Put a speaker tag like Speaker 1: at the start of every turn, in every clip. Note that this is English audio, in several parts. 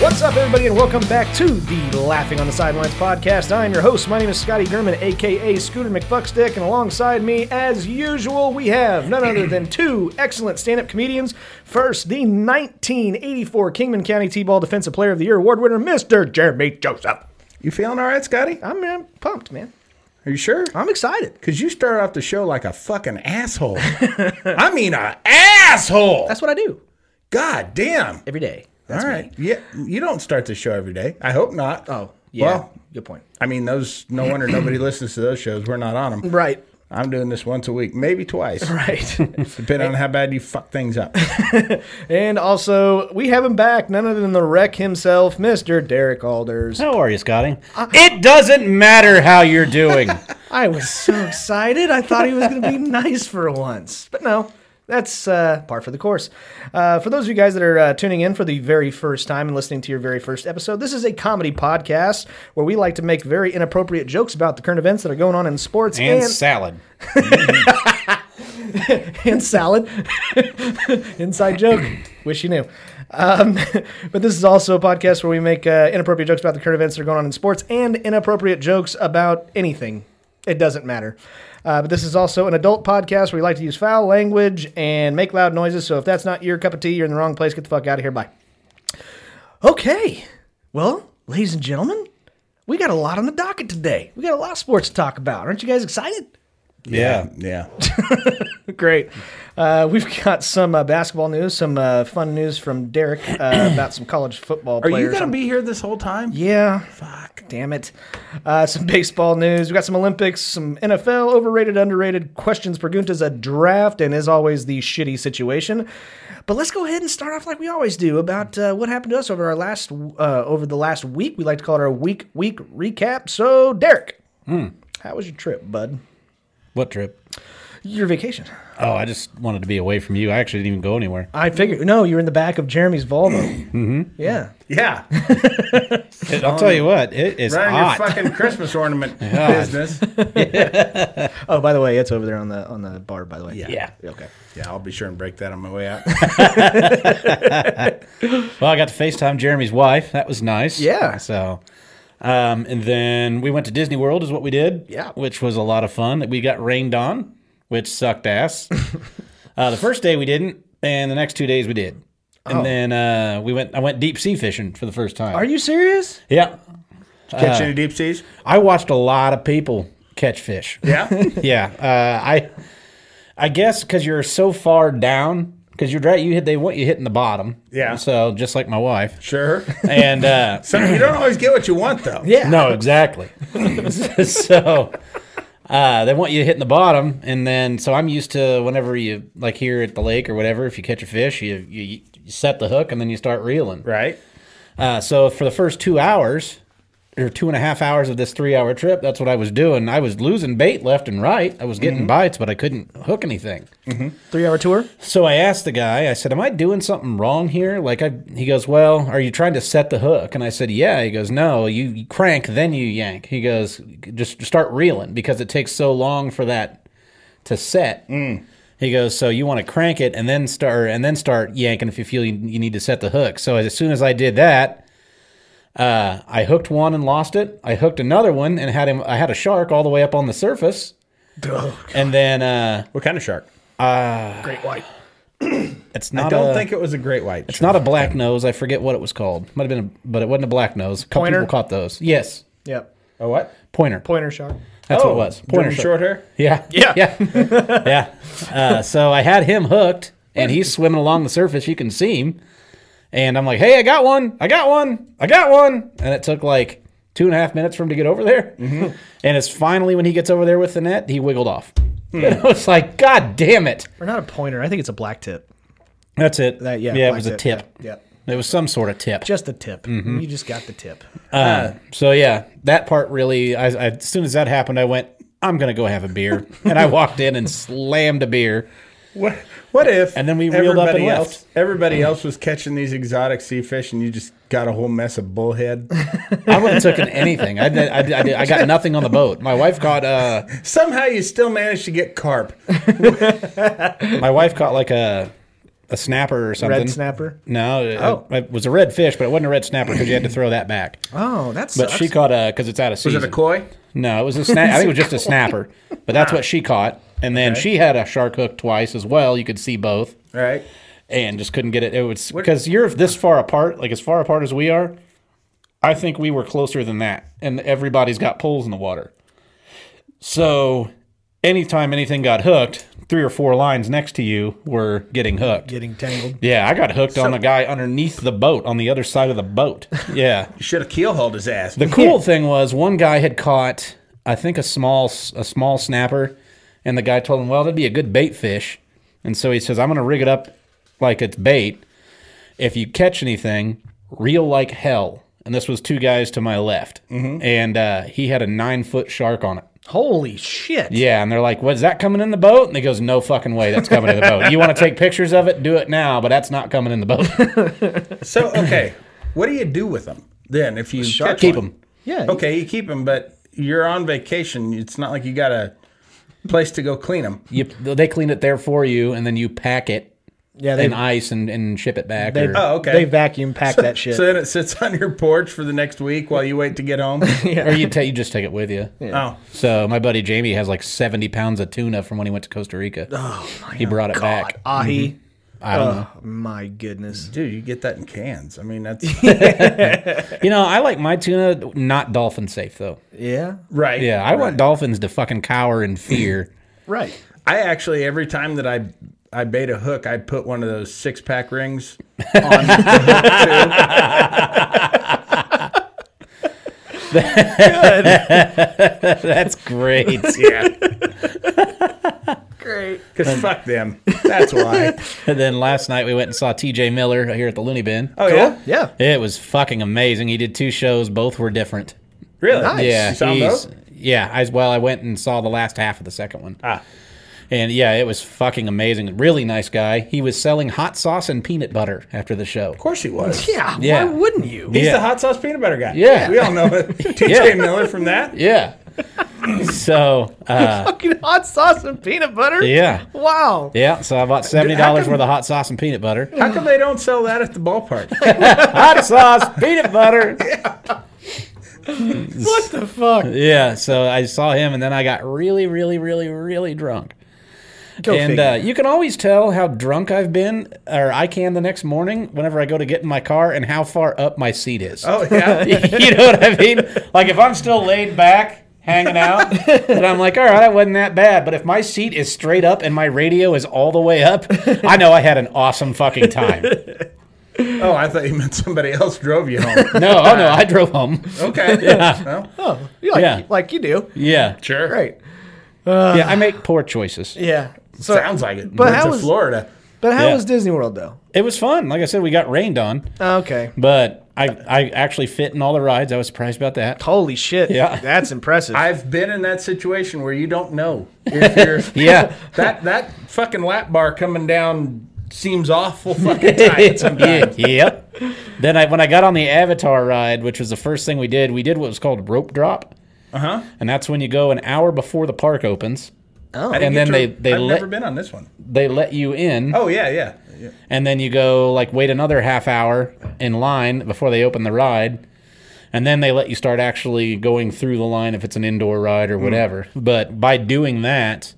Speaker 1: What's up, everybody, and welcome back to the Laughing on the Sidelines podcast. I am your host. My name is Scotty Gurman, aka Scooter McFuckstick, and alongside me, as usual, we have none other than two excellent stand-up comedians. First, the 1984 Kingman County T-Ball Defensive Player of the Year award winner, Mr. Jeremy Joseph.
Speaker 2: You feeling all right, Scotty?
Speaker 1: I'm, I'm pumped, man.
Speaker 2: Are you sure?
Speaker 1: I'm excited.
Speaker 2: Because you started off the show like a fucking asshole. I mean, a asshole.
Speaker 1: That's what I do
Speaker 2: God damn.
Speaker 1: every day. That's
Speaker 2: all
Speaker 1: me.
Speaker 2: right. Yeah, you don't start the show every day. I hope not.
Speaker 1: Oh, yeah.
Speaker 2: Well,
Speaker 1: good point.
Speaker 2: I mean, those. No wonder nobody listens to those shows. We're not on them.
Speaker 1: Right.
Speaker 2: I'm doing this once a week, maybe twice,
Speaker 1: Right.
Speaker 2: depending on how bad you fuck things up.
Speaker 1: and also, we have him back, none other than the wreck himself, Mr. Derek Alders.
Speaker 3: How are you, Scotty? it doesn't matter how you're doing.
Speaker 1: I was so excited. I thought he was going to be nice for once, but no. That's uh, par for the course. Uh, for those of you guys that are uh, tuning in for the very first time and listening to your very first episode, this is a comedy podcast where we like to make very inappropriate jokes about the current events that are going on in sports
Speaker 3: and
Speaker 1: and,
Speaker 3: salad. Mm-hmm.
Speaker 1: and salad. Inside joke. Wish you knew. Um, but this is also a podcast where we make uh, inappropriate jokes about the current events that are going on in sports and inappropriate jokes about anything. It doesn't matter. Uh, but this is also an adult podcast where we like to use foul language and make loud noises. So if that's not your cup of tea, you're in the wrong place. Get the fuck out of here. Bye. Okay. Well, ladies and gentlemen, we got a lot on the docket today. We got a lot of sports to talk about. Aren't you guys excited?
Speaker 3: Yeah.
Speaker 2: yeah.
Speaker 1: Great. Uh, we've got some uh, basketball news, some uh, fun news from Derek uh, about some college football
Speaker 2: Are you
Speaker 1: players.
Speaker 2: gonna be here this whole time?
Speaker 1: Yeah. Fuck. Damn it. Uh, some baseball news. We got some Olympics, some NFL overrated, underrated questions, preguntas, a draft, and as always, the shitty situation. But let's go ahead and start off like we always do about uh, what happened to us over our last uh, over the last week. We like to call it our week week recap. So, Derek, how was your trip, bud?
Speaker 3: Hmm. What trip?
Speaker 1: Your vacation.
Speaker 3: Oh, I just wanted to be away from you. I actually didn't even go anywhere.
Speaker 1: I figured. No, you were in the back of Jeremy's Volvo. mm-hmm. Yeah.
Speaker 2: Yeah.
Speaker 3: I'll tell you what, it is
Speaker 2: Run your
Speaker 3: hot.
Speaker 2: fucking Christmas ornament business.
Speaker 1: Oh, by the way, it's over there on the on the bar. By the way.
Speaker 3: yeah.
Speaker 1: Okay.
Speaker 2: Yeah, I'll be sure and break that on my way out.
Speaker 3: Well, I got to FaceTime Jeremy's wife. That was nice.
Speaker 1: Yeah.
Speaker 3: So, um, and then we went to Disney World, is what we did.
Speaker 1: Yeah.
Speaker 3: Which was a lot of fun. We got rained on, which sucked ass. uh, the first day we didn't, and the next two days we did. And then uh, we went. I went deep sea fishing for the first time.
Speaker 1: Oh. Are you serious?
Speaker 3: Yeah.
Speaker 2: Catch
Speaker 1: Uh.
Speaker 2: any deep seas?
Speaker 3: I watched a lot of people catch fish.
Speaker 2: Yeah.
Speaker 3: yeah. Uh, I I guess because you're so far down, because you're right, you hit they want you hitting the bottom.
Speaker 2: Yeah.
Speaker 3: So just like my wife,
Speaker 2: Sure.
Speaker 3: and uh,
Speaker 2: So you don't always get what you want, though.
Speaker 1: Yeah.
Speaker 3: no, exactly. so uh, they want you hitting the bottom, and then so I'm used to whenever you like here at the lake or whatever, if you catch a fish, you you, you set the hook and then you start reeling.
Speaker 2: Right.
Speaker 3: Uh, so for the first two hours or two and a half hours of this three-hour trip, that's what I was doing. I was losing bait left and right. I was getting
Speaker 2: Mm-hmm.
Speaker 3: bites, but I couldn't hook anything.
Speaker 1: Three hour tour.
Speaker 3: So I asked the guy. I said, "Am I doing something wrong here?" Like I, he goes, "Well, are you trying to set the hook?" And I said, "Yeah." He goes, "No, you, you crank, then you yank." He goes, "Just start reeling because it takes so long for that to set."
Speaker 2: Mm.
Speaker 3: He goes, "So you want to crank it and then start and then start yanking if you feel you, you need to set the hook." So as soon as I did that, uh, I hooked one and lost it. I hooked another one and had him. I had a shark all the way up on the surface,
Speaker 2: Oh,
Speaker 3: and then uh,
Speaker 2: What kind of shark?
Speaker 1: Great white.
Speaker 3: it's not.
Speaker 2: I don't
Speaker 3: a-
Speaker 2: think it was a great white.
Speaker 3: It's not a black nose. I forget what it was called. Might have been, a, but it wasn't a black nose. A couple
Speaker 1: Pointer?
Speaker 3: people caught those. Yes,
Speaker 1: Yep.
Speaker 2: a what?
Speaker 3: Pointer.
Speaker 1: Pointer shark.
Speaker 3: That's
Speaker 4: oh,
Speaker 3: what it was.
Speaker 4: Jordan
Speaker 3: Pointer. shark.
Speaker 4: short hair.
Speaker 3: Yeah.
Speaker 1: Yeah.
Speaker 3: Yeah. yeah. Uh, so I had him hooked and he's swimming along the surface. You can see him. And I'm like, hey, I got one. I got one. I got one. And it took like two and a half minutes for him to get over there.
Speaker 1: Mm-hmm.
Speaker 3: And it's finally when he gets over there with the net, he wiggled off.
Speaker 1: Hmm.
Speaker 3: And I was like, God damn it.
Speaker 1: Or not a pointer. I think it's a black tip.
Speaker 3: That's it.
Speaker 1: That yeah.
Speaker 3: Yeah, it
Speaker 1: black
Speaker 3: was a tip. Mm-hmm.
Speaker 1: Yeah. yeah.
Speaker 3: It was some sort of tip.
Speaker 1: Just a tip. You just got the tip.
Speaker 3: Uh, So yeah, that part really. I, I, as soon as that happened, I went. I'm gonna go have a beer, and I walked in and slammed a beer.
Speaker 2: What, what if
Speaker 3: And then we reeled up and
Speaker 2: everybody
Speaker 3: left.
Speaker 2: else everybody else was catching these exotic sea fish and you just got a whole mess of bullhead?
Speaker 3: I wouldn't have taken anything. I, did, I, did, I, did, I got nothing on the boat. My wife caught. Uh,
Speaker 2: Somehow you still managed to get carp.
Speaker 3: my wife caught like a a snapper or something.
Speaker 1: Red snapper.
Speaker 3: No, it,
Speaker 1: Oh.
Speaker 3: it was a red fish, but it wasn't a red snapper because you had to throw that back.
Speaker 1: Oh, that's.
Speaker 3: But she caught a because it's out of season.
Speaker 2: koi?
Speaker 3: No, it was a snap. I think it was just a snapper, but that's what she caught. And then she had a shark hook twice as well. You could see both.
Speaker 2: Right.
Speaker 3: and just couldn't get it. It was because you're this far apart, like as far apart as we are. I think we were closer than that, and everybody's got poles in the water. So, anytime anything got hooked, three or four lines next to you were getting hooked.
Speaker 1: getting tangled.
Speaker 3: Yeah, I got hooked on a guy underneath the boat on the other side of the boat. Yeah.
Speaker 2: You should have keelhauled his ass.
Speaker 3: The cool thing was one guy had caught, I think, a small a small snapper, and the guy told him, "Well, that'd be a good bait fish," and so he says, "I'm going to rig it up like it's bait. If you catch anything, reel like hell." And this was two guys to my left,
Speaker 2: Mm-hmm.
Speaker 3: and uh, he had a nine foot shark on it.
Speaker 1: Holy shit.
Speaker 3: Yeah, and they're like, "What's that coming in the boat?" And he goes, "No fucking way, that's coming in the boat. You want to take pictures of it? Do it now, but that's not coming in the boat.
Speaker 2: So okay, what do you do with them then? If you catch
Speaker 3: Keep
Speaker 2: one?
Speaker 3: them."
Speaker 1: Yeah.
Speaker 2: Okay, you keep them, but you're on vacation. It's not like you got a place to go clean them.
Speaker 3: You, they clean it there for you, and then you pack it
Speaker 1: Yeah. They
Speaker 3: in ice and, and ship it back.
Speaker 1: they,
Speaker 3: or-
Speaker 2: Oh, okay.
Speaker 1: they vacuum pack that shit.
Speaker 2: So then it sits on your porch for the next week while you wait to get home.
Speaker 3: or you ta- you just take it with you.
Speaker 2: Oh,
Speaker 3: So my buddy Jamie has like seventy pounds of tuna from when he went to Costa Rica.
Speaker 2: Oh,
Speaker 3: he brought it
Speaker 1: God,
Speaker 3: back. Mm-hmm.
Speaker 1: ahi.
Speaker 3: I don't
Speaker 1: Oh, my goodness.
Speaker 2: dude, you get that in cans. I mean, that's
Speaker 3: know. You know, I like my tuna not dolphin safe though.
Speaker 1: Yeah.
Speaker 2: right.
Speaker 3: Yeah, I want dolphins to fucking cower in fear.
Speaker 1: Right.
Speaker 2: I actually every time that I I bait a hook, I put one of those six pack rings on the hook too.
Speaker 3: That's great.
Speaker 2: Because fuck them. That's why.
Speaker 3: and then last night we went and saw T.J. Miller here at the Looney Bin.
Speaker 2: Oh yeah,
Speaker 1: Yeah.
Speaker 3: It was fucking amazing. He did two shows, both were different.
Speaker 2: really?
Speaker 1: Nice.
Speaker 3: Yeah,
Speaker 2: You saw 'em
Speaker 3: he's-
Speaker 2: both?
Speaker 3: yeah. As well, I went and saw the last half of the second one. Ah, and yeah, it was fucking amazing. Really nice guy. He was selling hot sauce and peanut butter after the show.
Speaker 2: Of course he was.
Speaker 1: Yeah.
Speaker 3: Yeah.
Speaker 1: Why wouldn't you?
Speaker 2: He's
Speaker 3: Yeah.
Speaker 2: the hot sauce peanut butter guy.
Speaker 3: Yeah.
Speaker 2: We all know it. TJ
Speaker 3: Yeah.
Speaker 2: Miller from that.
Speaker 3: Yeah. so uh,
Speaker 1: Fucking hot sauce and peanut butter.
Speaker 3: yeah,
Speaker 1: Wow.
Speaker 3: yeah. So I bought seventy dollars worth of hot sauce and peanut butter.
Speaker 2: How come they don't sell that at the ballpark?
Speaker 3: hot sauce, peanut butter.
Speaker 1: What the fuck?
Speaker 3: Yeah. So I saw him, and then I got really, really, really, really drunk.
Speaker 1: Go
Speaker 3: and
Speaker 1: figure.
Speaker 3: uh, you can always tell how drunk I've been, or I can the next morning whenever I go to get in my car, and how far up my seat is.
Speaker 2: Oh yeah.
Speaker 3: you know what I mean? Like if I'm still laid back, hanging out, and I'm like, all right, it wasn't that bad. But if my seat is straight up and my radio is all the way up, I know I had an awesome fucking time.
Speaker 2: Oh, I thought you meant somebody else drove you home.
Speaker 3: No, oh no, I drove home.
Speaker 2: Okay. Yeah.
Speaker 1: oh, you like,
Speaker 3: yeah.
Speaker 1: like you do.
Speaker 3: Yeah,
Speaker 2: sure.
Speaker 1: Great.
Speaker 3: yeah, I make poor choices.
Speaker 1: Yeah. So,
Speaker 2: Sounds like it.
Speaker 1: But
Speaker 2: Went
Speaker 1: how
Speaker 2: to
Speaker 1: was-
Speaker 2: Florida?
Speaker 1: but how
Speaker 3: Yeah.
Speaker 1: was Disney World though?
Speaker 3: It was fun. Like I said, we got rained on,
Speaker 1: Okay.
Speaker 3: but I I actually fit in all the rides. I was surprised about that.
Speaker 1: Holy shit.
Speaker 3: Yeah.
Speaker 1: That's impressive.
Speaker 2: I've been in that situation where you don't know if you're
Speaker 3: Yeah.
Speaker 2: that that fucking lap bar coming down seems awful fucking tight.
Speaker 3: yeah, yep. Then I, when I got on the Avatar ride, which was the first thing we did, we did what was called rope drop. Uh
Speaker 2: Uh-huh.
Speaker 3: huh. And that's when you go an hour before the park opens.
Speaker 2: Oh.
Speaker 3: and then they they
Speaker 2: I've
Speaker 3: let
Speaker 2: never been on this one.
Speaker 3: they let you in,
Speaker 2: Oh yeah, yeah. yeah.
Speaker 3: and then you go like wait another half hour in line before they open the ride, and then they let you start actually going through the line if it's an indoor ride
Speaker 2: Hmm.
Speaker 3: or whatever. But by doing that,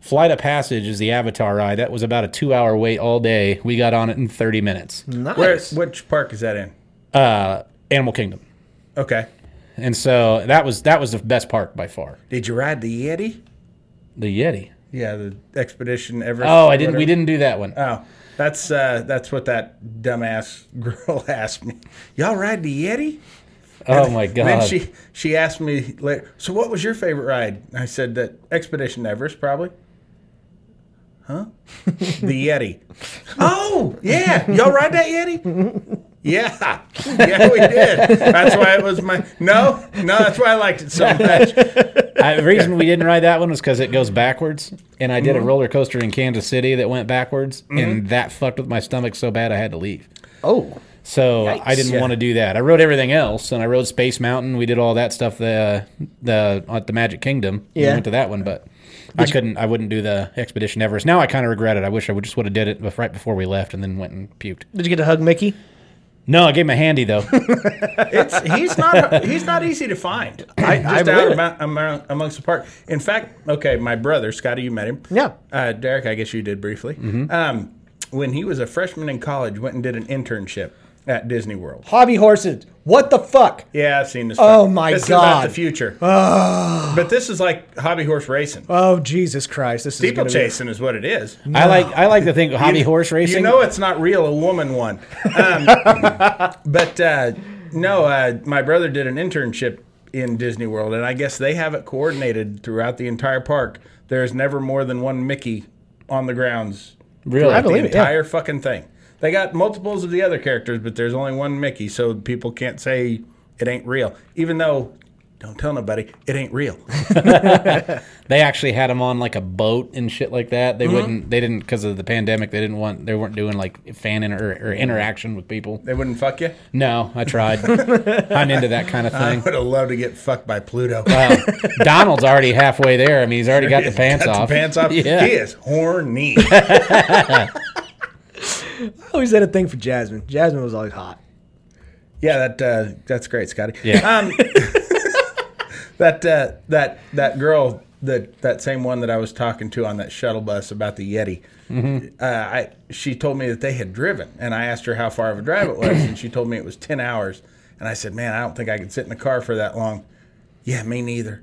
Speaker 3: Flight of Passage is the Avatar ride. That was about a two-hour wait all day. We got on it in thirty
Speaker 2: Hmm.
Speaker 3: minutes.
Speaker 1: nice.
Speaker 2: Where, which park is that in?
Speaker 3: Uh, Animal Kingdom.
Speaker 2: Okay.
Speaker 3: And so that was that was the best part by far.
Speaker 2: Did you ride the Yeti?
Speaker 3: The Yeti.
Speaker 2: Yeah, the Expedition Everest.
Speaker 3: Oh, I didn't.
Speaker 2: whatever.
Speaker 3: We didn't do that one.
Speaker 2: Oh, that's uh, that's what that dumbass girl asked me. Y'all ride the Yeti?
Speaker 3: oh my
Speaker 2: And Then
Speaker 3: god.
Speaker 2: she she asked me later. So what was your favorite ride? I said that Expedition Everest probably. Huh? the Yeti. Oh yeah, y'all ride that Yeti? Yeah, yeah, we did. That's why it was my no, no. That's why I liked it so much.
Speaker 3: I, the reason we didn't ride that one was because it goes backwards, and I did a roller coaster in Kansas City that went backwards, and that fucked with my stomach so bad I had to leave.
Speaker 1: Oh,
Speaker 3: So I didn't
Speaker 2: Yeah.
Speaker 3: want to do that. I rode everything else, and I rode Space Mountain. We did all that stuff the the at the Magic Kingdom.
Speaker 1: Yeah.
Speaker 3: we went to that one, but I couldn't. I wouldn't do the Expedition Everest. Now I kind of regret it. I wish I would just would have did it bef- right before we left, and then went and puked.
Speaker 1: did you get to hug Mickey?
Speaker 3: No, I gave him a handy though.
Speaker 2: It's, he's not he's not easy to find. I, just
Speaker 1: believe
Speaker 2: out
Speaker 1: it.
Speaker 2: about, among, amongst the park. In fact, okay, my brother Scotty, you met him.
Speaker 1: Yeah. Mm-hmm.
Speaker 2: Uh, Derek, I guess you did briefly. Um, when he was a freshman in college, went and did an internship at Disney World.
Speaker 1: Hobby horses. What the fuck?
Speaker 2: Yeah, I've seen this.
Speaker 1: Oh,
Speaker 2: stuff.
Speaker 1: my
Speaker 2: this Is about
Speaker 1: God. Ah.
Speaker 2: the future. But this is like hobby horse racing.
Speaker 1: Oh Jesus Christ! This is gonna be-
Speaker 2: Steeplechasing is what it is.
Speaker 3: I like I like to think hobby
Speaker 2: You-
Speaker 3: horse racing.
Speaker 2: You know it's not real. A woman won. Um, but uh, no, uh, my brother did an internship in Disney World, and I guess they have it coordinated throughout the entire park. There is never more than one Mickey on the grounds.
Speaker 3: really?
Speaker 1: I
Speaker 2: The
Speaker 1: believe it. Yeah.
Speaker 2: entire fucking thing. They got multiples of the other characters, but there's only one Mickey, so people can't say it ain't real. Even though, don't tell nobody, it ain't real.
Speaker 3: They actually had them on like a boat and shit like that.
Speaker 2: Mm-hmm.
Speaker 3: They wouldn't. They didn't because of the pandemic. They didn't want. They weren't doing like fan inter- or interaction with people.
Speaker 2: They wouldn't fuck you.
Speaker 3: No, I tried. I'm into that kind of
Speaker 2: I
Speaker 3: thing.
Speaker 2: would have loved to get fucked by Pluto.
Speaker 3: Wow. Donald's already halfway there. I mean, he's already got the pants
Speaker 2: Got
Speaker 3: off.
Speaker 2: the pants off.
Speaker 3: Yeah.
Speaker 2: He is horny.
Speaker 1: I always had Oh, a thing for Jasmine. Jasmine was always hot.
Speaker 2: yeah, that uh, that's great, Scotty.
Speaker 3: Yeah.
Speaker 2: Um, that uh, that that girl that that same one that I was talking to on that shuttle bus about the Yeti. Uh, I she told me that they had driven, and I asked her how far of a drive it was, and she told me it was ten hours. And I said, "Man, I don't think I could sit in the car for that long." Yeah, me neither.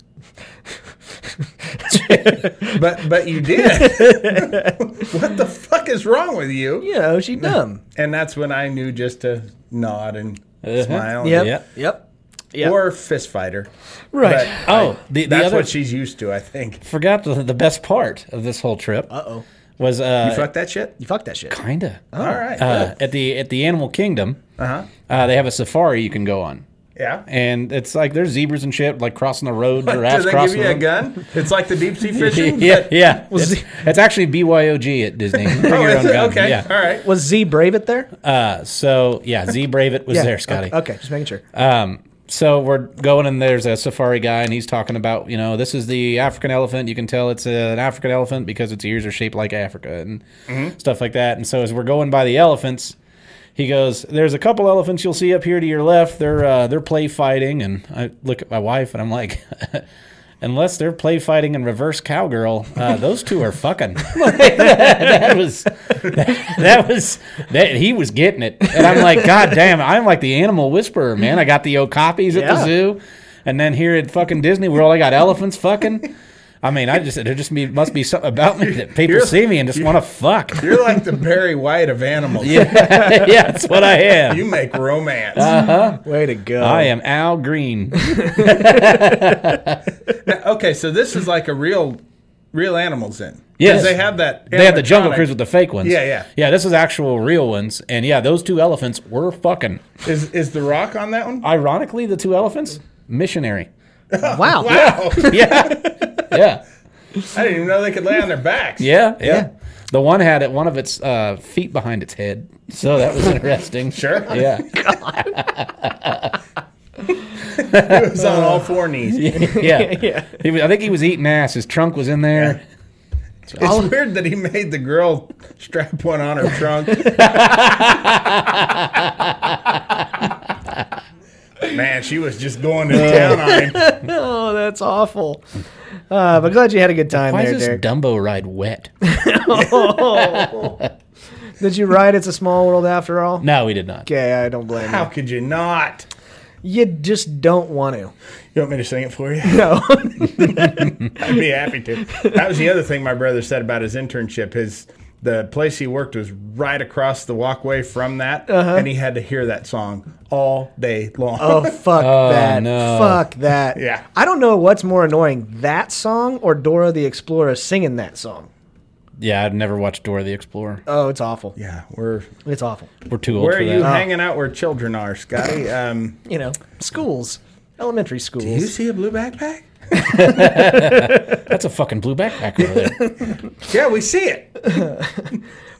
Speaker 2: but but you did. what the fuck is wrong with you?
Speaker 1: You know, she dumb.
Speaker 2: And that's when I knew just to nod and smile. and-
Speaker 1: Yep.
Speaker 3: Yep.
Speaker 1: Yep. Yep.
Speaker 2: Or fist fighter.
Speaker 1: Right.
Speaker 2: But
Speaker 3: Oh, the, the
Speaker 2: that's
Speaker 3: other
Speaker 2: what she's used to, I think.
Speaker 3: forgot the, the best part of this whole trip. Uh
Speaker 1: Uh-oh.
Speaker 3: Was uh
Speaker 2: You Oh. fuck that shit?
Speaker 1: You fucked that shit.
Speaker 3: kinda
Speaker 2: All right.
Speaker 3: uh, at the at the Animal Kingdom.
Speaker 2: Uh.
Speaker 3: Uh-huh. They have a safari you can go on.
Speaker 2: yeah.
Speaker 3: And it's like there's zebras and shit like crossing the road,
Speaker 2: Do
Speaker 3: giraffes
Speaker 2: they give
Speaker 3: crossing
Speaker 2: you
Speaker 3: the
Speaker 2: a
Speaker 3: road.
Speaker 2: gun? It's like the deep sea fishing.
Speaker 3: yeah,
Speaker 2: but-
Speaker 3: yeah. It's, it's actually BYOG at Disney. Bring
Speaker 2: Oh,
Speaker 3: your
Speaker 2: is
Speaker 3: own
Speaker 2: it?
Speaker 3: gun.
Speaker 2: Okay.
Speaker 3: Yeah.
Speaker 2: All right.
Speaker 1: Was Z brave it there?
Speaker 3: Uh, so yeah, Z Bravett was there, Scotty.
Speaker 1: Okay, okay, just making sure.
Speaker 3: Um, so we're going and there's a safari guy and he's talking about you know this is the African elephant. You can tell it's an African elephant because its ears are shaped like Africa and
Speaker 2: Mm-hmm.
Speaker 3: stuff like that. And so as we're going by the elephants. He goes. There's a couple elephants you'll see up here to your left. They're uh, they're play fighting, and I look at my wife and I'm like, unless they're play fighting and reverse cowgirl, uh, those two are fucking. Like, that, that was that, that was that he was getting it, and I'm like, God damn, I'm like the animal whisperer, man. I got the okapi's at the
Speaker 1: Yeah.
Speaker 3: zoo, and then here at fucking Disney World, I got elephants fucking. I mean, I just there just be, must be something about me that people
Speaker 2: You're-
Speaker 3: see me and just want to fuck.
Speaker 2: You're like the Barry White of animals.
Speaker 3: yeah, Uh, that's what I am.
Speaker 2: You make romance.
Speaker 1: Way to go.
Speaker 3: I am Al Green.
Speaker 2: okay, so this is like a real real animals then.
Speaker 3: Yes.
Speaker 2: They have that
Speaker 3: They had the Jungle
Speaker 2: animatronic.
Speaker 3: Cruise with the fake ones.
Speaker 2: Yeah, yeah.
Speaker 3: yeah. This is actual real ones, and yeah, those two elephants were fucking.
Speaker 2: Is is the rock on that one?
Speaker 3: Ironically, the two elephants missionary.
Speaker 1: Wow.
Speaker 2: Wow.
Speaker 3: Yeah, yeah,
Speaker 2: I didn't even know they could lay on their backs.
Speaker 3: yeah, yeah. The one had it, one of its uh, feet behind its head, so that was interesting.
Speaker 2: Sure.
Speaker 3: Yeah,
Speaker 2: It was on all four knees.
Speaker 3: Uh, yeah, yeah. He was, I think he was eating ass. His trunk was in there.
Speaker 2: It's weird that he made the girl strap one on her trunk. Man, she was just going to town on him.
Speaker 1: Oh, that's awful. Uh, but glad you had a good time
Speaker 3: Why
Speaker 1: there,
Speaker 3: is this
Speaker 1: Derek.
Speaker 3: Dumbo ride wet?
Speaker 1: Oh. Did you ride It's a Small World after all?
Speaker 3: No, we did not.
Speaker 1: Okay, I don't blame
Speaker 2: How
Speaker 1: you.
Speaker 2: could you not?
Speaker 1: you just don't want to.
Speaker 2: You want me to sing it for you?
Speaker 1: No.
Speaker 2: I'd be happy to. That was the other thing my brother said about his internship. His the place he worked was right across the walkway from that, and he had to hear that song all day long.
Speaker 1: Uh-huh. Oh fuck that!
Speaker 3: no.
Speaker 1: Fuck that!
Speaker 2: Yeah.
Speaker 1: I don't know what's more annoying, that song or Dora the Explorer singing that song.
Speaker 3: Yeah, I've never watched Dora the Explorer.
Speaker 1: Oh, it's awful.
Speaker 2: Yeah, we're
Speaker 1: It's awful.
Speaker 3: We're too old
Speaker 2: where are
Speaker 3: for
Speaker 2: you
Speaker 3: that.
Speaker 2: hanging out where children are, Scotty? Um,
Speaker 1: You know, schools, elementary schools.
Speaker 2: do you see a blue backpack?
Speaker 3: That's a fucking blue backpack over there.
Speaker 2: Yeah, we see it.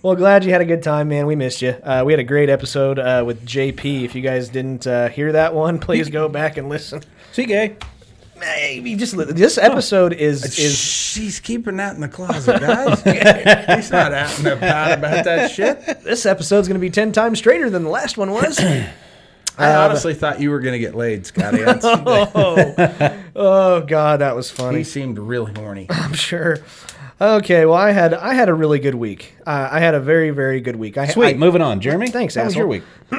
Speaker 1: Well, glad you had a good time, man. We missed you. Uh, we had a great episode uh, with JP. If you guys didn't uh, hear that one, please go back and listen.
Speaker 3: See, gay.
Speaker 1: Maybe just li- this episode is is
Speaker 2: She's keeping that in the closet, guys. He's not out and about about that shit.
Speaker 1: this episode's going to be ten times straighter than the last one was.
Speaker 2: I
Speaker 1: Uh,
Speaker 2: honestly thought you were going to get laid, Scotty. That's-
Speaker 1: oh God, that was funny.
Speaker 2: he seemed really horny.
Speaker 1: I'm sure. Okay, well, I had I had a really good week. Uh, I had a very very good week. I,
Speaker 3: Sweet.
Speaker 1: I-
Speaker 3: moving on, Jeremy.
Speaker 1: Thanks,
Speaker 3: How was
Speaker 1: asshole.
Speaker 3: your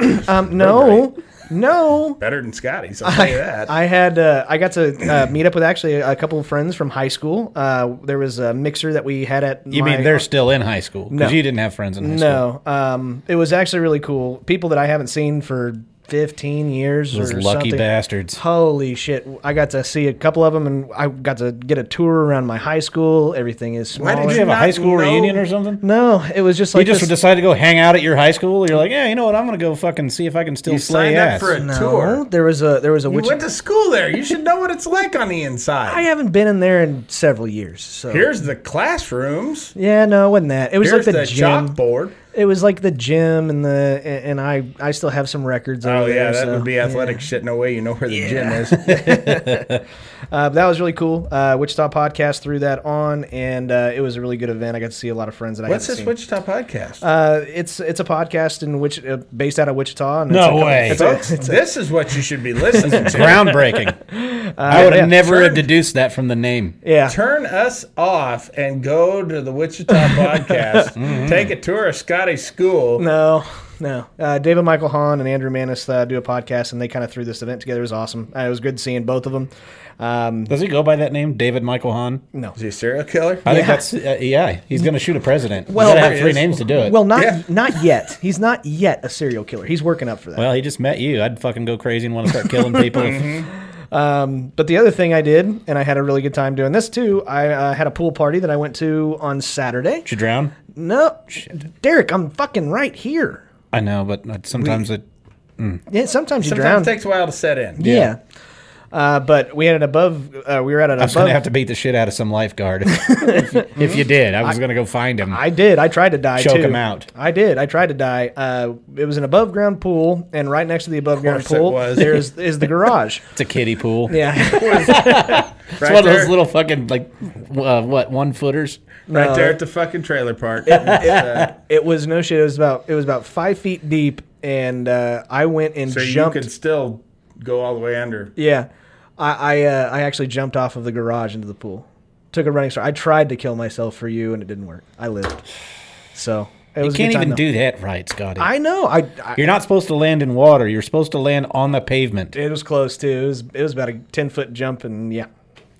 Speaker 3: week?
Speaker 1: um, no, no.
Speaker 2: Better than Scotty's, I'll tell you that.
Speaker 1: I had uh, I got to uh, meet up with actually a couple of friends from high school. Uh, there was a mixer that we had at
Speaker 3: You
Speaker 1: my,
Speaker 3: mean they're still in high school?
Speaker 1: No.
Speaker 3: Because you didn't have friends in high school.
Speaker 1: no. Um, it was actually really cool. People that I haven't seen for 15 years
Speaker 3: Those
Speaker 1: or
Speaker 3: lucky
Speaker 1: something.
Speaker 3: bastards.
Speaker 1: Holy shit! I got to see a couple of them, and I got to get a tour around my high school. Everything is small.
Speaker 2: Why did
Speaker 3: Did
Speaker 2: you
Speaker 3: you have a
Speaker 2: not
Speaker 3: high school
Speaker 2: know-
Speaker 3: reunion or something?
Speaker 1: no, it was just
Speaker 3: You
Speaker 1: like
Speaker 3: just
Speaker 1: this-
Speaker 3: decided to go hang out at your high school? You're like, yeah, you know what? I'm going to go fucking see if I can still
Speaker 2: You
Speaker 3: slay
Speaker 2: signed
Speaker 3: ass.
Speaker 2: up for a
Speaker 1: No,
Speaker 2: tour.
Speaker 1: There was a there was a
Speaker 2: You
Speaker 1: witch.
Speaker 2: went to school there. You should know what it's like on the
Speaker 1: I
Speaker 2: inside.
Speaker 1: haven't been in there in several years. So
Speaker 2: Here's the classrooms.
Speaker 1: yeah, no, it wasn't that. It was
Speaker 2: Here's
Speaker 1: like
Speaker 2: the,
Speaker 1: gym.
Speaker 2: chalkboard.
Speaker 1: It was like the gym and the and I I still have some records.
Speaker 2: Oh
Speaker 1: over
Speaker 2: yeah,
Speaker 1: there,
Speaker 2: that
Speaker 1: so,
Speaker 2: would be athletic shit. No way you know where the gym is.
Speaker 1: Uh, but that was really cool. Uh, Wichita podcast threw that on, and uh, it was a really good event. I got to see a lot of friends that I
Speaker 2: What's
Speaker 1: hadn't
Speaker 2: this
Speaker 1: seen.
Speaker 2: Wichita podcast?
Speaker 1: Uh, it's it's a podcast in which uh, based out of Wichita. And
Speaker 3: No
Speaker 1: it's a couple-
Speaker 3: way.
Speaker 1: it's a-
Speaker 2: Folks, this is what you should be listening to.
Speaker 3: Groundbreaking. I would have
Speaker 1: Uh, yeah.
Speaker 3: never have deduced that from the name.
Speaker 1: yeah,
Speaker 2: Turn us off and go to the Wichita podcast.
Speaker 3: Mm-hmm.
Speaker 2: Take a tour of Scotty's school.
Speaker 1: no, no. Uh, David Michael Hahn and Andrew Manis uh, do a podcast, and they kind of threw this event together. It was awesome. Uh, it was good seeing both of them. Um,
Speaker 3: Does he go by that name, David Michael Hahn?
Speaker 2: Is he a serial killer?
Speaker 3: I think that's uh, yeah. He's going to shoot a president. Well,
Speaker 1: Well-
Speaker 3: He's gonna have three
Speaker 2: Yes.
Speaker 3: names to do it.
Speaker 1: Well, not
Speaker 2: Yeah.
Speaker 1: not yet. He's not yet a serial killer. He's working up for that.
Speaker 3: well, he just met you. I'd fucking go crazy and want to start killing people.
Speaker 1: But the other thing I did, and I had a really good time doing this too. I uh, had a pool party that I went to on Saturday.
Speaker 3: Should drown.
Speaker 1: No, Derek, I'm fucking right here.
Speaker 3: I know, but uh, sometimes it.
Speaker 1: Yeah, sometimes you
Speaker 2: Sometimes it
Speaker 1: drown.
Speaker 2: takes a while to set in.
Speaker 1: yeah. Uh, but we had an above. Uh, we were at an
Speaker 3: I was
Speaker 1: above.
Speaker 3: going to have to beat the shit out of some lifeguard. if, you- if you did, I was going to go find him.
Speaker 1: I did. I tried to die
Speaker 3: Choke
Speaker 1: too.
Speaker 3: him out.
Speaker 1: I did. I tried to die. Uh, it was an above ground pool, and right next to the above ground
Speaker 2: course it
Speaker 1: pool,
Speaker 2: was.
Speaker 1: there's is the garage.
Speaker 3: it's a kiddie pool.
Speaker 1: Yeah.
Speaker 3: it's
Speaker 2: Right
Speaker 3: one of
Speaker 2: there.
Speaker 3: those little fucking like uh, what one footers.
Speaker 2: Right there at the fucking trailer park. Uh,
Speaker 1: It was no shit. It was about it was about five feet deep, and uh, I went and
Speaker 2: so
Speaker 1: jumped.
Speaker 2: you could still go all the way under.
Speaker 1: yeah, I I, uh, I actually jumped off of the garage into the pool, took a running start. I tried to kill myself for you, and it didn't work. I lived. So it
Speaker 3: You
Speaker 1: was a good
Speaker 3: can't
Speaker 1: time,
Speaker 3: even
Speaker 1: though.
Speaker 3: do that right, Scotty.
Speaker 1: I know. I, I
Speaker 3: You're not supposed to land in water. You're supposed to land on the pavement.
Speaker 1: it was close too. It was it was about a ten foot jump, and yeah,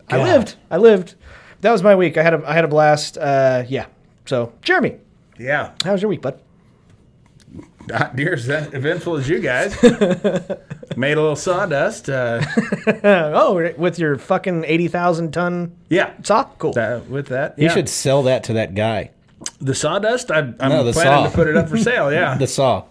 Speaker 1: I
Speaker 3: God.
Speaker 1: lived. I lived. That was my week. I had a I had a blast. Uh, yeah. So Jeremy,
Speaker 2: Yeah,
Speaker 1: how was your week, bud?
Speaker 2: not near as eventful as you guys. Made a little sawdust. Uh,
Speaker 1: Uh, oh, with your fucking eighty thousand ton
Speaker 2: yeah,
Speaker 1: saw, cool.
Speaker 2: that, with that,
Speaker 3: You
Speaker 2: yeah.
Speaker 3: should sell that to that guy.
Speaker 2: the sawdust. I, I'm
Speaker 3: No, the
Speaker 2: planning
Speaker 3: saw.
Speaker 2: to put it up for sale. Yeah,
Speaker 3: The saw.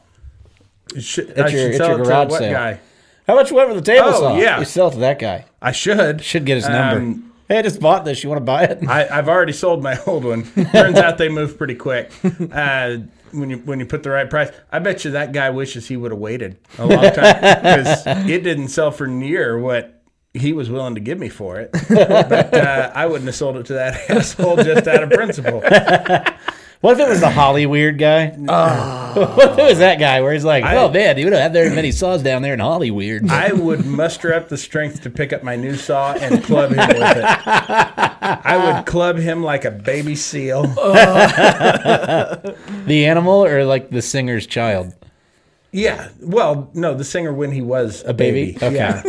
Speaker 2: It should,
Speaker 3: at
Speaker 2: I
Speaker 3: your-
Speaker 2: should
Speaker 3: at
Speaker 2: sell
Speaker 3: your
Speaker 2: it to
Speaker 3: garage
Speaker 2: what
Speaker 3: sale.
Speaker 2: guy?
Speaker 3: How much went for the table
Speaker 2: Oh,
Speaker 3: saw?
Speaker 2: yeah.
Speaker 3: You sell it to that guy.
Speaker 2: I should.
Speaker 3: Should get his number.
Speaker 2: Um,
Speaker 3: hey, I just bought this. You want to buy it?
Speaker 2: I, I've already sold my old one. Turns out they move pretty quick. Uh, when you when you put the right price, I bet you that guy wishes he would have waited a long time because it didn't sell for near what he was willing to give me for it. But uh, I wouldn't have sold it to that asshole just out of principle.
Speaker 3: What if it was the Holly weird guy?
Speaker 1: Uh,
Speaker 3: what if it was that guy where he's like, "Oh man, you don't have very many saws down there in Holly weird."
Speaker 2: I would muster up the strength to pick up my new saw and club him with it. I would club him like a baby seal.
Speaker 3: the animal or like the singer's child?
Speaker 2: Yeah. Well, no, the singer when he was a
Speaker 3: baby?
Speaker 2: baby.
Speaker 3: Okay.
Speaker 2: Yeah.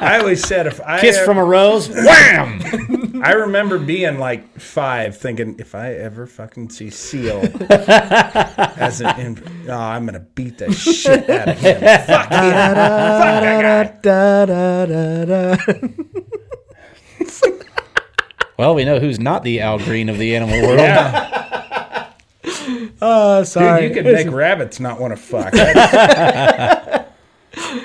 Speaker 2: I always said if I
Speaker 3: Kiss from a rose. Wham!
Speaker 2: I remember being like five, thinking if I ever fucking see Seal as an, in- oh, I'm gonna beat the shit out of him. Fuck him. Fuck that guy.
Speaker 1: Da, da, da, da.
Speaker 3: Well, we know who's not the Al Green of the animal world.
Speaker 2: Yeah.
Speaker 1: Uh, sorry.
Speaker 2: Dude, you could make rabbits not want to fuck. That-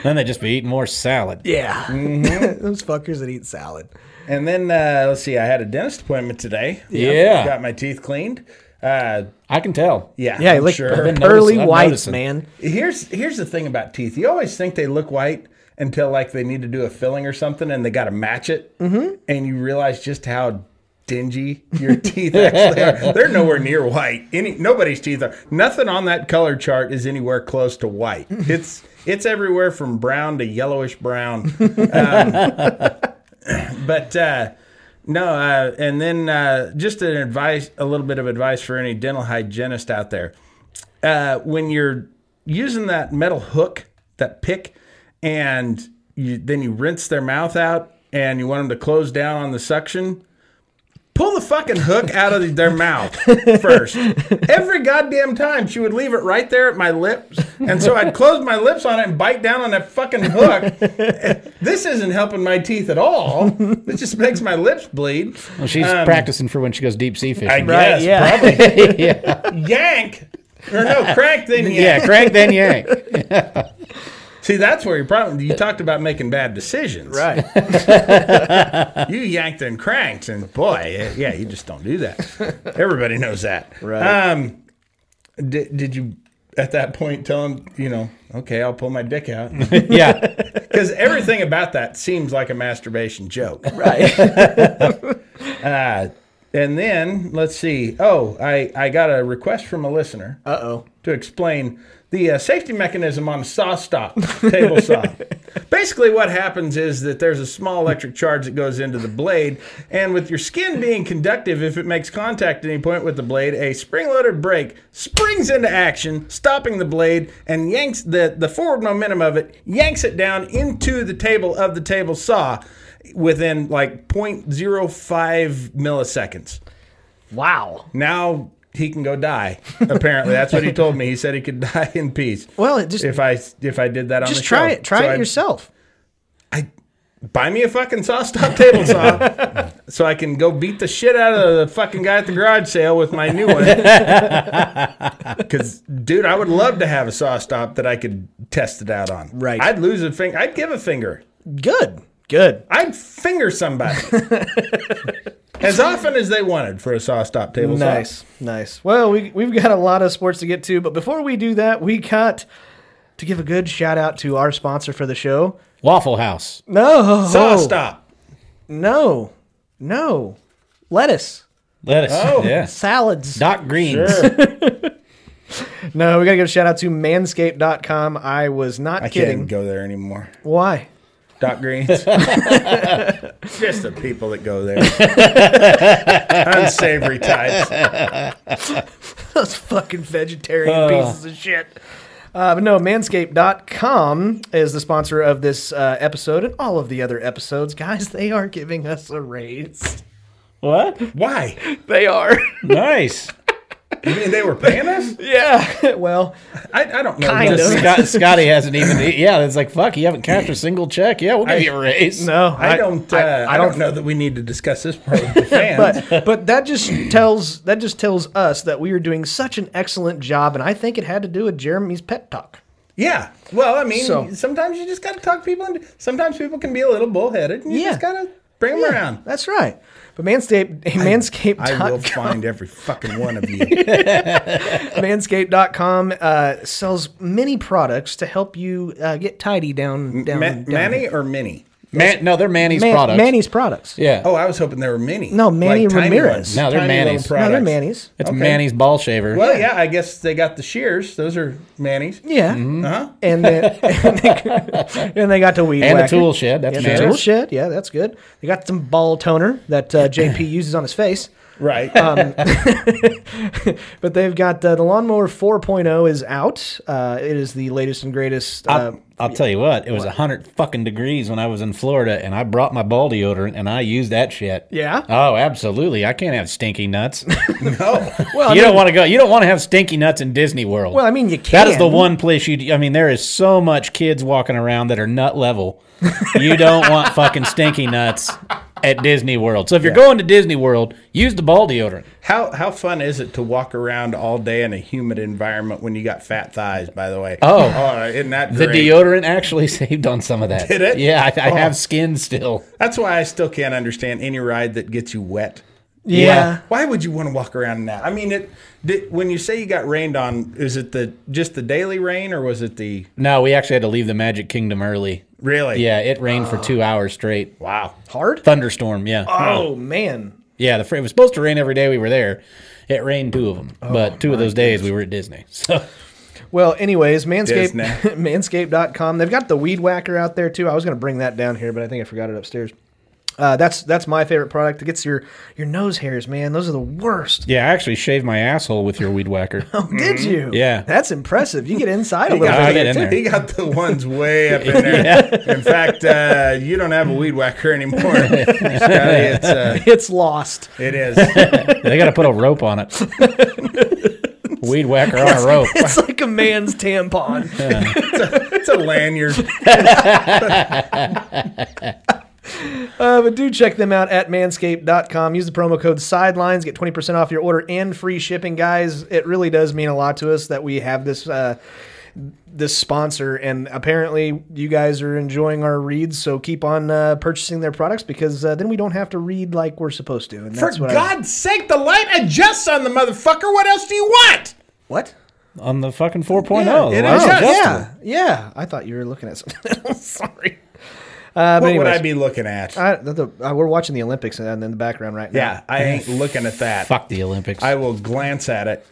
Speaker 3: Then they just be eating more salad.
Speaker 1: yeah. Those fuckers that eat salad.
Speaker 2: and then uh, let's see, I had a dentist appointment today.
Speaker 3: Yeah.
Speaker 2: Got my teeth cleaned. Uh,
Speaker 3: I can tell.
Speaker 2: yeah.
Speaker 1: Yeah,
Speaker 2: I'm
Speaker 1: they look
Speaker 2: sure.
Speaker 3: been
Speaker 1: pearly
Speaker 3: noticing- I'm
Speaker 1: whites,
Speaker 3: noticing.
Speaker 1: man.
Speaker 2: Here's here's the thing about teeth. You always think they look white until like they need to do a filling or something, and they got to match it, mm-hmm. and you realize just how dingy your teeth actually are. They're nowhere near white. Any nobody's teeth are. Nothing on that color chart is anywhere close to white. It's it's everywhere from brown to yellowish brown. Um, but uh, no, uh, and then uh, just an advice, a little bit of advice for any dental hygienist out there. Uh, when you're using that metal hook, that pick, and you, then you rinse their mouth out, and you want them to close down on the suction. Pull the fucking hook out of their mouth first. Every goddamn time she would leave it right there at my lips. And so I'd close my lips on it and bite down on that fucking hook this isn't helping my teeth at all. This just makes my lips bleed.
Speaker 3: Well, she's practicing for when she goes deep sea
Speaker 2: Um, I
Speaker 3: fishing.
Speaker 2: guess
Speaker 1: yeah.
Speaker 2: probably yank or no crank then yank.
Speaker 3: yeah, crank then yank.
Speaker 2: See, that's where your problem. You talked about making bad decisions.
Speaker 1: Right.
Speaker 2: You yanked and cranked, and boy, yeah, you just don't do that. Everybody knows that.
Speaker 1: Right.
Speaker 2: Um, did, did you at that point tell him, you know, okay, I'll pull my dick out?
Speaker 3: Yeah.
Speaker 2: Because everything about that seems like a masturbation joke.
Speaker 1: right.
Speaker 2: Uh, and then let's see. Oh, I, I got a request from a listener
Speaker 1: Uh oh.
Speaker 2: to explain the uh, safety mechanism on a saw stop table saw. Basically, what happens is that there's a small electric charge that goes into the blade, and with your skin being conductive, if it makes contact at any point with the blade, a spring-loaded brake springs into action, stopping the blade and yanks the the forward momentum of it, yanks it down into the table of the table saw within like 0.05 milliseconds
Speaker 1: Wow.
Speaker 2: now he can go die. Apparently, that's what he told me. He said he could die in peace.
Speaker 1: Well, it just
Speaker 2: if I if I did that on
Speaker 1: just
Speaker 2: the
Speaker 1: try
Speaker 2: show.
Speaker 1: it. Try
Speaker 2: So
Speaker 1: it
Speaker 2: I-
Speaker 1: yourself.
Speaker 2: I buy me a fucking saw stop table saw, so I can go beat the shit out of the fucking guy at the garage sale with my new one. Because dude, I would love to have a saw stop that I could test it out on.
Speaker 1: Right.
Speaker 2: I'd lose a finger. I'd give a finger.
Speaker 1: Good. Good.
Speaker 2: I'd finger somebody. As often as they wanted for a saw stop table saw.
Speaker 1: Nice. Nice. Well, we we've got a lot of sports to get to, but before we do that, we got to give a good shout out to our sponsor for the show.
Speaker 3: Waffle House.
Speaker 1: No.
Speaker 2: Saw stop.
Speaker 1: No. No. Lettuce.
Speaker 3: Lettuce. Oh, yeah.
Speaker 1: Salads.
Speaker 3: Doc Greens.
Speaker 1: No, we gotta give a shout out to manscaped.com. I was not
Speaker 2: I
Speaker 1: kidding.
Speaker 2: can't go there anymore.
Speaker 1: Why?
Speaker 2: Doc Greens. Just the people that go there. Unsavory types.
Speaker 1: Those fucking vegetarian pieces of shit. Uh, but no, manscaped.com is the sponsor of this uh, episode and all of the other episodes. Guys, they are giving us a raise.
Speaker 3: What?
Speaker 2: Why?
Speaker 1: They are.
Speaker 3: Nice.
Speaker 2: You mean they were paying us?
Speaker 1: yeah. well,
Speaker 2: I, I don't know.
Speaker 1: Kind
Speaker 2: Just-
Speaker 1: of.
Speaker 3: Scott, Scotty hasn't even. Yeah, it's like fuck. You haven't cashed a single check. Yeah, we'll give you a raise.
Speaker 1: no.
Speaker 2: I don't. Uh, I, don't know that we need to discuss this part with the fans.
Speaker 1: but but that just tells that just tells us that we are doing such an excellent job, and I think it had to do with Jeremy's pet talk.
Speaker 2: yeah. Well, I mean,
Speaker 1: So-
Speaker 2: sometimes you just got to talk people into. Sometimes people can be a little bullheaded, and you
Speaker 1: Yeah.
Speaker 2: just got to bring them
Speaker 1: Yeah,
Speaker 2: around.
Speaker 1: That's right. But manscaped,
Speaker 2: I will
Speaker 1: manscaped.com,
Speaker 2: find every fucking one of you.
Speaker 1: manscaped.com uh, sells many products to help you uh, get tidy down. down,
Speaker 2: Ma-
Speaker 1: down.
Speaker 2: Manny or Minnie?
Speaker 3: Man, no, they're Manny's
Speaker 1: Man-
Speaker 3: products.
Speaker 1: Manny's products.
Speaker 3: Yeah.
Speaker 2: Oh, I was hoping there were many.
Speaker 1: No, Manny
Speaker 2: tiny
Speaker 1: Ramirez.
Speaker 2: ones,
Speaker 3: No, they're
Speaker 2: tiny little
Speaker 3: Manny's. No,
Speaker 1: No,
Speaker 3: they're
Speaker 1: they're
Speaker 2: products.
Speaker 1: Manny's.
Speaker 3: It's
Speaker 2: Okay.
Speaker 3: Manny's ball shaver.
Speaker 2: Well, yeah. I guess they got the shears. Those are Manny's.
Speaker 1: Yeah.
Speaker 3: Mm-hmm.
Speaker 2: Uh-huh.
Speaker 1: And then and they, and they got to weed
Speaker 3: And the
Speaker 1: whacker.
Speaker 3: tool shed. That's
Speaker 1: Yeah, the
Speaker 3: Manny's.
Speaker 1: tool shed. Yeah, that's good. They got some ball toner that uh, JP uses on his face.
Speaker 2: Right.
Speaker 3: Um,
Speaker 1: But they've got uh, the lawnmower 4.0 is out. Uh, it is the latest and greatest. Uh,
Speaker 3: I'll, I'll tell you what, it was a 100 fucking degrees when I was in Florida, and I brought my ball deodorant and I used that shit.
Speaker 1: Yeah?
Speaker 3: Oh, absolutely. I can't have stinky nuts. you
Speaker 2: no.
Speaker 3: don't want to go. You don't want to have stinky nuts in Disney World.
Speaker 1: well, I mean, you can.
Speaker 3: that is the one place you. I mean, there is so much kids walking around that are nut level. You don't want fucking stinky nuts at Disney World. So if you're going to Disney World, use the ball deodorant.
Speaker 2: How how fun is it to walk around all day in a humid environment when you got fat thighs? By the way.
Speaker 3: Oh.
Speaker 2: isn't that
Speaker 3: The
Speaker 2: great?
Speaker 3: deodorant actually saved on some of that.
Speaker 2: Did it? Oh.
Speaker 3: Yeah, I, I have skin still.
Speaker 2: That's why I still can't understand any ride that gets you wet.
Speaker 1: Yeah.
Speaker 3: Yeah.
Speaker 2: Why would you want to walk around in that? I mean, it. Did, when you say you got rained on, is it the just the daily rain or was it the
Speaker 3: No, we actually had to leave the Magic Kingdom early.
Speaker 2: really?
Speaker 3: Yeah, it rained for two hours straight.
Speaker 2: Wow.
Speaker 1: Hard?
Speaker 3: Thunderstorm. Yeah,
Speaker 1: Oh, man.
Speaker 3: yeah. The fr- it was supposed to rain every day we were there. It rained two of them, but two of those days we were at Disney. So
Speaker 1: Well, anyways, Manscaped,
Speaker 2: Disney.
Speaker 1: manscaped.com. They've got the weed whacker out there, too. I was going to bring that down here, but I think I forgot it upstairs. Uh, that's that's my favorite product. It gets your, your nose hairs, man. Those are the worst.
Speaker 3: yeah, I actually shaved my asshole with your weed whacker.
Speaker 1: Oh, did you?
Speaker 3: Yeah.
Speaker 1: That's impressive. You get inside a little
Speaker 3: got-
Speaker 1: bit.
Speaker 3: I get in
Speaker 2: He
Speaker 3: there.
Speaker 2: He got the ones way up in there. In fact, uh, you don't have a weed whacker anymore. Scotty, it's, uh,
Speaker 1: It's lost.
Speaker 2: it is.
Speaker 3: they got to put a rope on it. weed whacker on a rope.
Speaker 1: It's like a man's tampon.
Speaker 2: It's a lanyard.
Speaker 1: Uh, but do check them out at manscaped.com. Use the promo code SIDELINES. Get 20% off your order and free shipping, guys. It really does mean a lot to us that we have this. Uh, this sponsor and apparently you guys are enjoying our reads so keep on uh, purchasing their products because uh, then we don't have to read like we're supposed to and
Speaker 2: For
Speaker 1: that's what I-
Speaker 2: God's sake, the light adjusts on the motherfucker. What else do you want?
Speaker 1: what
Speaker 3: on the fucking 4.0.
Speaker 2: Yeah, it
Speaker 3: Wow.
Speaker 2: is.
Speaker 3: Just-
Speaker 1: yeah yeah i thought you were looking at something else sorry Uh,
Speaker 2: what would
Speaker 1: anyways.
Speaker 2: I be looking at?
Speaker 1: I, the, the, uh, we're watching the olympics and in the background right now
Speaker 2: yeah, I ain't looking at that.
Speaker 3: Fuck the Olympics.
Speaker 2: I
Speaker 3: I,
Speaker 2: will glance at it.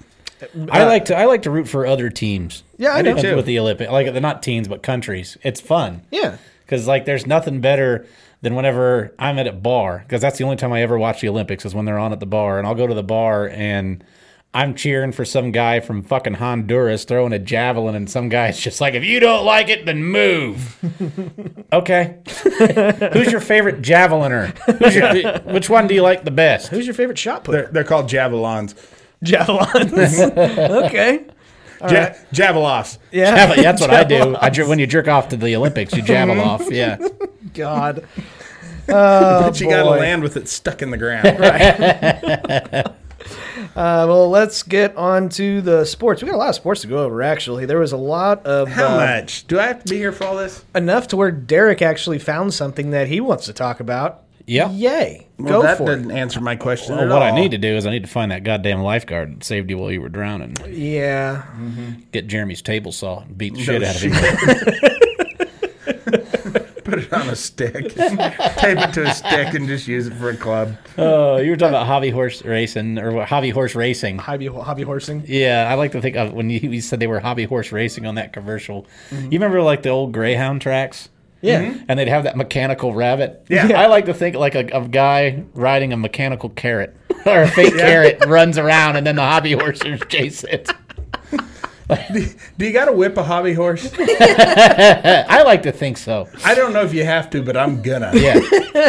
Speaker 3: like to I like to root for other teams.
Speaker 1: Yeah, I
Speaker 3: With-
Speaker 1: do too.
Speaker 3: With the Olympic, like they're not teams but countries. It's fun.
Speaker 1: yeah
Speaker 3: Because like, there's nothing better than whenever I'm at a bar. Because that's the only time I ever watch the Olympics is when they're on at the bar, and I'll go to the bar and I'm cheering for some guy from fucking Honduras throwing a javelin, and some guy's just like, "If you don't like it, then move." okay. Who's your favorite javeliner? Who's your, which one do you like the best?
Speaker 1: who's your favorite shot putter
Speaker 2: They're, they're called javelins.
Speaker 1: javelins. okay.
Speaker 2: Ja- Javeloffs.
Speaker 1: Yeah.
Speaker 3: Javel- that's what I do. I jer- when you jerk off to the Olympics, you javel
Speaker 1: Mm-hmm.
Speaker 3: off. Yeah.
Speaker 1: God.
Speaker 2: but you got to
Speaker 1: Oh, boy.
Speaker 2: land with it stuck in the ground.
Speaker 1: Uh, well, let's get on to the sports. We got a lot of sports to go over. Actually, there was a lot of
Speaker 2: How
Speaker 1: uh,
Speaker 2: much? Do I have to be here for all this?
Speaker 1: enough to where Derek actually found something that he wants to talk about.
Speaker 3: Yeah.
Speaker 1: Yay.
Speaker 2: Well,
Speaker 1: go
Speaker 2: that
Speaker 1: for
Speaker 2: didn't answer my question
Speaker 3: Well,
Speaker 2: at
Speaker 3: what I
Speaker 2: all.
Speaker 3: need to do is I need to find that goddamn lifeguard that saved you while you were drowning.
Speaker 1: it. Yeah.
Speaker 3: Get Jeremy's table saw and beat the shit out of him.
Speaker 2: Put it on a stick. Tape it to a stick and just use it for a club.
Speaker 3: Oh, you were talking about hobby horse racing or what- hobby horse racing.
Speaker 1: Hobby hobby horsing.
Speaker 3: Yeah, I like to think of when you, you said they were hobby horse racing on that commercial.
Speaker 2: Mm-hmm.
Speaker 3: You remember like the old Greyhound tracks? Mm-hmm.
Speaker 1: Yeah.
Speaker 3: And they'd have that mechanical rabbit.
Speaker 2: Yeah.
Speaker 3: I like to think like a, of a guy riding a mechanical carrot or a fake carrot runs around and then the hobby horsers chase it.
Speaker 2: Do you got to whip a hobby horse?
Speaker 3: I like to think so.
Speaker 2: I don't know if you have to, but I'm gonna.
Speaker 3: Yeah.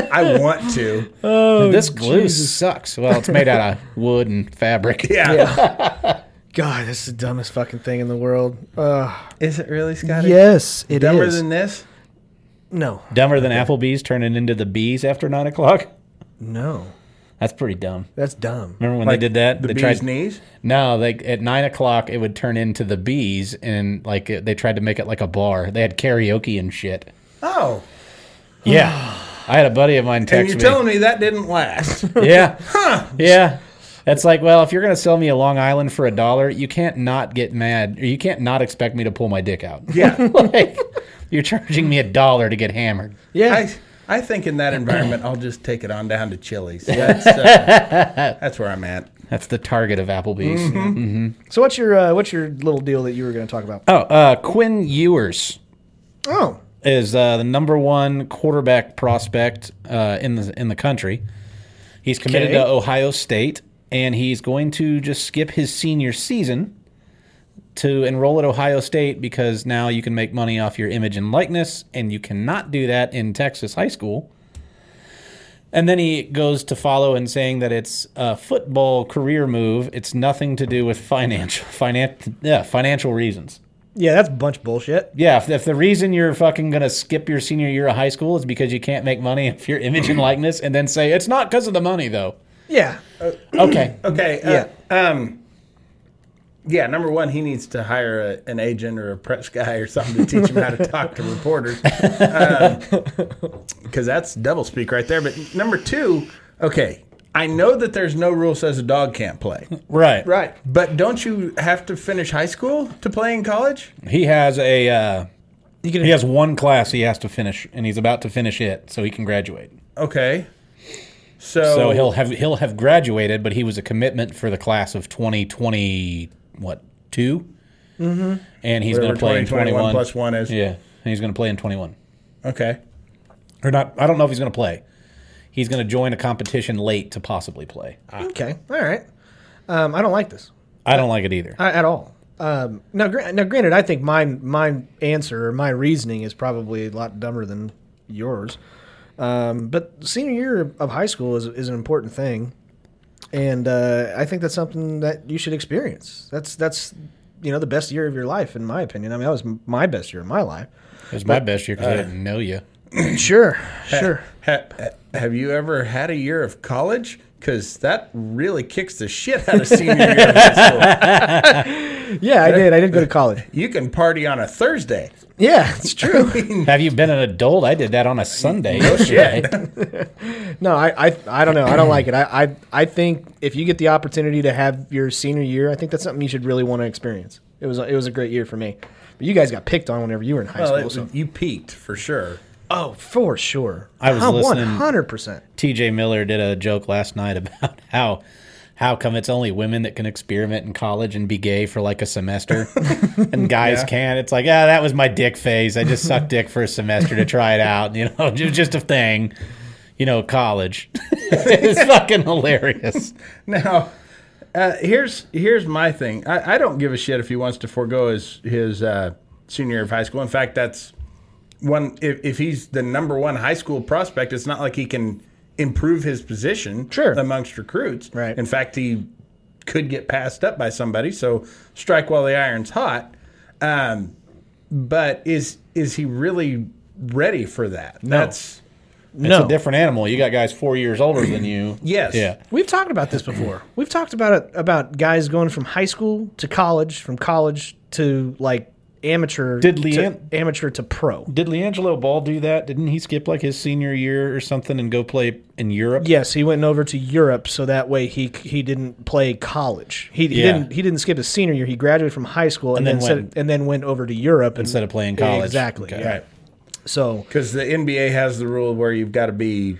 Speaker 2: I want to.
Speaker 3: this Oh, glue sucks. Well, it's made out of wood and fabric.
Speaker 2: Yeah.
Speaker 1: God, this is the dumbest fucking thing in the world. Uh,
Speaker 2: Is it really, Scotty?
Speaker 1: yes, it is.
Speaker 2: Dumber than this?
Speaker 1: no,
Speaker 3: Dumber than Applebee's turning into the bees after nine o'clock.
Speaker 1: no,
Speaker 3: That's pretty dumb.
Speaker 1: that's dumb.
Speaker 3: Remember when they did that?
Speaker 2: The
Speaker 3: they
Speaker 2: bee's
Speaker 3: tried,
Speaker 2: knees?
Speaker 3: No, like at nine o'clock, it would turn into the bees, and like it, they tried to make it like a bar. They had karaoke and shit.
Speaker 2: Oh.
Speaker 3: Yeah, I had a buddy of mine
Speaker 2: And
Speaker 3: text
Speaker 2: you're
Speaker 3: me.
Speaker 2: telling me that didn't last.
Speaker 3: yeah, yeah. That's like, well, if you're gonna sell me a Long Island for a dollar, you can't not get mad, or you can't not expect me to pull my dick out.
Speaker 2: yeah.
Speaker 3: like, you're charging me a dollar to get hammered.
Speaker 1: Yeah,
Speaker 2: I, I think in that environment, I'll just take it on down to Chili's. That's, uh, that's where I'm at.
Speaker 3: That's the target of Applebee's.
Speaker 1: So what's your uh, what's your little deal that you were going to talk about?
Speaker 3: Oh, uh, Quinn Ewers
Speaker 1: Oh,
Speaker 3: is uh, the number one quarterback prospect uh, in the in the country. He's committed
Speaker 1: Okay.
Speaker 3: to Ohio State, and he's going to just skip his senior season to enroll at Ohio State because now you can make money off your image and likeness, and you cannot do that in Texas high school. And then he goes to follow in saying that it's a football career move. It's nothing to do with financial finan- yeah, financial reasons.
Speaker 1: yeah, that's a bunch of bullshit.
Speaker 3: Yeah, if, if the reason you're fucking gonna skip your senior year of high school is because you can't make money if your image and likeness, and then say it's not because of the money though.
Speaker 1: Yeah,
Speaker 3: Okay,
Speaker 2: Okay. Uh, yeah. Um, yeah. Number one, he needs to hire a, an agent or a press guy or something to teach him how to talk to reporters, because that's double speak right there. But number two, okay, I know that there's no rule says a dog can't play,
Speaker 3: right,
Speaker 1: right.
Speaker 2: but don't you have to finish high school to play in college?
Speaker 3: He has a uh, he has one class he has to finish, and he's about to finish it, so he can graduate.
Speaker 2: Okay. So,
Speaker 3: So he'll have he'll have graduated, but he was a commitment for the class of 2020 what two, mm-hmm. and he's gonna
Speaker 2: Whatever
Speaker 3: play
Speaker 2: 2021
Speaker 3: in 21
Speaker 2: plus one is.
Speaker 3: Yeah, and he's gonna play in 21.
Speaker 2: okay.
Speaker 3: or not. I don't know if he's going to play. He's going to join a competition late to possibly play.
Speaker 2: Ah.
Speaker 1: Okay, all right. Um, I don't like this
Speaker 3: I don't like it either.
Speaker 1: I, at all. Um, now, gra- now, granted, I think my my answer or my reasoning is probably a lot dumber than yours. Um, but senior year of high school is is an important thing, and uh, I think that's something that you should experience. That's that's you know the best year of your life, in my opinion. I mean, that was m- my best year of my life.
Speaker 3: It was my best year because
Speaker 1: uh,
Speaker 3: I didn't know you.
Speaker 1: Sure, sure.
Speaker 2: Ha- have you ever had a year of college? Because that really kicks the shit out of senior year of high school.
Speaker 1: Yeah, I did. I did go to college.
Speaker 2: You can party on a Thursday.
Speaker 1: Yeah, it's true.
Speaker 3: Have you been an adult? I did that on a Sunday. Right?
Speaker 1: No, I, I, I don't know. I don't like it. I, I, I think if you get the opportunity to have your senior year, I think that's something you should really want to experience. It was, it was a great year for me. But you guys got picked on whenever you were in high
Speaker 2: Well,
Speaker 1: school.
Speaker 2: it-
Speaker 1: so.
Speaker 2: you peaked for sure.
Speaker 1: Oh, for sure.
Speaker 3: I was listening-
Speaker 1: One hundred percent.
Speaker 3: TJ Miller did a joke last night about how how come it's only women that can experiment in college and be gay for like a semester and guys can. It's like, ah, that was my dick phase. I just sucked dick for a semester to try it out. You know, ju- just a thing. You know, college. it's fucking hilarious.
Speaker 2: Now, uh, here's here's my thing. I, I don't give a shit if he wants to forego his his uh, senior year of high school. In fact, that's one. If, if he's the number one high school prospect, it's not like he can improve his position
Speaker 1: Sure.
Speaker 2: amongst recruits.
Speaker 1: Right.
Speaker 2: In fact, he could get passed up by somebody. So strike while the iron's hot. Um, but is is he really ready for that? No. That's
Speaker 3: It's
Speaker 1: No,
Speaker 3: a different animal. You got guys four years older than you.
Speaker 2: Yes.
Speaker 3: Yeah.
Speaker 1: we've talked about this before. We've talked about it about guys going from high school to college, from college to like amateur,
Speaker 3: Did
Speaker 1: to
Speaker 3: Leanne-
Speaker 1: amateur to pro.
Speaker 3: Did Leangelo Ball do that? Didn't he skip like his senior year or something and go play in Europe?
Speaker 1: Yes, he went over to Europe so that way he he didn't play college. He, he
Speaker 3: Yeah.
Speaker 1: didn't he didn't skip his senior year. He graduated from high school and,
Speaker 3: And
Speaker 1: then,
Speaker 3: then
Speaker 1: said-
Speaker 3: went-
Speaker 1: and then went over to Europe and-
Speaker 3: Instead of playing college.
Speaker 1: Exactly.
Speaker 3: Okay.
Speaker 1: yeah.
Speaker 2: right.
Speaker 1: So
Speaker 2: Because the NBA has the rule where you've got to be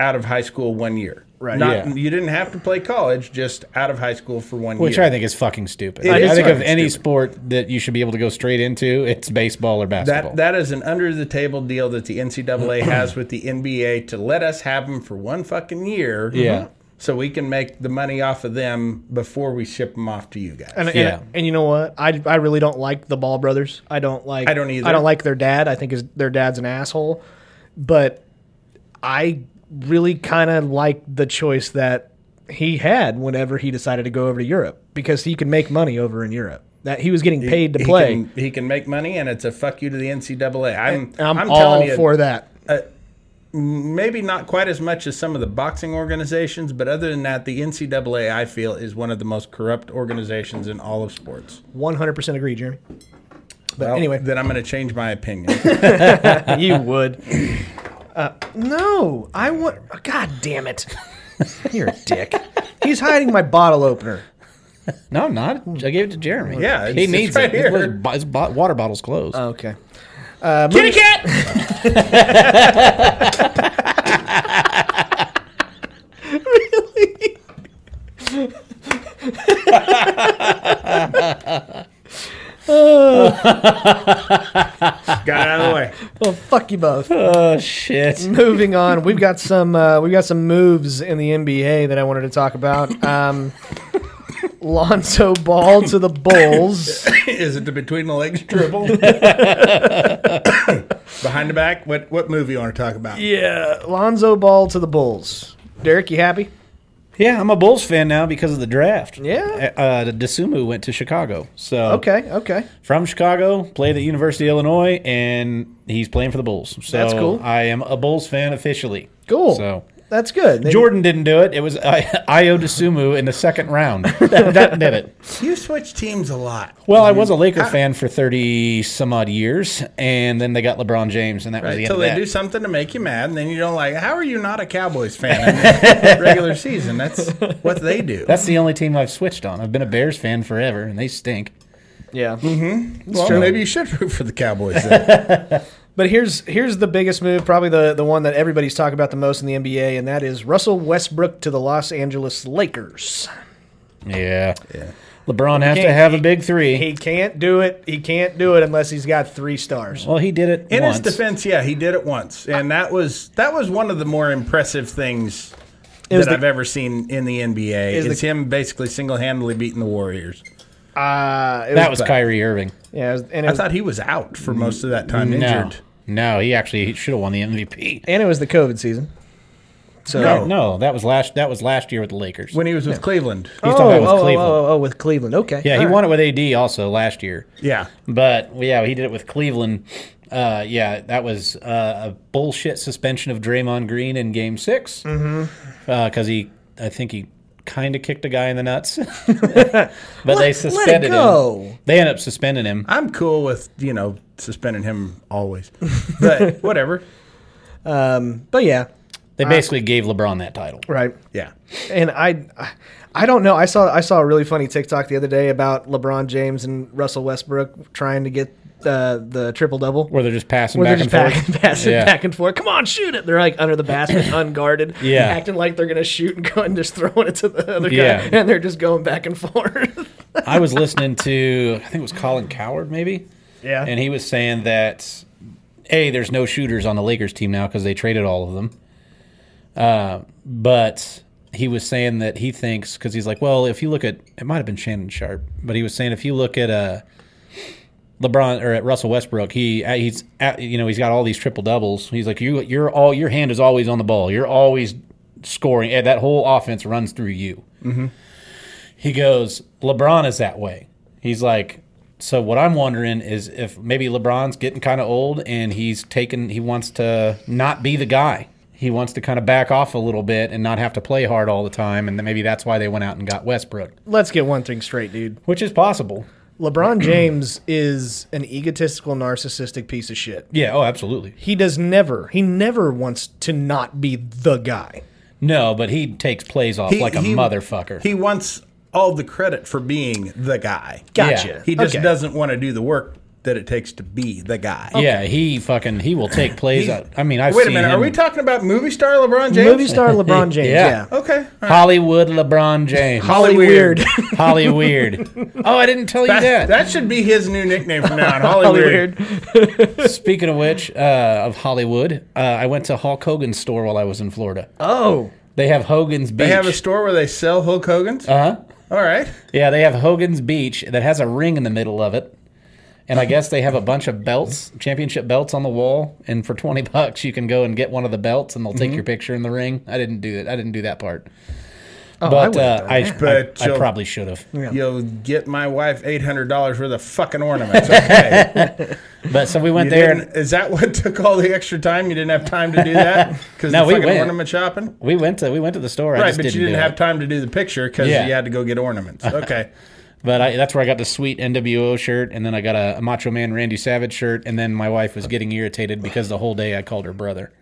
Speaker 2: out of high school one year.
Speaker 1: Right.
Speaker 2: Not,
Speaker 3: Yeah.
Speaker 2: You didn't have to play college, just out of high school for one
Speaker 3: Which
Speaker 2: year.
Speaker 3: I think is fucking stupid.
Speaker 2: It
Speaker 3: I,
Speaker 2: is
Speaker 3: I think of
Speaker 2: fucking
Speaker 3: any
Speaker 2: stupid.
Speaker 3: sport that you should be able to go straight into, it's baseball or basketball.
Speaker 2: That, that is an under the table deal that the NCAA has with the NBA to let us have them for one fucking year.
Speaker 3: Yeah.
Speaker 2: So we can make the money off of them before we ship them off to you guys.
Speaker 1: and, and,
Speaker 3: Yeah.
Speaker 1: and you know what? I, I really don't like the Ball brothers. I don't like
Speaker 2: I don't either.
Speaker 1: I don't like their dad. I think his, their dad's an asshole. But I really kind of like the choice that he had whenever he decided to go over to Europe because he could make money over in Europe. That he was getting paid to
Speaker 2: he
Speaker 1: play.
Speaker 2: Can, he can make money, and it's a fuck you to the NCAA. I'm,
Speaker 1: And I'm,
Speaker 2: I'm
Speaker 1: all
Speaker 2: telling you,
Speaker 1: for that.
Speaker 2: maybe not quite as much as some of the boxing organizations, but other than that, the NCAA I feel is one of the most corrupt organizations in all of sports.
Speaker 1: One hundred percent agree, Jeremy. But
Speaker 2: Well,
Speaker 1: anyway,
Speaker 2: then I'm going to change my opinion.
Speaker 1: you would. Uh, no, I want. oh, God damn it! You're a dick. He's hiding my bottle opener.
Speaker 3: no, I'm not. I gave it to Jeremy.
Speaker 2: Yeah,
Speaker 3: he
Speaker 2: it's- it's
Speaker 3: needs
Speaker 2: right
Speaker 3: it. His
Speaker 2: here.
Speaker 3: bo- His, bo- water bottle's closed.
Speaker 1: Okay.
Speaker 3: Kitty cat.
Speaker 2: Got out of the way.
Speaker 1: Well, fuck you both.
Speaker 3: Oh shit.
Speaker 1: Moving on, we've got some uh, we've got some moves in the NBA that I wanted to talk about. Um, Lonzo Ball to the Bulls.
Speaker 2: Is it the between the legs dribble? Behind the back? What what movie you want to talk about?
Speaker 1: Yeah, Lonzo Ball to the Bulls. Derek, you happy?
Speaker 3: Yeah, I'm a Bulls fan now because of the draft.
Speaker 1: Yeah.
Speaker 3: Uh, uh, Desumu went to Chicago, so
Speaker 1: Okay, okay.
Speaker 3: from Chicago, played at University of Illinois, and he's playing for the Bulls. So
Speaker 1: That's cool.
Speaker 3: I am a Bulls fan officially.
Speaker 1: Cool.
Speaker 3: So
Speaker 1: That's good. They-
Speaker 3: Jordan didn't do it. It was I- Io DeSumo in the second round that, that did it.
Speaker 2: You switch teams a lot.
Speaker 3: Well, I was a Laker
Speaker 2: Ah.
Speaker 3: fan for thirty some odd years, and then they got LeBron James, and that was the end
Speaker 2: Until
Speaker 3: of
Speaker 2: they
Speaker 3: that.
Speaker 2: do something to make you mad, and then you don't like. How are you not a Cowboys fan in the regular season? That's what they do.
Speaker 3: That's the only team I've switched on. I've been a Bears fan forever, and they stink.
Speaker 1: yeah.
Speaker 3: Mm-hmm.
Speaker 2: well, maybe you should root for the Cowboys. Then.
Speaker 1: But here's here's the biggest move, probably the, the one that everybody's talking about the most in the NBA, and that is Russell Westbrook to the Los Angeles Lakers.
Speaker 3: Yeah. Yeah. LeBron has to
Speaker 1: can't-
Speaker 3: have a big three.
Speaker 1: He can't do it. He can't do it unless he's got three stars.
Speaker 3: well, he did it
Speaker 2: in
Speaker 3: once.
Speaker 2: his defense, yeah, he did it once, and that was that was one of the more impressive things
Speaker 1: was
Speaker 2: that
Speaker 1: the-
Speaker 2: I've ever seen in the NBA.
Speaker 1: Is
Speaker 2: Is,
Speaker 1: the-
Speaker 2: him basically single handedly beating the Warriors?
Speaker 1: Uh, it
Speaker 3: that was
Speaker 2: but-
Speaker 3: Kyrie Irving.
Speaker 1: yeah, it was- and it
Speaker 2: I
Speaker 1: was,
Speaker 2: thought he was out for most of that time,
Speaker 3: No,
Speaker 2: injured.
Speaker 3: no, he actually should have won the MVP.
Speaker 1: and it was the COVID season. So
Speaker 2: No.
Speaker 3: No, that was last. That was last year with the Lakers.
Speaker 2: When he was with Cleveland,
Speaker 3: He's
Speaker 1: oh,
Speaker 3: talking about with
Speaker 1: oh,
Speaker 3: Cleveland.
Speaker 1: oh, oh, oh, with Cleveland. Okay.
Speaker 3: Yeah, he
Speaker 1: All
Speaker 3: won it with AD also last year.
Speaker 2: yeah.
Speaker 3: But well, yeah, he did it with Cleveland. Uh, yeah, that was uh, a bullshit suspension of Draymond Green in Game 6 because
Speaker 1: Mm-hmm.
Speaker 3: he, I think he kind of kicked a guy in the nuts, but they suspended
Speaker 1: go.
Speaker 3: him. They ended up suspending him.
Speaker 2: I'm cool with you know suspending him always, but whatever.
Speaker 1: Um, but yeah,
Speaker 3: They basically gave LeBron that title.
Speaker 1: right.
Speaker 2: Yeah,
Speaker 1: And I, I- I don't know. I saw I saw a really funny TikTok the other day about LeBron James and Russell Westbrook trying to get uh, the triple double.
Speaker 3: Where they're just passing
Speaker 1: Where
Speaker 3: back
Speaker 1: they're just back
Speaker 3: and forth.
Speaker 1: and passing
Speaker 3: Yeah.
Speaker 1: back and forth. Come on, shoot it. They're like under the basket, unguarded.
Speaker 3: Yeah.
Speaker 1: Acting like they're gonna shoot and go and just throwing it to the other
Speaker 3: Yeah.
Speaker 1: guy. And they're just going back and forth.
Speaker 3: I was listening to, I think it was Colin Coward, maybe.
Speaker 1: Yeah.
Speaker 3: And he was saying that, A, there's no shooters on the Lakers team now because they traded all of them. Uh, but he was saying that he thinks, because he's like, well, if you look at, it might have been Shannon Sharp, but he was saying if you look at uh, LeBron or at Russell Westbrook, he uh, he's at, you know he's got all these triple doubles. He's like you, you're all your hand is always on the ball. You're always scoring. And that whole offense runs through you. He goes, LeBron is that way. He's like, so what I'm wondering is if maybe LeBron's getting kind of old and he's taken, he wants to not be the guy. He wants to kind of back off a little bit and not have to play hard all the time. And then maybe that's why they went out and got Westbrook,
Speaker 1: Let's get one thing straight, dude.
Speaker 3: which is possible.
Speaker 1: LeBron James is an egotistical, narcissistic piece of shit.
Speaker 3: Yeah. Oh, absolutely.
Speaker 1: He does never, he never wants to not be the guy.
Speaker 3: No, but he takes plays off
Speaker 2: He-
Speaker 3: like a
Speaker 2: he-
Speaker 3: motherfucker.
Speaker 2: He wants all the credit for being the guy.
Speaker 1: Gotcha.
Speaker 3: Yeah.
Speaker 2: He just
Speaker 1: Okay.
Speaker 2: doesn't want to do the work that it takes to be the guy.
Speaker 3: Yeah, he fucking he will take plays. out. I mean, I've
Speaker 2: Wait a
Speaker 3: seen
Speaker 2: minute.
Speaker 3: him-
Speaker 2: Are we talking about movie star LeBron James?
Speaker 1: Movie star LeBron James. yeah.
Speaker 3: Yeah.
Speaker 2: Okay. all right.
Speaker 3: Hollywood LeBron James.
Speaker 1: Holly
Speaker 2: Weird.
Speaker 1: Weird.
Speaker 3: Holly Weird. Oh, I didn't tell you
Speaker 2: That,
Speaker 3: that.
Speaker 2: that should be his new nickname from now on. Hollywood.
Speaker 1: Holly Weird.
Speaker 3: Speaking of which, uh, of Hollywood, uh, I went to Hulk Hogan's store while I was in Florida.
Speaker 1: Oh.
Speaker 3: They have Hogan's Beach. Uh-huh.
Speaker 2: They have a store where they sell Hulk Hogan's. Uh huh. All right.
Speaker 3: yeah, they have Hogan's Beach that has a ring in the middle of it. And I guess they have a bunch of belts, championship belts on the wall, and for twenty bucks you can go and get one of the belts, and they'll
Speaker 2: Mm-hmm.
Speaker 3: take your picture in the ring. I didn't do it. I didn't do that part. but I,
Speaker 1: would've
Speaker 3: uh, I,
Speaker 2: But
Speaker 3: I, I
Speaker 2: you'll-
Speaker 3: probably should have.
Speaker 2: You'll get my wife eight hundred dollars worth of fucking ornaments. Okay.
Speaker 3: But so we went
Speaker 2: You
Speaker 3: there.
Speaker 2: didn't- is that what took all the extra time? You didn't have time to do that because
Speaker 3: No,
Speaker 2: the
Speaker 3: we
Speaker 2: fucking
Speaker 3: went.
Speaker 2: ornament shopping.
Speaker 3: We went to we went to the store. I
Speaker 2: Right,
Speaker 3: just
Speaker 2: but
Speaker 3: didn't
Speaker 2: you didn't
Speaker 3: do
Speaker 2: have
Speaker 3: it.
Speaker 2: time to do the picture because
Speaker 3: Yeah.
Speaker 2: you had to go get ornaments. Okay.
Speaker 3: But I, that's where I got the sweet NWO shirt, and then I got a, a Macho Man Randy Savage shirt, and then my wife was getting irritated because the whole day I called her brother.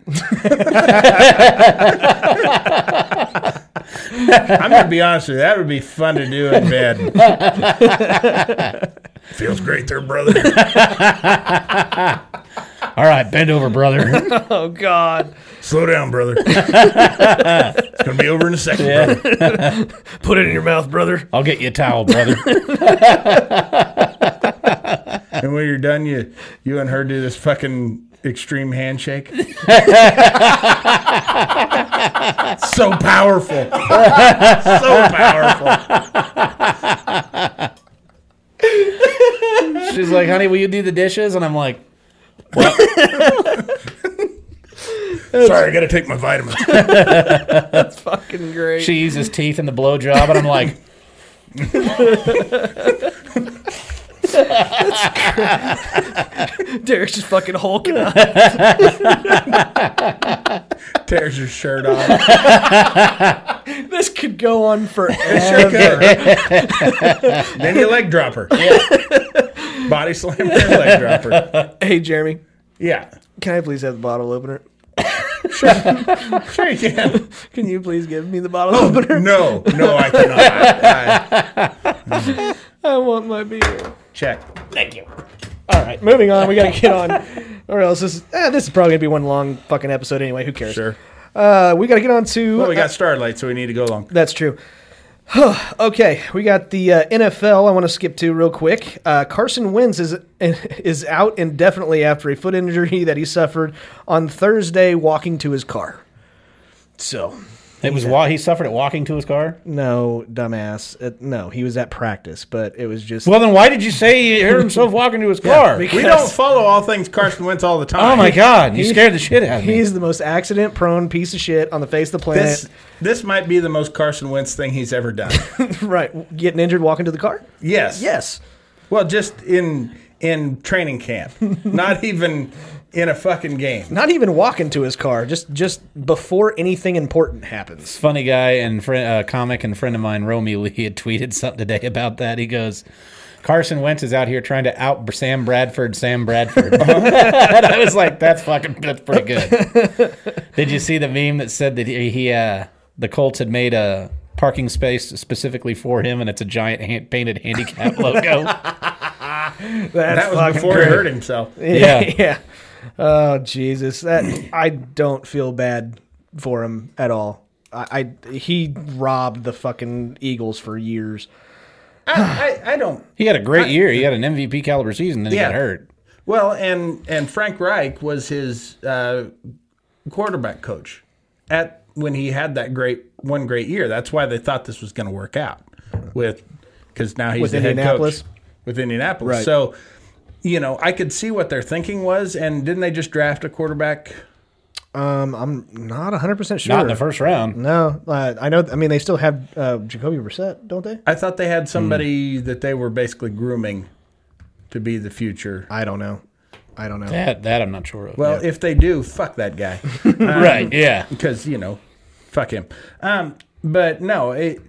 Speaker 2: I'm gonna be honest with you. That would be fun to do in bed. Feels great there, brother.
Speaker 3: All right, bend over, brother.
Speaker 1: Oh God!
Speaker 2: Slow down, brother. it's gonna be over in a second, brother.
Speaker 1: Put it in your mouth, brother.
Speaker 3: I'll get you a towel, brother.
Speaker 2: And when you're done, you you and her do this fucking extreme handshake. so powerful. so powerful.
Speaker 3: She's like, honey, will you do the dishes? And I'm like,
Speaker 2: Sorry, I gotta take my vitamins.
Speaker 1: Fucking great.
Speaker 3: she uses teeth in the blowjob, and I'm like,
Speaker 1: Derek's just fucking hulking up.
Speaker 2: Tears your shirt off.
Speaker 1: this could go on forever.
Speaker 2: then you leg dropper. Body slam and leg dropper.
Speaker 1: hey, Jeremy,
Speaker 2: Yeah.
Speaker 1: can I please have the bottle opener?
Speaker 2: Sure you can.
Speaker 1: Can you please give me the bottle opener?
Speaker 2: No, no, I cannot. I- I-
Speaker 1: I want my beer.
Speaker 2: check.
Speaker 3: thank you. All right.
Speaker 1: Moving on, we gotta get on, or else this eh, this is probably gonna be one long fucking episode anyway. Who cares?
Speaker 2: Sure.
Speaker 1: Uh, we gotta get on to.
Speaker 2: Well, we got Starlight, so we need to go long.
Speaker 1: That's true. okay, we got the uh, NFL. I want to skip to real quick. Uh, Carson Wentz is is out indefinitely after a foot injury that he suffered on Thursday walking to his car. So
Speaker 3: It was while he suffered it walking to his car.
Speaker 1: no, dumbass. Uh, no, he was at practice, but it was just
Speaker 3: Well, then why did you say he heard himself walking to his car?
Speaker 1: because-
Speaker 2: We don't follow all things Carson Wentz all the time.
Speaker 3: oh my God, you scared the shit out of me.
Speaker 1: he's the most accident prone piece of shit on the face of the planet.
Speaker 2: This this might be the most Carson Wentz thing he's ever done.
Speaker 1: right, getting injured walking to the car.
Speaker 2: Yes.
Speaker 1: Yes.
Speaker 2: Well, just in in training camp, not even in a fucking game.
Speaker 1: Not even walking to his car, just just before anything important happens.
Speaker 3: Funny guy and friend, uh, comic and friend of mine, Romy Lee, had tweeted something today about that. He goes, Carson Wentz is out here trying to out Sam Bradford, Sam Bradford. and I was like, that's fucking, that's pretty good. Did you see the meme that said that he, he uh, the Colts had made a parking space specifically for him and it's a giant hand, painted handicap logo?
Speaker 2: that was before he hurt himself.
Speaker 3: yeah.
Speaker 1: yeah. Oh Jesus, that I don't feel bad for him at all. I, I he robbed the fucking Eagles for years.
Speaker 2: I, I, I don't.
Speaker 3: He had a great year. He had an MVP caliber season, then he
Speaker 2: Yeah.
Speaker 3: got hurt.
Speaker 2: Well, and and Frank Reich was his uh, quarterback coach at when he had that great one great year. That's why they thought this was going to work out with because now he's
Speaker 1: With
Speaker 2: the
Speaker 1: Indianapolis?
Speaker 2: head coach with Indianapolis.
Speaker 1: Right.
Speaker 2: So you know, I could see what their thinking was, and didn't they just draft a quarterback?
Speaker 1: Um, I'm not 100 percent sure.
Speaker 3: Not in the first round.
Speaker 1: no, uh, I know. I mean, they still have uh, Jacoby Brissett, don't they?
Speaker 2: I thought they had somebody
Speaker 1: Hmm.
Speaker 2: that they were basically grooming to be the future.
Speaker 1: I don't know. I don't know.
Speaker 3: That, that I'm not sure of.
Speaker 2: Well, if they do, fuck that guy. Um,
Speaker 3: right. Yeah.
Speaker 2: because you know, fuck him. Um, but no, it,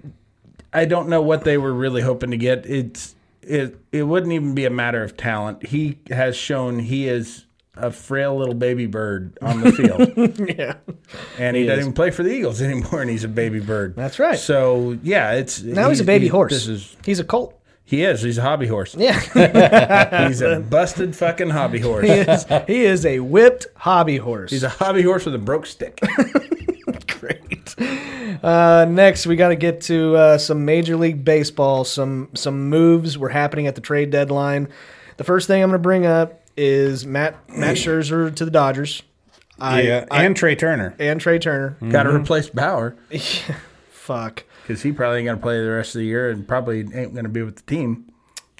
Speaker 2: I don't know what they were really hoping to get. It's it it wouldn't even be a matter of talent. He has shown he is a frail little baby bird on the field,
Speaker 1: Yeah,
Speaker 2: and he, doesn't even play for the Eagles anymore, and he's a baby bird.
Speaker 1: That's right.
Speaker 2: So yeah, it's
Speaker 1: now he's a baby
Speaker 2: he-
Speaker 1: horse.
Speaker 2: This is
Speaker 1: he's a colt.
Speaker 2: he is. He's a hobby horse.
Speaker 1: Yeah,
Speaker 2: He's a busted fucking hobby horse.
Speaker 1: he is. He is a whipped hobby horse.
Speaker 2: He's a hobby horse with a broke stick.
Speaker 1: Great. Uh, next, we got to get to uh, some Major League Baseball. Some some moves were happening at the trade deadline. The first thing I'm going to bring up is Matt Matt Scherzer to the Dodgers
Speaker 3: yeah. and Trey Turner.
Speaker 1: and Trey Turner.
Speaker 2: Got to replace Bauer.
Speaker 1: Hmm. Fuck.
Speaker 2: because he probably ain't going to play the rest of the year and probably ain't going to be with the team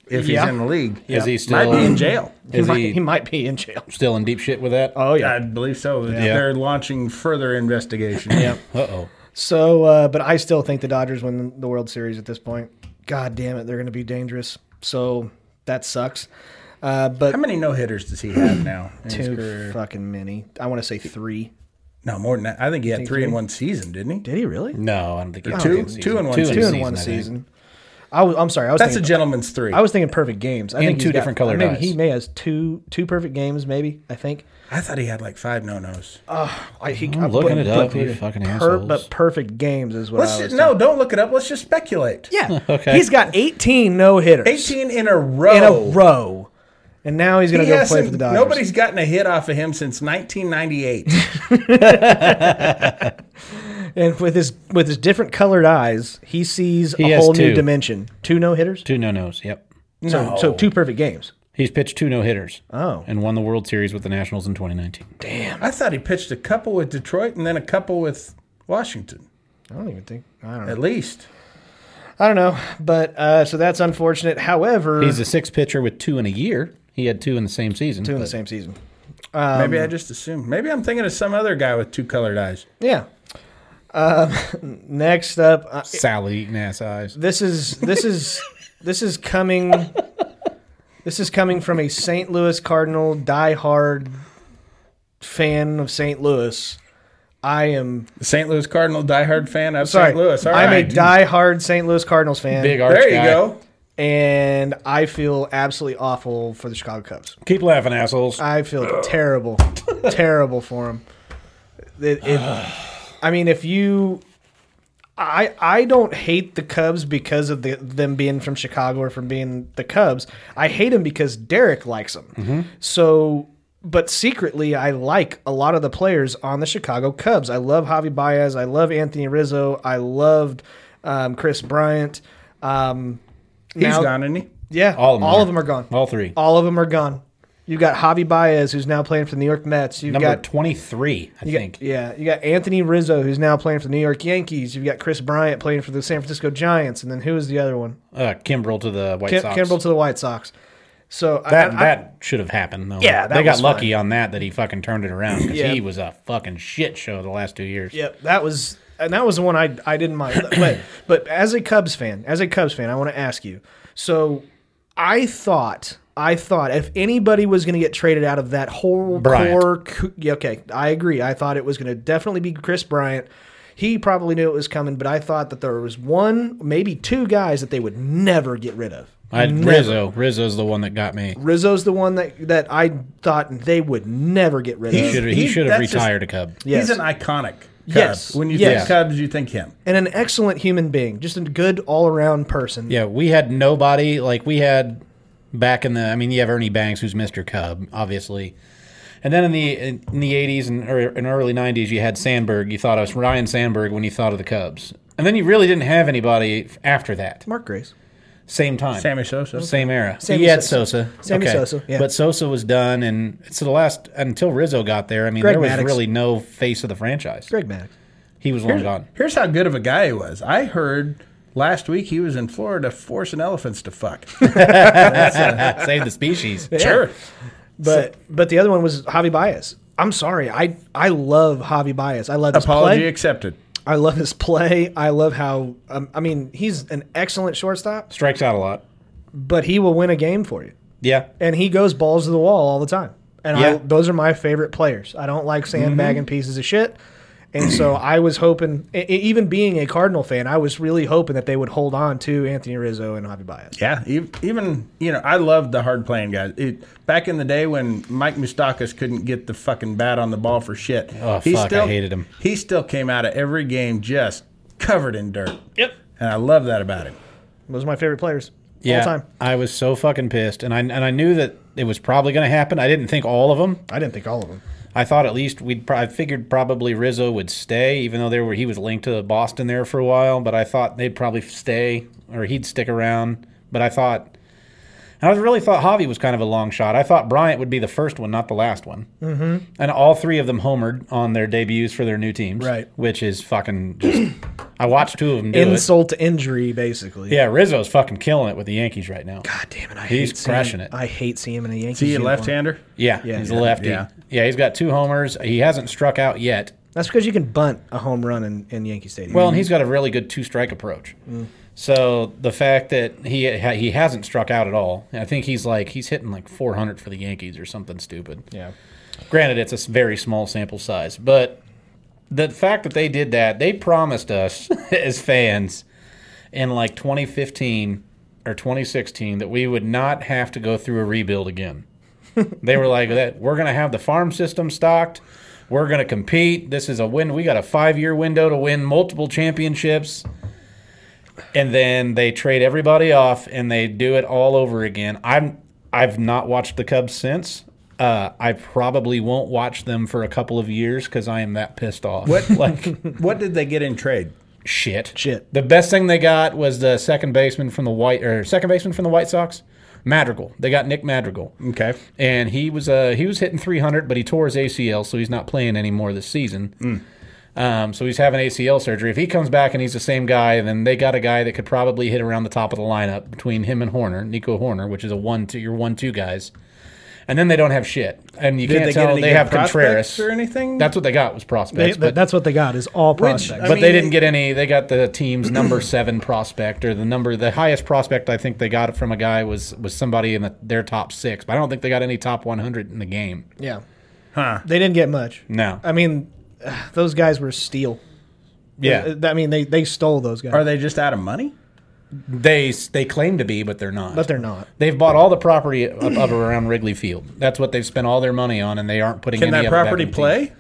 Speaker 2: if
Speaker 1: Yeah.
Speaker 2: he's in the league.
Speaker 3: Is he
Speaker 2: Might
Speaker 3: still
Speaker 2: be in jail.
Speaker 3: Is
Speaker 1: he, might, he
Speaker 3: he
Speaker 1: might be in jail.
Speaker 3: still in deep shit with that?
Speaker 1: Oh yeah.
Speaker 2: I believe so. They're launching further investigation.
Speaker 3: yeah. Uh oh.
Speaker 1: So, uh, but I still think the Dodgers win the World Series at this point. God damn it, they're going to be dangerous. So that sucks. Uh, but
Speaker 2: How many no hitters does he have now? in his career?
Speaker 1: too fucking many. I want to say three.
Speaker 2: No, more than that. I think he had three in one season, didn't he?
Speaker 1: Did he really?
Speaker 3: No, I don't think he
Speaker 2: Two?
Speaker 3: season.
Speaker 2: Two in one season.
Speaker 1: two
Speaker 2: Two
Speaker 1: in one
Speaker 3: I think.
Speaker 1: season. I was, I'm sorry. I was
Speaker 2: That's a
Speaker 1: thinking,
Speaker 2: gentleman's three.
Speaker 1: I was thinking perfect games. I
Speaker 3: And
Speaker 1: think he's
Speaker 3: two
Speaker 1: got-
Speaker 3: different colored
Speaker 1: maybe
Speaker 3: eyes.
Speaker 1: He may has two two perfect games. Maybe I think.
Speaker 2: I thought he had like five no nos.
Speaker 1: I, he,
Speaker 3: I'm looking it up. You fucking assholes.
Speaker 1: but perfect games is what I
Speaker 2: Let's
Speaker 1: was.
Speaker 2: just, no, don't look it up. Let's just speculate.
Speaker 1: Yeah.
Speaker 3: Okay. oh.
Speaker 1: He's got 18 no hitters.
Speaker 2: Eighteen in a row.
Speaker 1: in a row. and now he's going
Speaker 2: He
Speaker 1: to go play
Speaker 2: hasn't-
Speaker 1: for the Dodgers.
Speaker 2: Nobody's gotten a hit off of him since 1998.
Speaker 1: and with his with his different colored eyes, he sees
Speaker 3: He
Speaker 1: a
Speaker 3: has
Speaker 1: whole new
Speaker 3: two.
Speaker 1: dimension. Two no hitters.
Speaker 3: Two no nos. Yep.
Speaker 1: So, so two perfect games.
Speaker 3: He's pitched two no hitters.
Speaker 1: Oh.
Speaker 3: And won the World Series with the Nationals in 2019.
Speaker 2: I thought he pitched a couple with Detroit and then a couple with Washington,
Speaker 1: I don't even think. I don't know.
Speaker 2: at least.
Speaker 1: I don't know. But uh, so that's unfortunate. However,
Speaker 3: He's a six pitcher with two in a year. He had two in the same season.
Speaker 1: two in the same season.
Speaker 2: Maybe
Speaker 1: Um,
Speaker 2: I just assumed. Maybe I'm thinking of some other guy with two colored eyes.
Speaker 1: Yeah. Um, next up, uh,
Speaker 3: Sally eating ass eyes.
Speaker 1: this is this is this is coming. This is coming from a St. Louis Cardinal diehard fan of St. Louis. I am
Speaker 2: St. Louis Cardinal diehard fan of
Speaker 1: sorry.
Speaker 2: St. Louis. All
Speaker 1: I'm
Speaker 2: right.
Speaker 1: a diehard St. Louis Cardinals fan,
Speaker 3: Big arch
Speaker 2: there you
Speaker 3: guy.
Speaker 2: go.
Speaker 1: and I feel absolutely awful for the Chicago Cubs.
Speaker 3: Keep laughing, assholes.
Speaker 1: I feel terrible, terrible for him. It- it- I mean, if you, I I don't hate the Cubs because of the, them being from Chicago or from being the Cubs. I hate them because Derek likes them.
Speaker 3: Mm-hmm.
Speaker 1: So, but secretly, I like a lot of the players on the Chicago Cubs. I love Javi Baez. I love Anthony Rizzo. I loved um, Chris Bryant. Um,
Speaker 2: He's
Speaker 1: now-
Speaker 2: gone, isn't he?
Speaker 1: Yeah,
Speaker 3: All of 'em are.
Speaker 1: are gone.
Speaker 3: All three.
Speaker 1: All of them are gone. You've got Javi Baez, who's now playing for the New York Mets. You've
Speaker 3: Number
Speaker 1: got
Speaker 3: 23, I
Speaker 1: you got-
Speaker 3: think.
Speaker 1: yeah, you got Anthony Rizzo, who's now playing for the New York Yankees. You've got Chris Bryant playing for the San Francisco Giants, and then who is the other one?
Speaker 3: Uh, Kimbrel to the White
Speaker 1: Kim,
Speaker 3: Sox.
Speaker 1: Kimbrel to the White Sox. So I-
Speaker 3: that
Speaker 1: I-
Speaker 3: that should have happened though.
Speaker 1: Yeah, that
Speaker 3: they got
Speaker 1: was
Speaker 3: lucky on that that he fucking turned it around because
Speaker 1: Yeah.
Speaker 3: he was a fucking shit show the last two years.
Speaker 1: Yep, that was and that was the one I I didn't mind. But but as a Cubs fan, as a Cubs fan, I want to ask you. So I thought I thought if anybody was going to get traded out of that whole
Speaker 3: Bryant.
Speaker 1: core, coo- yeah, okay, I agree. I thought it was going to definitely be Chris Bryant. He probably knew it was coming, but I thought that there was one, maybe two guys that they would never get rid of.
Speaker 3: I had
Speaker 1: Never.
Speaker 3: Rizzo. Rizzo's the one that got me.
Speaker 1: Rizzo's the one that, that I thought they would never get rid
Speaker 3: He
Speaker 1: of.
Speaker 3: should have
Speaker 2: he-
Speaker 3: he should have
Speaker 2: that's just-
Speaker 3: retired a Cub.
Speaker 1: Yes.
Speaker 2: He's an iconic Cub.
Speaker 1: Yes.
Speaker 2: When you
Speaker 1: Yes.
Speaker 2: think Cubs, you think him.
Speaker 1: and an excellent human being, just a good all around person.
Speaker 3: Yeah, we had nobody like we had back in the. I mean, you have Ernie Banks, who's Mister Cub, obviously, and then in the in the eighties and or in early nineties, you had Sandberg. You thought of Ryan Sandberg when you thought of the Cubs, and then you really didn't have anybody f- after that.
Speaker 1: Mark Grace.
Speaker 3: Same time,
Speaker 2: Sammy Sosa.
Speaker 3: same era.
Speaker 1: Sammy
Speaker 3: he had
Speaker 1: Sosa.
Speaker 3: Sosa,
Speaker 1: Sammy Sosa, yeah.
Speaker 3: but Sosa was done, and it's the last until Rizzo got there. I mean,
Speaker 1: Greg
Speaker 3: there was
Speaker 1: Maddux.
Speaker 3: really no face of the franchise.
Speaker 1: Greg Maddox.
Speaker 3: He was long gone.
Speaker 2: Here's how good of a guy he was. I heard last week he was in Florida forcing elephants to fuck.
Speaker 3: Save the species.
Speaker 2: sure.
Speaker 1: But but the other one was Javi Baez. I'm sorry. I I love Javi Baez. I love his
Speaker 2: Apology
Speaker 1: play.
Speaker 2: accepted.
Speaker 1: I love his play. I love how um, I mean, he's an excellent shortstop,
Speaker 3: Strikes out a lot.
Speaker 1: but he will win a game for you.
Speaker 3: Yeah,
Speaker 1: And he goes balls to the wall all the time. And I,
Speaker 3: Yeah.
Speaker 1: those are my favorite players. I don't like sandbagging pieces of shit. And so I was hoping, e- e- even being a Cardinal fan, I was really hoping that they would hold on to Anthony Rizzo and Javi Baez.
Speaker 2: Yeah, ev- even you know, I love the hard playing guys. It, back in the day when Mike Moustakas couldn't get the fucking bat on the ball for shit,
Speaker 3: Oh, fuck, I hated him.
Speaker 2: He still came out of every game just covered in dirt.
Speaker 3: Yep.
Speaker 2: and I love that about him.
Speaker 1: Those are my favorite players
Speaker 3: yeah.
Speaker 1: all time.
Speaker 3: I was so fucking pissed, and I and I knew that it was probably going to happen. I didn't think all of them.
Speaker 1: I didn't think all of them.
Speaker 3: I thought at least we'd. Pro- I figured probably Rizzo would stay, even though there were he was linked to Boston there for a while. But I thought they'd probably stay or he'd stick around. But I thought. I really thought Javi was kind of a long shot. I thought Bryant would be the first one, not the last one. Mm-hmm. And all three of them homered on their debuts for their new teams,
Speaker 1: Right.
Speaker 3: Which is fucking. Just, I watched two of them do it.
Speaker 1: insult to injury, basically.
Speaker 3: Yeah, Rizzo's fucking killing it with the Yankees right now.
Speaker 1: God damn it! I
Speaker 3: He's
Speaker 1: hate seeing him-
Speaker 3: crushing it.
Speaker 1: I hate seeing him in a Yankees.
Speaker 2: Is he a
Speaker 1: uniform.
Speaker 2: left hander?
Speaker 3: Yeah,
Speaker 1: Yeah.
Speaker 3: he's
Speaker 1: Yeah.
Speaker 3: a lefty.
Speaker 2: Yeah.
Speaker 3: Yeah. he's got two homers. He hasn't struck out yet.
Speaker 1: That's because you can bunt a home run in, in Yankee Stadium.
Speaker 3: Well, and he's got a really good two strike approach.
Speaker 1: Mm.
Speaker 3: So the fact that he ha- he hasn't struck out at all, I think he's like he's hitting like 400 for the Yankees or something stupid.
Speaker 1: yeah,
Speaker 3: Granted, it's a s- very small sample size, but the fact that they did that, they promised us as fans in like 2015 or 2016 that we would not have to go through a rebuild again. they were like, "That we're going to have the farm system stocked. We're going to compete. This is a win. We got a five year window to win multiple championships." And then they trade everybody off and they do it all over again. I'm I've not watched the Cubs since. Uh, I probably won't watch them for a couple of years because I am that pissed off.
Speaker 2: What-
Speaker 3: like
Speaker 2: What did they get in trade?
Speaker 3: shit.
Speaker 1: Shit.
Speaker 3: The best thing they got was the second baseman from the White or second baseman from the White Sox, Madrigal. They got Nick Madrigal.
Speaker 2: Okay.
Speaker 3: And he was uh he was hitting 300, but he tore his ACL, so he's not playing anymore this season.
Speaker 2: Mm.
Speaker 3: Um, so he's having ACL surgery. If he comes back and he's the same guy, then they got a guy that could probably hit around the top of the lineup between him and Horner, Nico Horner, which is a one two your one two guys. And then they don't have shit, and you
Speaker 2: Did
Speaker 3: can't
Speaker 2: they get
Speaker 3: tell
Speaker 2: any
Speaker 3: they
Speaker 2: good
Speaker 3: have
Speaker 2: prospects
Speaker 3: Contreras
Speaker 2: or anything?
Speaker 3: That's what they got was
Speaker 4: They,
Speaker 3: prospects.
Speaker 4: that,
Speaker 3: but
Speaker 4: that's what they got is all prospects.
Speaker 2: I
Speaker 3: but they
Speaker 2: mean-
Speaker 3: didn't get any. They got the team's number seven prospect or the number the highest prospect I think they got from a guy was was somebody in the, their top six. But I don't think they got any top 100 in the game.
Speaker 1: Yeah. Huh. They didn't get much.
Speaker 3: No.
Speaker 1: I mean, ugh, those guys were steal.
Speaker 3: yeah,
Speaker 1: I mean, they, they stole those guys.
Speaker 2: Are they just out of money?
Speaker 3: they they claim to be, but they're not.
Speaker 1: but they're not.
Speaker 3: They've bought all the property up, up around Wrigley Field. That's what they've spent all their money on, and they aren't putting
Speaker 2: Can that
Speaker 3: any of it back
Speaker 2: property
Speaker 3: in the
Speaker 2: play?
Speaker 3: team.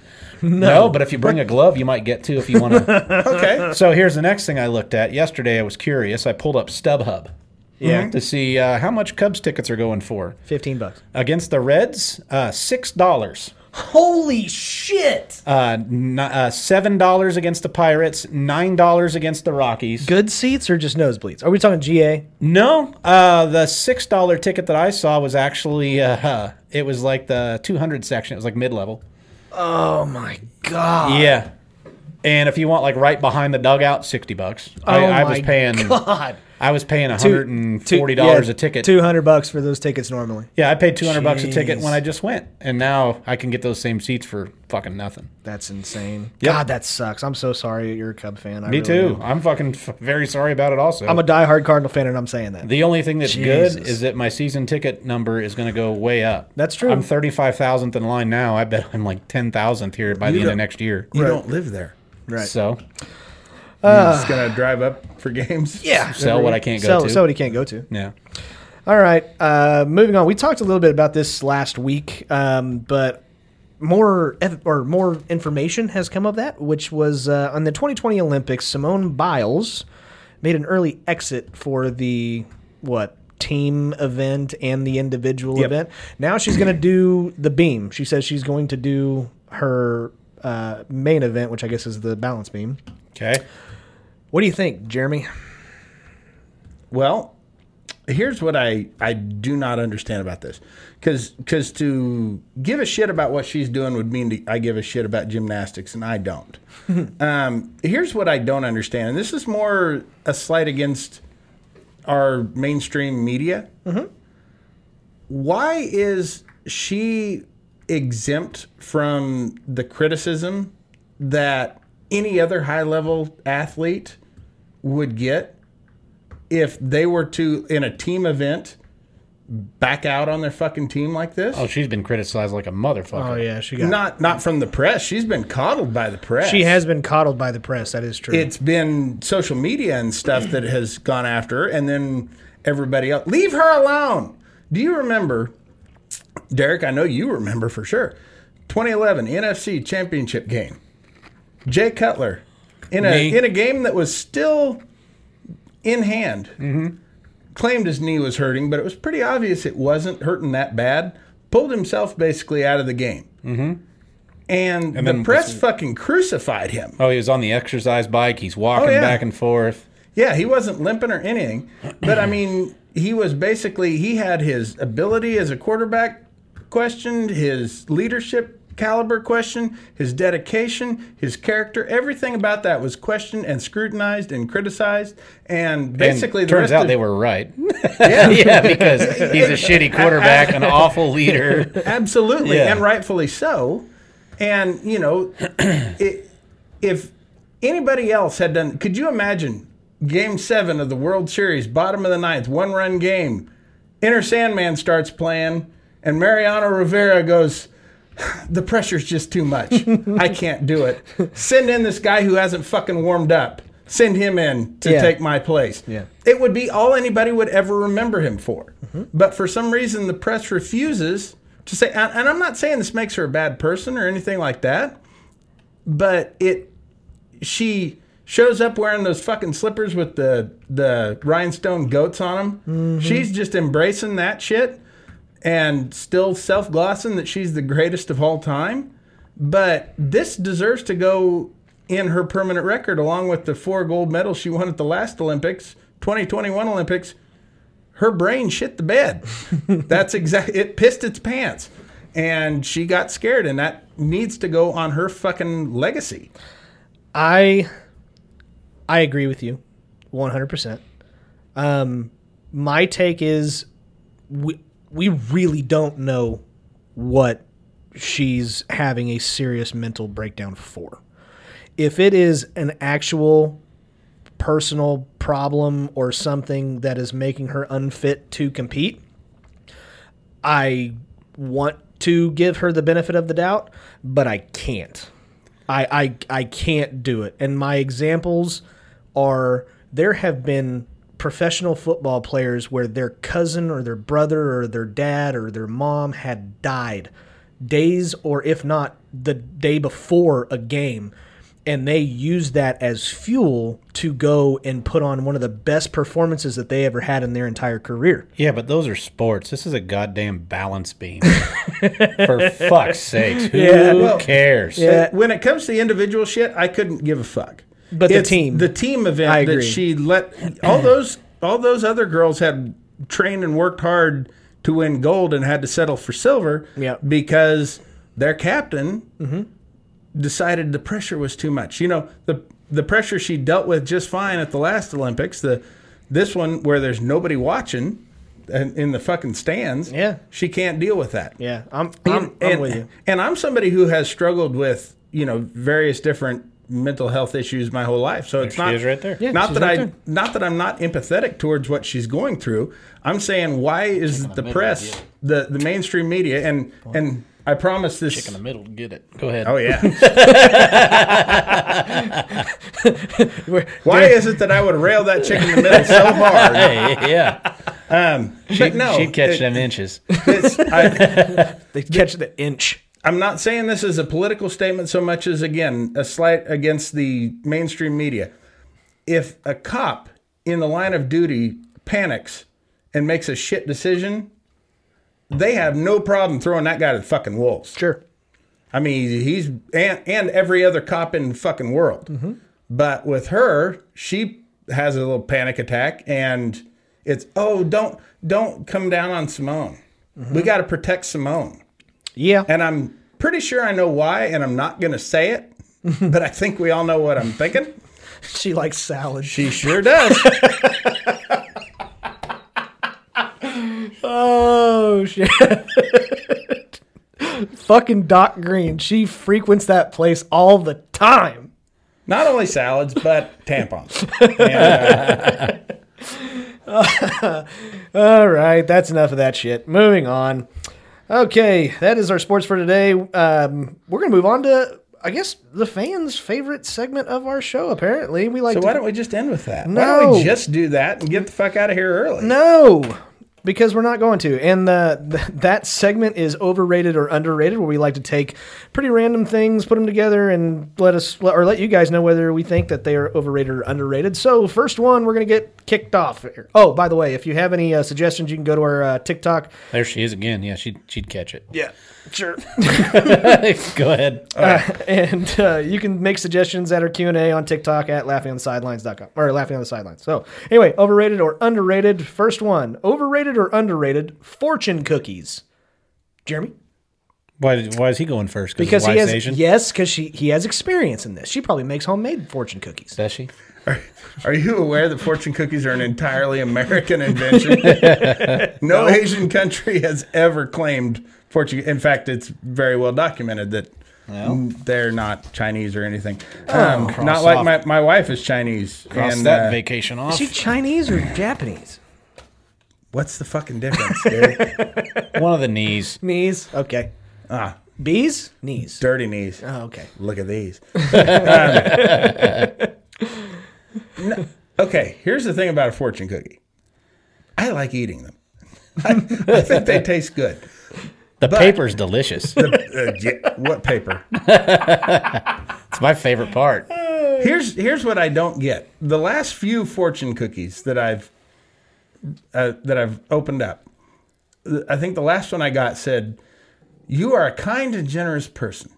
Speaker 3: No. but if you bring a glove, you might get two if you want to.
Speaker 2: Okay.
Speaker 3: so here's the next thing I looked at yesterday. I was curious. I pulled up StubHub
Speaker 1: Yeah.
Speaker 3: to see uh, how much Cubs tickets are going for.
Speaker 1: 15 bucks.
Speaker 3: against the Reds, uh, six dollars.
Speaker 1: Holy shit.
Speaker 3: Uh, n- uh, seven dollars against the Pirates. Nine dollars against the Rockies.
Speaker 1: Good seats or just nosebleeds? Are we talking GA?
Speaker 3: No, uh, the six dollar ticket that I saw was actually uh, it was like the two hundred section. It was like mid level.
Speaker 1: Oh my God.
Speaker 3: Yeah. And if you want like right behind the dugout, sixty bucks. I,
Speaker 1: Oh
Speaker 3: I
Speaker 1: my
Speaker 3: was paying.
Speaker 1: God.
Speaker 3: I was paying one hundred and forty dollars a ticket.
Speaker 1: Two hundred bucks for those tickets normally.
Speaker 3: Yeah, I paid two hundred bucks a ticket
Speaker 1: Jeez.
Speaker 3: when I just went, and now I can get those same seats for fucking nothing.
Speaker 1: That's insane. God, that sucks. I'm so sorry you're a Cub fan. I
Speaker 3: Me
Speaker 1: really
Speaker 3: too.
Speaker 1: am.
Speaker 3: I'm fucking f- very sorry about it. Also,
Speaker 1: I'm a diehard Cardinal fan, and I'm saying that.
Speaker 3: The only thing that's good
Speaker 1: Jesus.
Speaker 3: is that my season ticket number is going to go way up.
Speaker 1: That's true.
Speaker 3: I'm 35,000th in line now. I bet I'm like 10,000th here by the end of
Speaker 2: don't-
Speaker 3: next year.
Speaker 2: You don't live there.
Speaker 1: right.
Speaker 3: So
Speaker 2: You're just gonna drive up for games.
Speaker 1: yeah.
Speaker 3: sell what I can't go
Speaker 1: Sell-
Speaker 3: to.
Speaker 1: sell what he can't go to.
Speaker 3: yeah.
Speaker 1: All right. Uh, moving on. We talked a little bit about this last week, um, but more ev- or more information has come of that, which was uh, on the 2020 Olympics. Simone Biles made an early exit for the what team event and the individual event. Now she's going to do the beam. She says she's going to do her uh, main event, which I guess is the balance beam.
Speaker 3: Okay.
Speaker 1: What do you think, Jeremy?
Speaker 2: Well, here's what I I do not understand about this, because to give a shit about what she's doing would mean to, I give a shit about gymnastics, and I don't. um, here's what I don't understand, and this is more a slight against our mainstream media.
Speaker 1: Mm-hmm.
Speaker 2: Why is she exempt from the criticism that any other high level athlete would get? if they were to in a team event back out on their fucking team like this
Speaker 3: Oh, she's been criticized like a motherfucker.
Speaker 1: Oh, yeah, she
Speaker 2: not not from the press she's been coddled by the press
Speaker 1: She has been coddled by the press. That is true.
Speaker 2: it's been social media and stuff that has gone after her and then everybody else leave her alone do you remember derek i know you remember for sure 2011 nfc championship game jay cutler in a
Speaker 3: Me.
Speaker 2: in a game that was still in hand claimed his knee was hurting, but it was pretty obvious it wasn't hurting that bad. Pulled himself basically out of the game. Mm-hmm. And, the
Speaker 3: then
Speaker 2: press fucking crucified him.
Speaker 3: Oh, he was on the exercise bike. He's walking
Speaker 2: Oh, yeah.
Speaker 3: back and forth.
Speaker 2: Yeah, he wasn't limping or anything, but I mean, he was basically he had his ability as a quarterback questioned, his leadership caliber questioned, his dedication, his character, everything about that was questioned and scrutinized and criticized. And
Speaker 3: And
Speaker 2: basically, the
Speaker 3: turns
Speaker 2: rest
Speaker 3: out
Speaker 2: of-
Speaker 3: they were right. Yeah, because he's a shitty quarterback, an awful leader.
Speaker 2: Absolutely,
Speaker 3: Yeah.
Speaker 2: and rightfully so. And you know, it, if anybody else had done, could you imagine Game Seven of the World Series, bottom of the ninth, one-run game? Inner Sandman starts playing, and Mariano Rivera goes. The pressure's just too much. I can't do it. Send in this guy who hasn't fucking warmed up. Send him in to
Speaker 1: Yeah.
Speaker 2: take my place.
Speaker 1: Yeah. Mm-hmm.
Speaker 2: It would be all anybody would ever remember him for. But for some reason, the press refuses to say, and and I'm not saying this makes her a bad person or anything like that, but it, she shows up wearing those fucking slippers with the, the rhinestone goats on them. She's just embracing that shit. and still self glossing that she's the greatest of all time. But this deserves to go in her permanent record along with the four gold medals she won at the last Olympics, 2021 Olympics. Her brain shit the bed. That's exact. It pissed its pants, and she got scared, and that needs to go on her fucking legacy.
Speaker 1: I I agree with you 100%. Um my take is we we really don't know what she's having a serious mental breakdown for. If it is an actual personal problem or something that is making her unfit to compete, I want to give her the benefit of the doubt, but I can't. I, I I can't do it. And my examples are there have been professional football players where their cousin or their brother or their dad or their mom had died days or if not the day before a game and they used that as fuel to go and put on one of the best performances that they ever had in their entire career.
Speaker 3: Yeah, but those are sports. This is a goddamn balance beam. For fuck's sakes, who cares?
Speaker 2: Uh, when it comes to the individual shit, I couldn't give a fuck.
Speaker 1: But the team.
Speaker 2: the team event
Speaker 1: I
Speaker 2: that
Speaker 1: agree.
Speaker 2: she let all those all those other girls had trained and worked hard to win gold and had to settle for silver
Speaker 1: Yep.
Speaker 2: because their captain
Speaker 1: Mm-hmm.
Speaker 2: decided the pressure was too much. You know, the the pressure she dealt with just fine at the last Olympics, the this one where there's nobody watching and in the fucking stands,
Speaker 1: Yeah.
Speaker 2: she can't deal with that.
Speaker 1: Yeah, I'm I'm,
Speaker 2: and,
Speaker 1: I'm with you.
Speaker 2: And I'm somebody who has struggled with, you know, various different mental health issues my whole life. So it's
Speaker 3: she
Speaker 2: not
Speaker 3: is right there. Yeah,
Speaker 2: not
Speaker 1: she's
Speaker 2: that
Speaker 1: right
Speaker 2: I
Speaker 1: there.
Speaker 2: not that I'm not empathetic towards what she's going through. I'm saying why is the press, the, the mainstream media and and I promise this
Speaker 3: In the middle, get it. Go ahead.
Speaker 2: Oh yeah. Why is it that I would rail that chick in the middle so hard?
Speaker 3: Hey, yeah.
Speaker 2: But
Speaker 1: Oh,
Speaker 2: no,
Speaker 3: She'd catch
Speaker 2: it-
Speaker 3: them inches.
Speaker 2: it's- I,
Speaker 1: They catch the inch.
Speaker 2: I'm not saying this is a political statement so much as again a slight against the mainstream media. If a cop in the line of duty panics and makes a shit decision, they have no problem throwing that guy to the fucking wolves.
Speaker 1: Sure.
Speaker 2: I mean, he's and, and every other cop in the fucking world. But with her, she has a little panic attack, and it's oh, don't don't come down on Simone. We got to protect Simone.
Speaker 1: Yeah.
Speaker 2: And I'm pretty sure I know why, and I'm not going to say it, but I think we all know what I'm thinking.
Speaker 1: she likes salad.
Speaker 2: She sure does.
Speaker 1: oh shit. Fucking Doc Green. She frequents that place all the time.
Speaker 2: not only salads, but tampons. And, uh,
Speaker 1: All right, that's enough of that shit. Moving on. Okay, that is our sports for today. Um, we're gonna move on to, I guess, the fans' favorite segment of our show. Apparently, we like.
Speaker 2: so
Speaker 1: to
Speaker 2: uh, why don't we just end with that? Why don't
Speaker 1: No.
Speaker 2: we just do that and get the fuck out of here early?
Speaker 1: No, because we're not going to. And the, th- that segment is overrated or underrated, where we like to take pretty random things, put them together, and let us or let you guys know whether we think that they are overrated or underrated. So first one, we're gonna get kicked off. here. Oh, by the way, if you have any uh, suggestions, you can go to our uh, TikTok.
Speaker 3: There she is again. Yeah, she'd, she'd catch it.
Speaker 1: Yeah, sure.
Speaker 3: Go ahead.
Speaker 1: and uh, you can make suggestions at our q&a on tiktok at laughingonthesidelines.com or laughing on the sidelines so anyway overrated or underrated first one overrated or underrated fortune cookies jeremy
Speaker 3: Why, why is he going first?
Speaker 1: because
Speaker 3: he's
Speaker 1: he has
Speaker 3: Asian?
Speaker 1: yes because she he has experience in this she probably makes homemade fortune cookies
Speaker 3: Does she?
Speaker 2: Are you aware that fortune cookies are an entirely American invention? no Asian country has ever claimed fortune. In fact, it's very well documented that they're not Chinese or anything. Um, not like
Speaker 3: Ah. off.
Speaker 2: my, my wife is Chinese.
Speaker 3: Cross
Speaker 2: and,
Speaker 3: that
Speaker 2: uh,
Speaker 3: vacation off.
Speaker 1: is she chinese or japanese
Speaker 2: What's the fucking difference, dude?
Speaker 3: One of the knees.
Speaker 1: knees okay
Speaker 2: ah,
Speaker 1: bees knees
Speaker 2: dirty knees.
Speaker 1: oh, okay
Speaker 2: Look at these. Um, no- okay, here's the thing about a fortune cookie. I like eating them. I, I think they taste good.
Speaker 3: The paper's delicious. it's
Speaker 2: Uh, yeah, what paper?
Speaker 3: my favorite part.
Speaker 2: Here's here's what I don't get. The last few fortune cookies that I've uh, that I've opened up, I think the last one I got said, "You are a kind and generous person."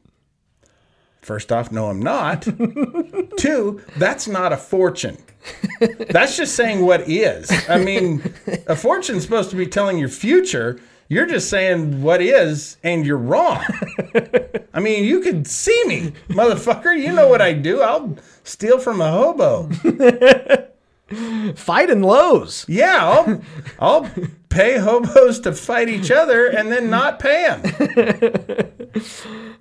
Speaker 2: First off, no, I'm not. Two, that's not a fortune. That's just saying what is. I mean, a fortune's supposed to be telling your future. You're just saying what is, and you're wrong. I mean, you could see me, motherfucker. You know what I do. I'll steal from a hobo.
Speaker 1: Fighting lows.
Speaker 2: Yeah, I'll, I'll pay hobos to fight each other and then not pay them.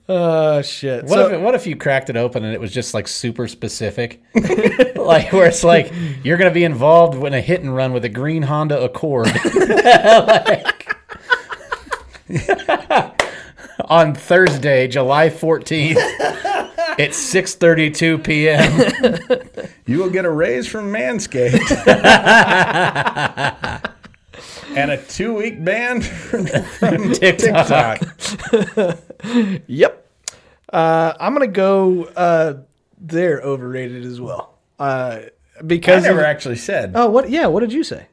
Speaker 1: Oh shit.
Speaker 3: What,
Speaker 1: So-
Speaker 3: if, what if you cracked it open and it was just like super specific? like, where it's like, you're going to be involved in a hit and run with a green Honda Accord. Like- on Thursday, July 14th. at 6:32 p.m.
Speaker 2: You will get a raise from Manscaped and a two week ban from from
Speaker 3: TikTok.
Speaker 2: TikTok.
Speaker 1: Yep. Uh, I'm gonna go. Uh, they're overrated as well. Uh,
Speaker 2: I
Speaker 1: because
Speaker 2: never
Speaker 1: of-
Speaker 2: actually said
Speaker 1: oh, what? Yeah. What did you say?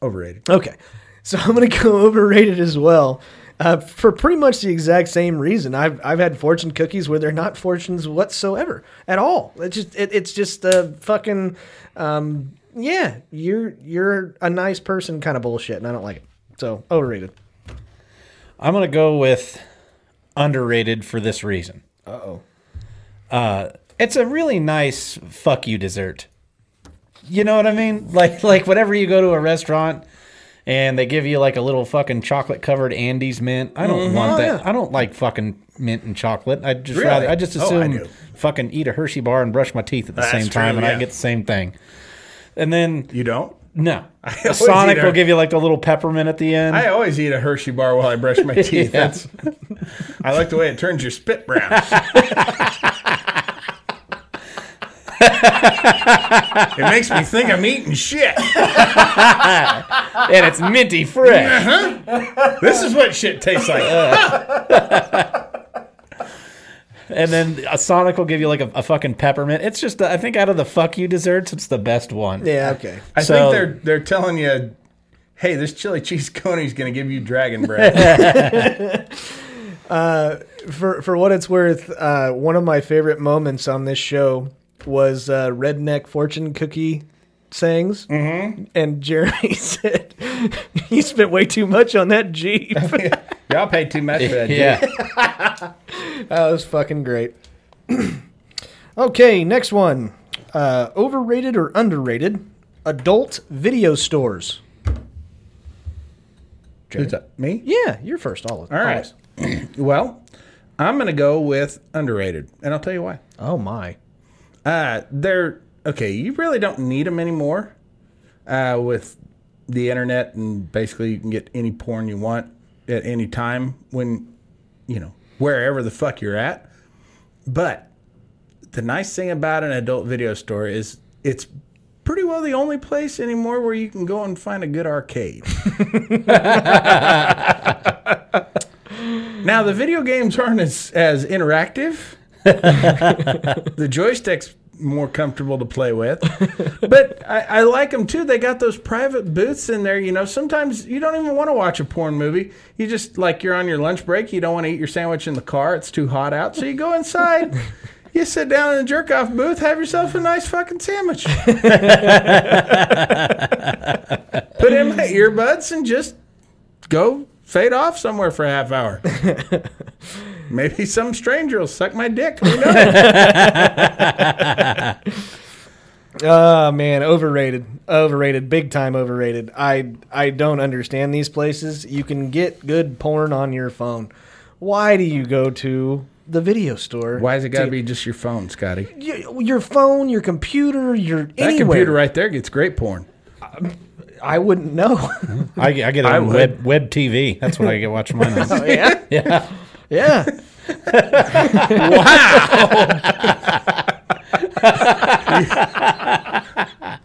Speaker 2: overrated.
Speaker 1: Okay. So I'm gonna go overrated as well. Uh, for pretty much the exact same reason, I've I've had fortune cookies where they're not fortunes whatsoever at all. It's just it, it's just a fucking um, yeah. You're you're a nice person kind of bullshit, and I don't like it. So overrated.
Speaker 3: I'm going to go with underrated for this reason. Uh-oh. it's a really nice fuck you dessert. You know what I mean? Like like whenever you go to a restaurant and they give you like a little fucking chocolate covered Andes mint. I
Speaker 2: Mm-hmm.
Speaker 3: don't want that. I don't like fucking mint and chocolate. I just
Speaker 2: Oh, Really?
Speaker 3: rather I just
Speaker 2: Oh, I
Speaker 3: assume
Speaker 2: do.
Speaker 3: fucking eat a Hershey bar and brush my teeth at the
Speaker 2: That's
Speaker 3: same time
Speaker 2: true,
Speaker 3: and
Speaker 2: yeah.
Speaker 3: I get the same thing. And then
Speaker 2: You don't?
Speaker 3: no.
Speaker 2: always
Speaker 3: Sonic
Speaker 2: eat a-
Speaker 3: will give you like the little peppermint at the end.
Speaker 2: I always eat a Hershey bar while I brush my teeth. That's, I like the way it turns your spit brown. it makes me think I'm eating shit.
Speaker 3: and it's minty fresh.
Speaker 2: This is what shit tastes like.
Speaker 3: And then a Sonic will give you like a, a fucking peppermint. It's just, I think out of the fuck you desserts, it's the best one.
Speaker 1: Yeah. Okay.
Speaker 2: I
Speaker 3: So-
Speaker 2: think they're they're telling you, hey, this chili cheese coney is going to give you dragon breath.
Speaker 1: for for what it's worth, uh, one of my favorite moments on this show was uh, redneck fortune cookie sayings, mm-hmm. and Jeremy said he spent way too much on that Jeep. that
Speaker 2: Y'all pay too much for that.
Speaker 3: Yeah.
Speaker 1: was fucking great. okay, next one: uh, overrated or underrated adult video stores?
Speaker 2: Who's that? Me?
Speaker 1: Yeah, you're first. All of
Speaker 2: All right. well, I'm going to go with underrated, and I'll tell you why.
Speaker 1: Oh my.
Speaker 2: Uh, they're okay. You really don't need them anymore. Uh, with the internet and basically you can get any porn you want at any time when you know wherever the fuck you're at. But the nice thing about an adult video store is it's pretty well the only place anymore where you can go and find a good arcade. now the video games aren't as, as interactive the joystick's more comfortable to play with. but I, I like them too. They got those private booths in there. You know, sometimes you don't even want to watch a porn movie. You just like you're on your lunch break. You don't want to eat your sandwich in the car. It's too hot out. So you go inside. You sit down in a jerk off booth, have yourself a nice fucking sandwich. Put in my earbuds and just go fade off somewhere for a half hour. Maybe some stranger will suck my dick. Who knows?
Speaker 1: Oh man, overrated, overrated, big time overrated. I I don't understand these places. You can get good porn on your phone. Why do you go to the video store?
Speaker 2: Why has it got to
Speaker 1: to-
Speaker 2: be just your phone, Scotty? That
Speaker 1: your, your phone, your computer, your anywhere?
Speaker 2: computer right there gets great porn.
Speaker 1: I wouldn't know.
Speaker 3: I, get- I get it
Speaker 2: I
Speaker 3: on
Speaker 2: would.
Speaker 3: web, web TV. That's what I get watching mine on.
Speaker 1: yeah,
Speaker 3: Yeah.
Speaker 1: yeah.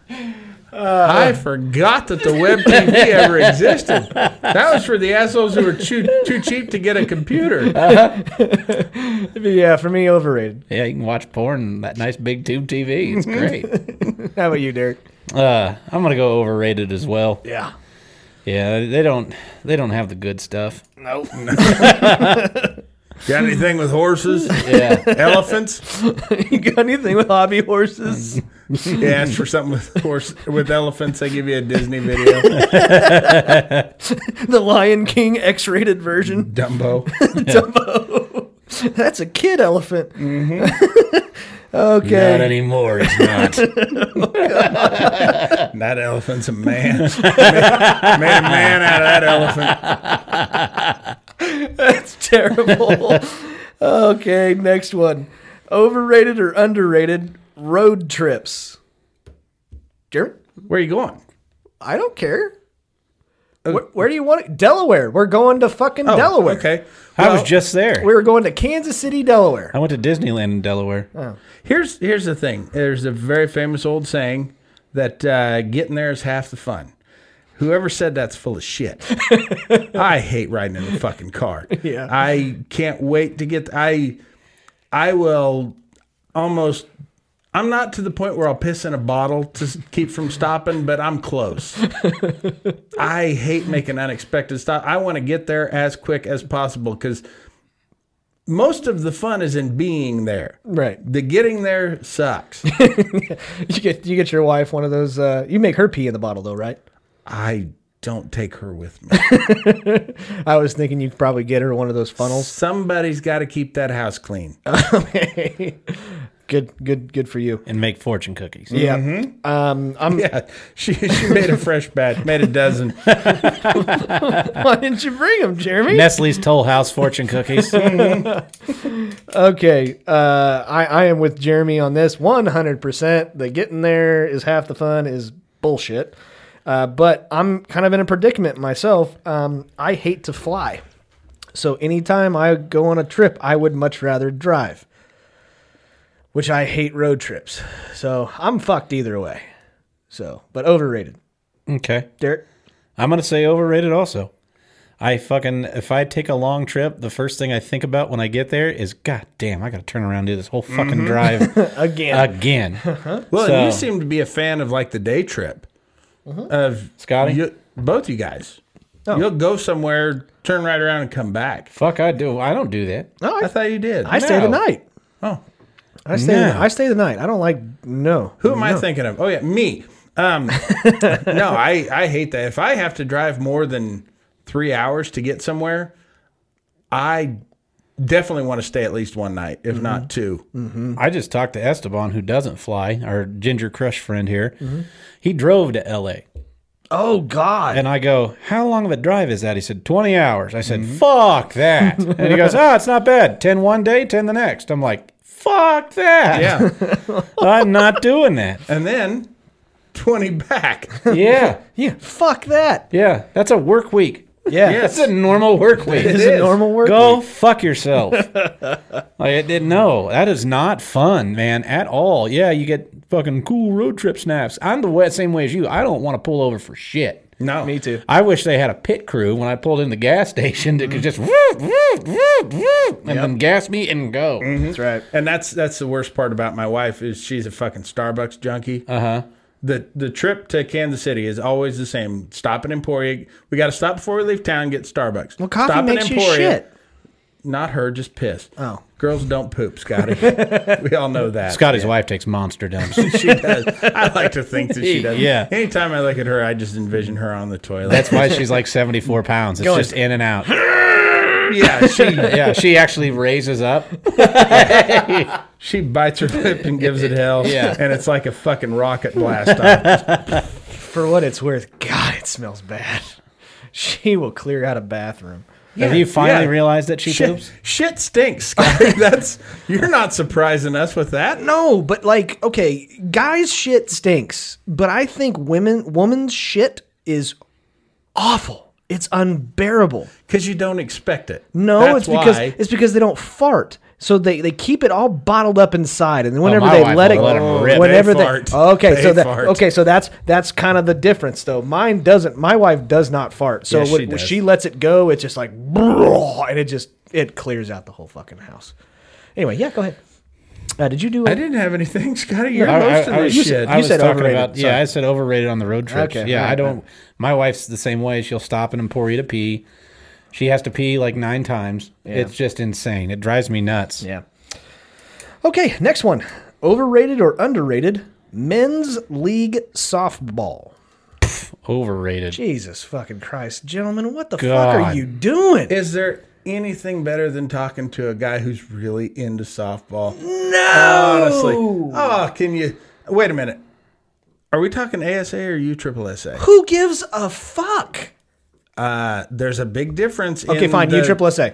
Speaker 2: I forgot that the web TV ever existed. That was for the assholes who were too, too cheap to get a computer.
Speaker 1: Yeah, for me, overrated.
Speaker 3: Yeah, you can watch porn on that nice big tube TV. It's great.
Speaker 1: How about you, Derek?
Speaker 3: uh, I'm going to go overrated as well.
Speaker 1: Yeah.
Speaker 3: Yeah, they don't they don't have the good stuff.
Speaker 2: Got anything with horses?
Speaker 3: Yeah.
Speaker 2: elephants?
Speaker 1: you got anything with hobby horses?
Speaker 2: You ask for something with horse with elephants, they give you a Disney video.
Speaker 1: the Lion King X-rated version.
Speaker 2: Dumbo.
Speaker 1: That's a kid elephant.
Speaker 2: Mm-hmm.
Speaker 5: Not
Speaker 1: okay.
Speaker 5: anymore. It's not.
Speaker 2: That elephant's a man. made, a man out of that elephant.
Speaker 1: Terrible. okay, next one. Overrated or underrated road trips? Jared,
Speaker 2: Where are you going?
Speaker 1: I don't care. Where, where do you want it? Delaware. We're going to fucking Delaware.
Speaker 2: Okay.
Speaker 3: I was just there.
Speaker 1: We were going to Kansas City, Delaware.
Speaker 3: I went to Disneyland in Delaware.
Speaker 1: Uh.
Speaker 2: Here's here's the thing. There's a very famous old saying that uh, getting there is half the fun. Whoever said that's full of shit. I hate riding in the fucking car.
Speaker 1: Yeah.
Speaker 2: I can't wait to get. I I will almost. I'm not to the point where I'll piss in a bottle to s- keep from stopping, but I'm close. I hate making unexpected stop. I want to get there as quick as possible because most of the fun is in being there.
Speaker 1: Right.
Speaker 2: The getting there sucks.
Speaker 1: You get you get your wife one of those. Uh, you make her pee in the bottle though, right?
Speaker 2: I don't take her with me.
Speaker 1: I was thinking you could probably get her one of those funnels.
Speaker 2: Somebody's got to keep that house clean.
Speaker 1: good, good, good for you.
Speaker 3: And make fortune cookies.
Speaker 1: Yeah. Um, I'm.
Speaker 2: Yeah, she she made a fresh batch, made a dozen.
Speaker 1: Why didn't you bring them, Jeremy?
Speaker 3: Nestle's Toll House fortune cookies.
Speaker 1: Okay. Uh, I I am with Jeremy on this one hundred percent. The getting there is half the fun is bullshit. Uh, but I'm kind of in a predicament myself. Um, I hate to fly, so anytime I go on a trip, I would much rather drive. Which I hate road trips, so I'm fucked either way. So, but overrated.
Speaker 3: okay.
Speaker 1: Derek,
Speaker 3: I'm gonna say overrated also. I fucking if I take a long trip, the first thing I think about when I get there is God damn, I gotta turn around and do this whole
Speaker 1: Mm-hmm.
Speaker 3: fucking drive
Speaker 1: again,
Speaker 3: again.
Speaker 2: Well, and you
Speaker 3: So-
Speaker 2: seem to be a fan of like the day trip of
Speaker 3: Scotty?
Speaker 2: You, both you guys, you'll go somewhere, turn right around, and come back.
Speaker 3: Fuck I do I don't do that.
Speaker 1: no,
Speaker 2: I
Speaker 1: Oh, I,
Speaker 2: thought you did.
Speaker 1: I stay the
Speaker 3: no.
Speaker 1: night.
Speaker 2: oh,
Speaker 1: I stay.
Speaker 3: No.
Speaker 1: The, I stay the night. I don't like no.
Speaker 2: who am I thinking of? Oh yeah, me. Um, no, I I hate that. If I have to drive more than three hours to get somewhere, I definitely want to stay at least one night, if
Speaker 1: Mm-hmm.
Speaker 2: not 2
Speaker 1: Mm.
Speaker 3: I just talked to Esteban who doesn't fly, our ginger crush friend here.
Speaker 1: Mm-hmm.
Speaker 3: He drove to LA.
Speaker 1: Oh God.
Speaker 3: And I go, How long of a drive is that? He said, 20 hours. I
Speaker 1: Mm-hmm.
Speaker 3: said, Fuck that. and he goes, Oh, it's not bad. 10 one day, 10 the next. I'm like, Fuck that.
Speaker 2: Yeah,
Speaker 3: I'm not doing that.
Speaker 2: and then twenty back.
Speaker 3: Yeah.
Speaker 1: Yeah. Fuck that.
Speaker 3: Yeah. That's a work week.
Speaker 1: Yeah.
Speaker 3: That's a normal work week.
Speaker 1: It's a normal work.
Speaker 3: Go fuck yourself. like I didn't know. That is not fun, man, at all. Yeah, you get fucking cool road trip snaps. I'm the way, same way as you. I don't want to pull over for shit.
Speaker 2: No,
Speaker 1: Me too.
Speaker 3: I wish they had a pit crew when I pulled in the gas station that could just whoop,
Speaker 1: Mm-hmm.
Speaker 3: whoop, whoop, whoop, and then gas me and go.
Speaker 1: That's right.
Speaker 2: And that's that's the worst part about my wife is she's a fucking Starbucks junkie. Uh
Speaker 1: Uh-huh.
Speaker 2: huh. The the trip to Kansas City is always the same. Stop in Emporia. We got to stop before we leave town. Get Starbucks.
Speaker 1: Well, coffee
Speaker 2: stop
Speaker 1: makes you shit.
Speaker 2: Not her, just piss.
Speaker 1: Oh.
Speaker 2: girls don't poop, Scotty. we all know that.
Speaker 3: Scotty's wife takes monster dumps.
Speaker 2: she does. I like to think that she does.
Speaker 3: Yeah.
Speaker 2: Anytime I look at her, I just envision her on the toilet.
Speaker 3: That's why she's like 74 pounds. It's just in and out.
Speaker 2: yeah. She
Speaker 3: Yeah, she actually raises up.
Speaker 2: she bites her lip and gives it hell.
Speaker 3: Yeah.
Speaker 2: and it's like a fucking rocket blast. off.
Speaker 1: For what it's worth, God, it smells bad. She will clear out a bathroom.
Speaker 3: Have you finally
Speaker 2: yeah.
Speaker 3: realized that she
Speaker 2: Shit,
Speaker 3: poops?
Speaker 2: shit stinks, Scotty. That's you're not surprising us with that.
Speaker 1: No, but like, okay, guys' shit stinks, but I think women, woman's shit is awful. It's unbearable.
Speaker 2: because you don't expect it.
Speaker 1: No, it's
Speaker 2: That's
Speaker 1: because
Speaker 2: why.
Speaker 1: it's because they don't fart. So they, they keep it all bottled up inside, and then whenever
Speaker 3: my
Speaker 1: they
Speaker 3: wife
Speaker 1: let it,
Speaker 3: will let 'em rip.
Speaker 1: whenever
Speaker 2: They
Speaker 1: they,
Speaker 2: fart.
Speaker 1: okay,
Speaker 2: They
Speaker 1: so that
Speaker 2: fart.
Speaker 1: okay, so that's that's kind of the difference though. Mine doesn't. My wife does not fart, so
Speaker 2: Yeah, she
Speaker 1: when, when
Speaker 2: does.
Speaker 1: she lets it go, it's just like and it just it clears out the whole fucking house. Anyway, yeah, go ahead. Uh, did you do
Speaker 2: I
Speaker 1: it?
Speaker 2: didn't have anything, Scotty. You're
Speaker 3: I, I-
Speaker 2: hosting
Speaker 3: I
Speaker 2: this
Speaker 3: was,
Speaker 2: shit.
Speaker 3: I was
Speaker 1: said
Speaker 3: talking
Speaker 1: overrated,
Speaker 3: about yeah. I said overrated on the road trips.
Speaker 1: Okay,
Speaker 3: yeah,
Speaker 1: all right,
Speaker 3: I don't. My wife's the same way. She'll stop at Emporia to pee. She has to pee like nine times. It's just insane. It drives me nuts.
Speaker 1: Yeah. Okay, next one. Overrated or underrated men's league softball.
Speaker 3: Overrated.
Speaker 1: Jesus fucking Christ, gentlemen, what the fuck are
Speaker 3: God.
Speaker 1: you doing?
Speaker 2: Is there anything better than talking to a guy who's really into softball?
Speaker 1: no.
Speaker 2: Honestly. Oh, can you wait a minute? Are we talking ASA or U Triple SA?
Speaker 1: Who gives a fuck?
Speaker 2: Uh, there's a big difference.
Speaker 1: Okay,
Speaker 2: in
Speaker 1: fine.
Speaker 2: the-
Speaker 1: U triple SA.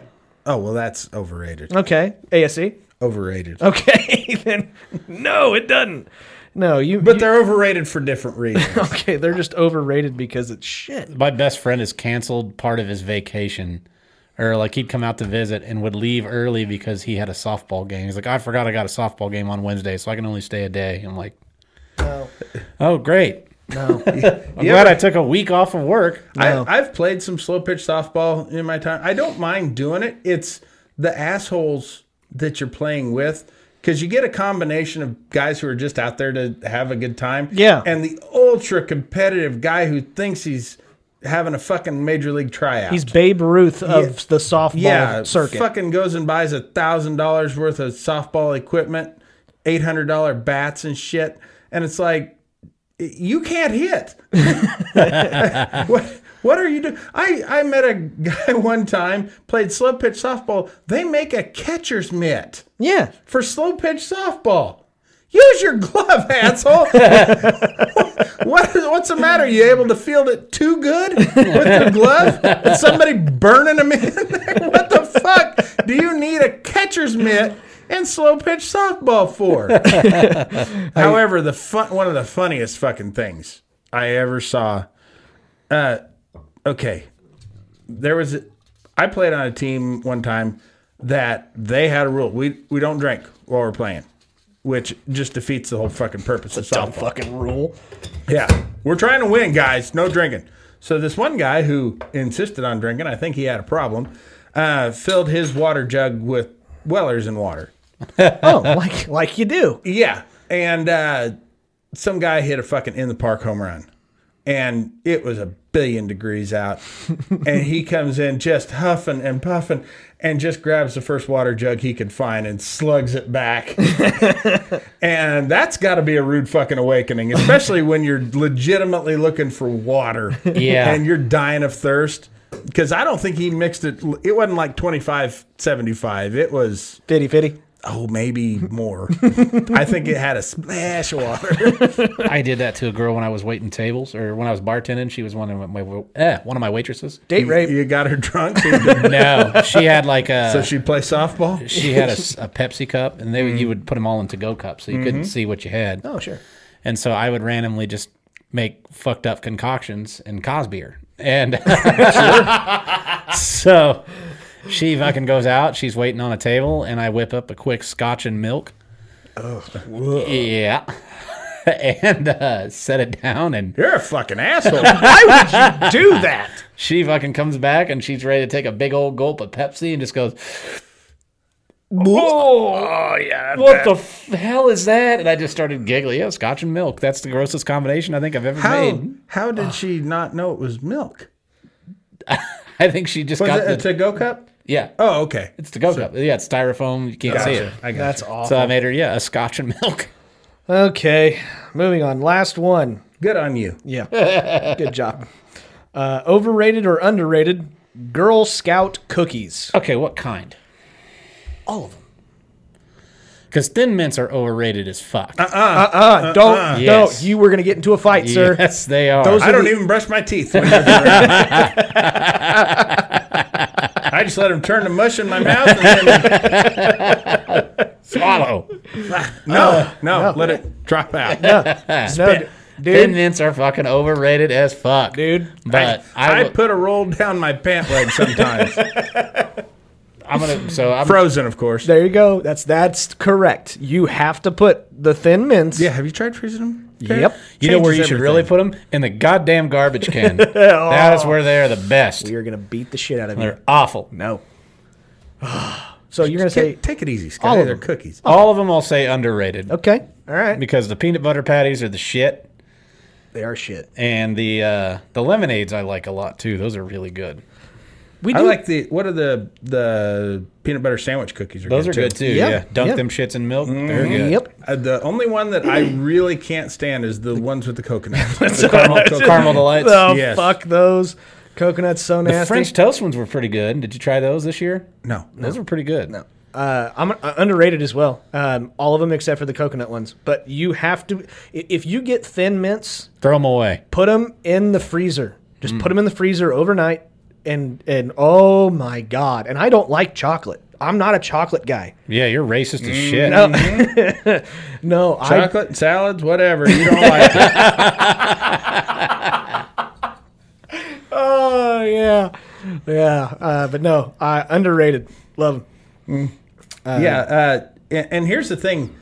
Speaker 2: Oh well, that's overrated.
Speaker 1: Okay. ASC.
Speaker 2: Overrated.
Speaker 1: Okay, then no, it doesn't. No, you.
Speaker 2: But
Speaker 1: you-
Speaker 2: they're overrated for different reasons.
Speaker 1: okay. They're just overrated because it's shit.
Speaker 3: My best friend has canceled part of his vacation, or like he'd come out to visit and would leave early because he had a softball game. He's like, I forgot I got a softball game on Wednesday, so I can only stay a day. I'm like, oh, great. I'm glad I took a week off of work.
Speaker 1: No.
Speaker 2: I, I've played some slow pitch softball in my time. I don't mind doing it. It's the assholes that you're playing with because you get a combination of guys who are just out there to have a good time.
Speaker 1: Yeah.
Speaker 2: And the ultra competitive guy who thinks he's having a fucking major league tryout.
Speaker 1: He's Babe Ruth of the softball
Speaker 2: yeah,
Speaker 1: circuit.
Speaker 2: fucking goes and buys a thousand dollars worth of softball equipment, eight hundred dollar bats and shit, and it's like you can't hit. what what are you doing? I I met a guy one time played slow pitch softball. They make a catcher's mitt
Speaker 1: Yeah.
Speaker 2: for slow pitch softball. Use your glove, asshole. what, what's the matter? You able to field it too good with your glove? Is somebody burning them in there? What the fuck do you need a catcher's mitt and slow pitch softball for? However, the fun, one of the funniest fucking things I ever saw. Uh, okay, there was a, I played on a team one time that they had a rule we we don't drink while we're playing, which just defeats the whole fucking purpose of softball.
Speaker 1: fucking rule.
Speaker 2: Yeah, we're trying to win, guys. No drinking. So this one guy who insisted on drinking, I think he had a problem, uh, filled his water jug with Weller's and water.
Speaker 1: Oh, like like you do.
Speaker 2: Yeah, and uh, some guy hit a fucking in the park home run, and it was a billion degrees out, and he comes in just huffing and puffing, and just grabs the first water jug he could find and slugs it back, and that's got to be a rude fucking awakening, especially when you're legitimately looking for water,
Speaker 3: Yeah.
Speaker 2: and you're dying of thirst. Because I don't think he mixed it. It wasn't like 25, 75. It was
Speaker 1: Fitty fitty.
Speaker 2: Oh, maybe more. I think it had a splash of water.
Speaker 3: I did that to a girl when I was waiting tables or when I was bartending. She was one of my eh, one of my waitresses.
Speaker 1: Date rape.
Speaker 2: You got her drunk, so you didn't-
Speaker 3: No, she had like a
Speaker 2: so she Mm-hmm. play softball.
Speaker 3: she had a, s- a Pepsi cup, and they you would put them all into go cups, so you
Speaker 2: Mm-hmm.
Speaker 3: couldn't see what you had.
Speaker 1: Oh sure.
Speaker 3: And so I would randomly just make fucked up concoctions and Cosbier. And so she fucking goes out. She's waiting on a table, and I whip up a quick scotch and milk. Oh, yeah. and uh, set it down, and
Speaker 2: You're a fucking asshole.
Speaker 1: Do that.
Speaker 3: she fucking comes back, and she's ready to take a big old gulp of Pepsi, and just goes,
Speaker 2: oh yeah.
Speaker 3: "What the f- hell is that?" And I just started giggling. Yeah, scotch and milk. That's the grossest combination I think I've ever
Speaker 2: How
Speaker 3: made.
Speaker 2: how did she not know it was milk?
Speaker 3: I think she just
Speaker 2: Was
Speaker 3: got
Speaker 2: it
Speaker 3: the
Speaker 2: a to go cup?
Speaker 3: yeah.
Speaker 2: Oh, okay.
Speaker 3: It's the go cup. Yeah, it's styrofoam. You can't see it.
Speaker 2: I got
Speaker 1: That's
Speaker 2: you.
Speaker 3: So
Speaker 1: awful.
Speaker 3: I made her, yeah, a scotch and milk.
Speaker 1: Okay, moving on. Last one.
Speaker 2: good on you.
Speaker 1: Yeah. Good job. Uh, overrated or underrated? Girl Scout cookies.
Speaker 3: Okay, what kind?
Speaker 1: All of them.
Speaker 3: Because thin mints are overrated as fuck.
Speaker 2: Uh-uh,
Speaker 1: Uh, don't. No,
Speaker 3: Yes.
Speaker 1: you were going to get into a fight, sir.
Speaker 3: yes, they are.
Speaker 1: Those-
Speaker 2: I don't even brush my teeth. When you're doing it. I just let them turn to mush in my mouth. And then,
Speaker 3: Swallow.
Speaker 2: no, no, let it drop out.
Speaker 1: No, d-
Speaker 3: Thin
Speaker 1: dude.
Speaker 3: mints are fucking overrated as fuck,
Speaker 1: Dude.
Speaker 3: But I,
Speaker 2: I,
Speaker 3: will-
Speaker 2: put a roll down my pant leg sometimes,
Speaker 3: I'm gonna. So I'm.
Speaker 2: frozen, of course.
Speaker 1: There you go. That's that's correct. You have to put the thin mints.
Speaker 2: Yeah, have you tried freezing them?
Speaker 1: Yep.
Speaker 3: you know where you
Speaker 2: Changes
Speaker 3: should really put them in the goddamn garbage can. that is where they are the best.
Speaker 1: You're going to beat the shit out of you.
Speaker 3: They're awful.
Speaker 1: No. So you're gonna say
Speaker 2: Take, take it easy, Scotty.
Speaker 1: All of
Speaker 2: They're
Speaker 1: them.
Speaker 2: cookies.
Speaker 3: All of them I'll say underrated.
Speaker 1: okay, all right.
Speaker 3: Because the peanut butter patties are the shit,
Speaker 1: They are shit.
Speaker 3: and the uh, the lemonades I like a lot too. Those are really good.
Speaker 1: We do
Speaker 2: I like the what are the the peanut butter sandwich cookies? Are
Speaker 3: Those are
Speaker 2: too.
Speaker 3: good too.
Speaker 1: Yeah,
Speaker 3: Yeah, dunk
Speaker 1: yeah.
Speaker 3: them shits in milk. They're good.
Speaker 1: Yep.
Speaker 2: Uh, the only one that I really can't stand is the ones with the coconut.
Speaker 3: The caramel, caramel delights.
Speaker 1: Oh
Speaker 2: Yes.
Speaker 1: fuck those coconuts so
Speaker 3: the
Speaker 1: nasty.
Speaker 3: French toast ones were pretty good. Did you try those this year?
Speaker 2: No,
Speaker 3: Those were pretty good. No.
Speaker 1: Uh, I'm uh, underrated as well. Um, all of them except for the coconut ones. But you have to, i- if you get thin mints,
Speaker 3: Throw them away.
Speaker 1: put them in the freezer. Just put them in the freezer overnight. And and oh my god! And I don't like chocolate. I'm not a chocolate guy.
Speaker 3: Yeah, you're racist as shit.
Speaker 1: No, I
Speaker 2: chocolate salads, whatever. You don't like it.
Speaker 1: Oh yeah, yeah. Uh, but no, I underrated. Love 'em.
Speaker 2: yeah, uh, and, and here's the thing: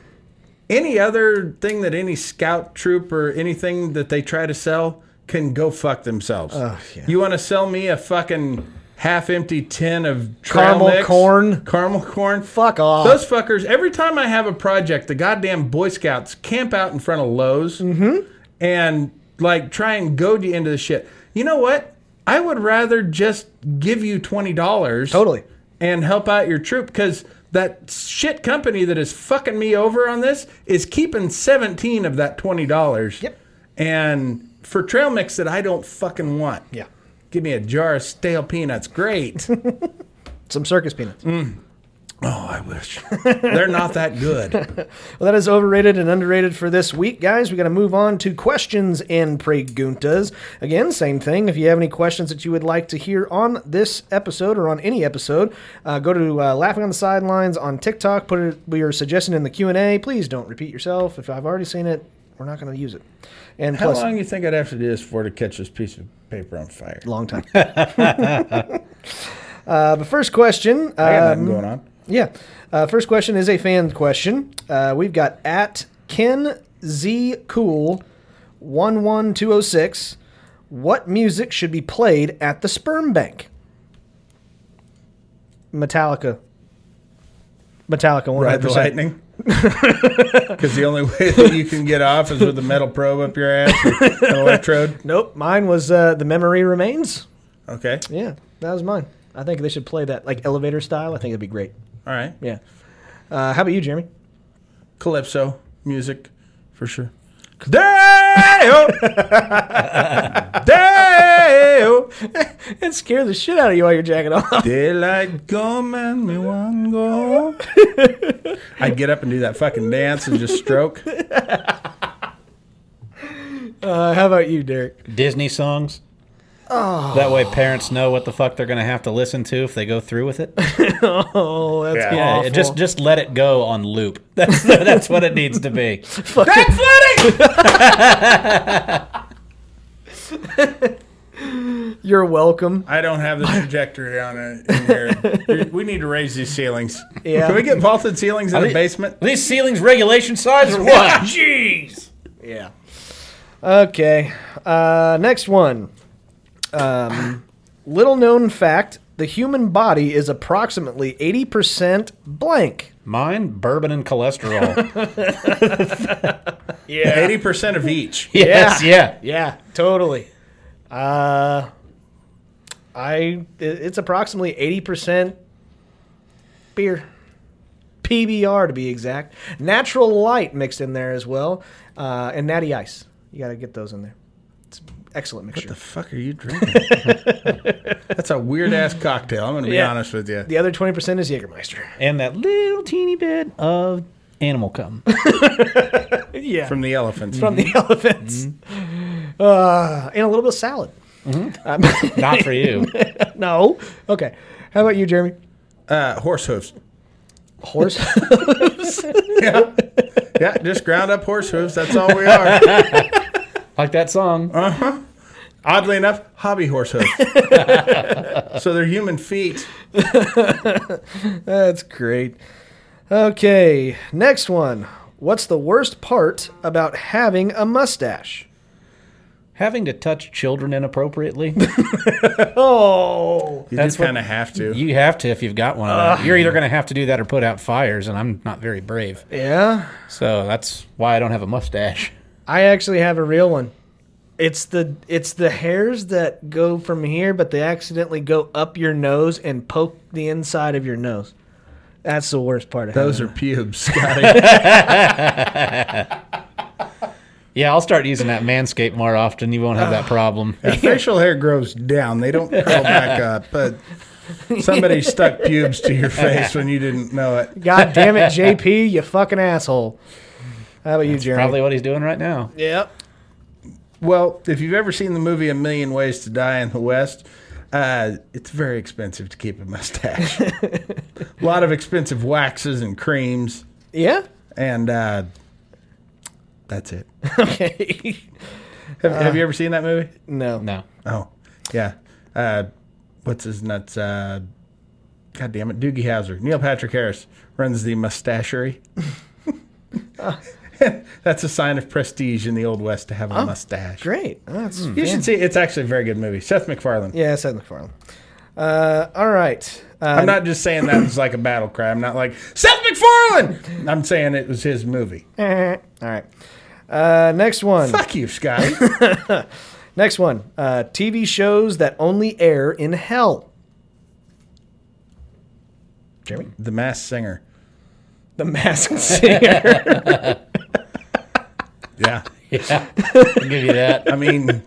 Speaker 2: any other thing that any scout troop or anything that they try to sell can go fuck themselves.
Speaker 1: Oh, yeah.
Speaker 2: You want to sell me a fucking half-empty tin of trail
Speaker 1: Caramel
Speaker 2: mix?
Speaker 1: corn?
Speaker 2: caramel corn?
Speaker 1: Fuck off.
Speaker 2: Those fuckers, every time I have a project, the goddamn Boy Scouts camp out in front of Lowe's
Speaker 1: Mm-hmm.
Speaker 2: and like try and goad you into the shit. You know what? I would rather just give you $20
Speaker 1: Totally.
Speaker 2: and help out your troop because that shit company that is fucking me over on this is keeping 17 of that $20.
Speaker 1: Yep.
Speaker 2: And for trail mix that I don't fucking want.
Speaker 1: Yeah.
Speaker 2: Give me a jar of stale peanuts. Great. oh,
Speaker 1: some circus peanuts.
Speaker 2: I wish. They're not that good.
Speaker 1: Well, that is overrated and underrated for this week, guys. We got to move on to questions and preguntas. Again, same thing. If you have any questions that you would like to hear on this episode or on any episode, uh, go to uh, Laughing on the Sidelines on TikTok. Put it we are suggesting in the Q and A. Please don't repeat yourself. If I've already seen it, we're not going to use it. And
Speaker 2: How
Speaker 1: plus,
Speaker 2: long do you think I'd have to do this for to catch this piece of paper on fire?
Speaker 1: long time. uh, but first question.
Speaker 2: I got
Speaker 1: um,
Speaker 2: nothing going on.
Speaker 1: Yeah. Uh, first question is a fan question. Uh, we've got at Ken Z Cool one one two zero six. What music should be played at the sperm bank? Metallica. Metallica. One hundred
Speaker 2: Ride the
Speaker 1: percent.
Speaker 2: lightning. Because the only way that you can get off is with a metal probe up your ass, or an electrode.
Speaker 1: Nope. Mine was uh, the memory remains.
Speaker 2: Okay.
Speaker 1: Yeah, that was mine. I think they should play that like elevator style. I think it'd be great.
Speaker 2: All right.
Speaker 1: Yeah. Uh, how about you, Jeremy?
Speaker 2: Calypso music, for sure. Day-o! Day-o!
Speaker 1: It scared the shit out of you while you're jacking off.
Speaker 2: Daylight come and me one go. I'd get up and do that fucking dance and just stroke.
Speaker 1: Uh, how about you, Derek?
Speaker 3: Disney songs. Oh. That way, parents know what the fuck they're gonna have to listen to if they go through with it.
Speaker 1: Oh, that's
Speaker 2: Yeah.
Speaker 3: Yeah,
Speaker 1: awful.
Speaker 3: just just let it go on loop. That's that's what it needs to be.
Speaker 2: That's flooding!
Speaker 1: You're welcome.
Speaker 2: I don't have the trajectory on it in here. we need to raise these ceilings.
Speaker 1: Yeah.
Speaker 2: Can we get vaulted ceilings in
Speaker 3: Are
Speaker 2: the
Speaker 3: the-
Speaker 2: basement?
Speaker 3: Are these ceilings regulation size or what?
Speaker 2: Jeez.
Speaker 1: Yeah. Okay. Uh, next one. Um, little known fact the human body is approximately 80% blank.
Speaker 3: Mine, bourbon and cholesterol.
Speaker 1: Yeah.
Speaker 2: Eighty percent of each.
Speaker 3: yes, yeah.
Speaker 1: Yeah, totally. Uh, I i- It's approximately 80% beer. PBR to be exact. Natural light mixed in there as well. Uh, and natty ice. You got to get those in there. It's excellent mixture.
Speaker 2: The fuck are you drinking? That's a weird ass cocktail. I'm gonna be
Speaker 1: Yeah.
Speaker 2: honest with you.
Speaker 1: The other twenty percent is Jägermeister.
Speaker 3: And that little teeny bit of animal cum.
Speaker 1: Yeah, from,
Speaker 2: From the elephants.
Speaker 1: the elephants, uh, and a little bit of salad.
Speaker 3: Not for you.
Speaker 1: No, okay. How about you, Jeremy?
Speaker 2: uh, horse hooves.
Speaker 1: Horse.
Speaker 2: Yeah. yeah, just ground up horse hooves. That's all we are.
Speaker 3: Like that song.
Speaker 2: Oddly enough, hobby horse hooves. so they're human feet.
Speaker 1: That's great. Okay, next one. What's the worst part about having a mustache?
Speaker 3: Having to touch children inappropriately,
Speaker 1: Oh,
Speaker 2: You
Speaker 3: That's
Speaker 2: just
Speaker 3: what-
Speaker 2: kind of have to.
Speaker 3: you have to if you've got one. Of those. You're either going to have to do that or put out fires, and I'm not very brave.
Speaker 1: yeah.
Speaker 3: So that's why I don't have a mustache.
Speaker 1: I actually have a real one. It's the it's the hairs that go from here, but they accidentally go up your nose and poke the inside of your nose. That's the worst part of
Speaker 2: Those
Speaker 1: having
Speaker 2: are pubes, Scotty.
Speaker 3: Yeah, I'll start using that Manscaped more often. You won't have that problem.
Speaker 2: Now, facial hair grows down; they don't curl back up. But somebody stuck pubes to your face when you didn't know it.
Speaker 1: it. God damn it, JP, you fucking asshole. How about you, Jeremy?
Speaker 3: Probably what he's doing right now.
Speaker 1: Yep.
Speaker 2: Well, if you've ever seen the movie A Million Ways to Die in the West, uh, it's very expensive to keep a mustache. a lot of expensive waxes and creams,
Speaker 1: Yeah.
Speaker 2: and uh, that's it.
Speaker 1: Okay.
Speaker 2: Have, have you ever seen that movie?
Speaker 1: no.
Speaker 3: No.
Speaker 2: Oh, yeah. Uh, what's his nuts? Uh, God damn it, Doogie Howser. Neil Patrick Harris runs the mustachery. That's a sign of prestige in the old West to have a mustache.
Speaker 1: Great. Oh, that's
Speaker 2: You should see. It's actually a very good movie. Seth MacFarlane.
Speaker 1: yeah, Seth MacFarlane. Uh, all right. Uh,
Speaker 2: I'm not just saying that was like a battle cry. I'm not like Seth MacFarlane. I'm saying it was his movie.
Speaker 1: eh, all right. Uh, next one.
Speaker 2: Fuck you, Scotty.
Speaker 1: Next one. Uh, TV shows that only air in hell. Jeremy?
Speaker 2: the Mass Singer.
Speaker 1: The Masked Singer.
Speaker 2: Yeah.
Speaker 3: Yeah, I'll give you that.
Speaker 2: I mean,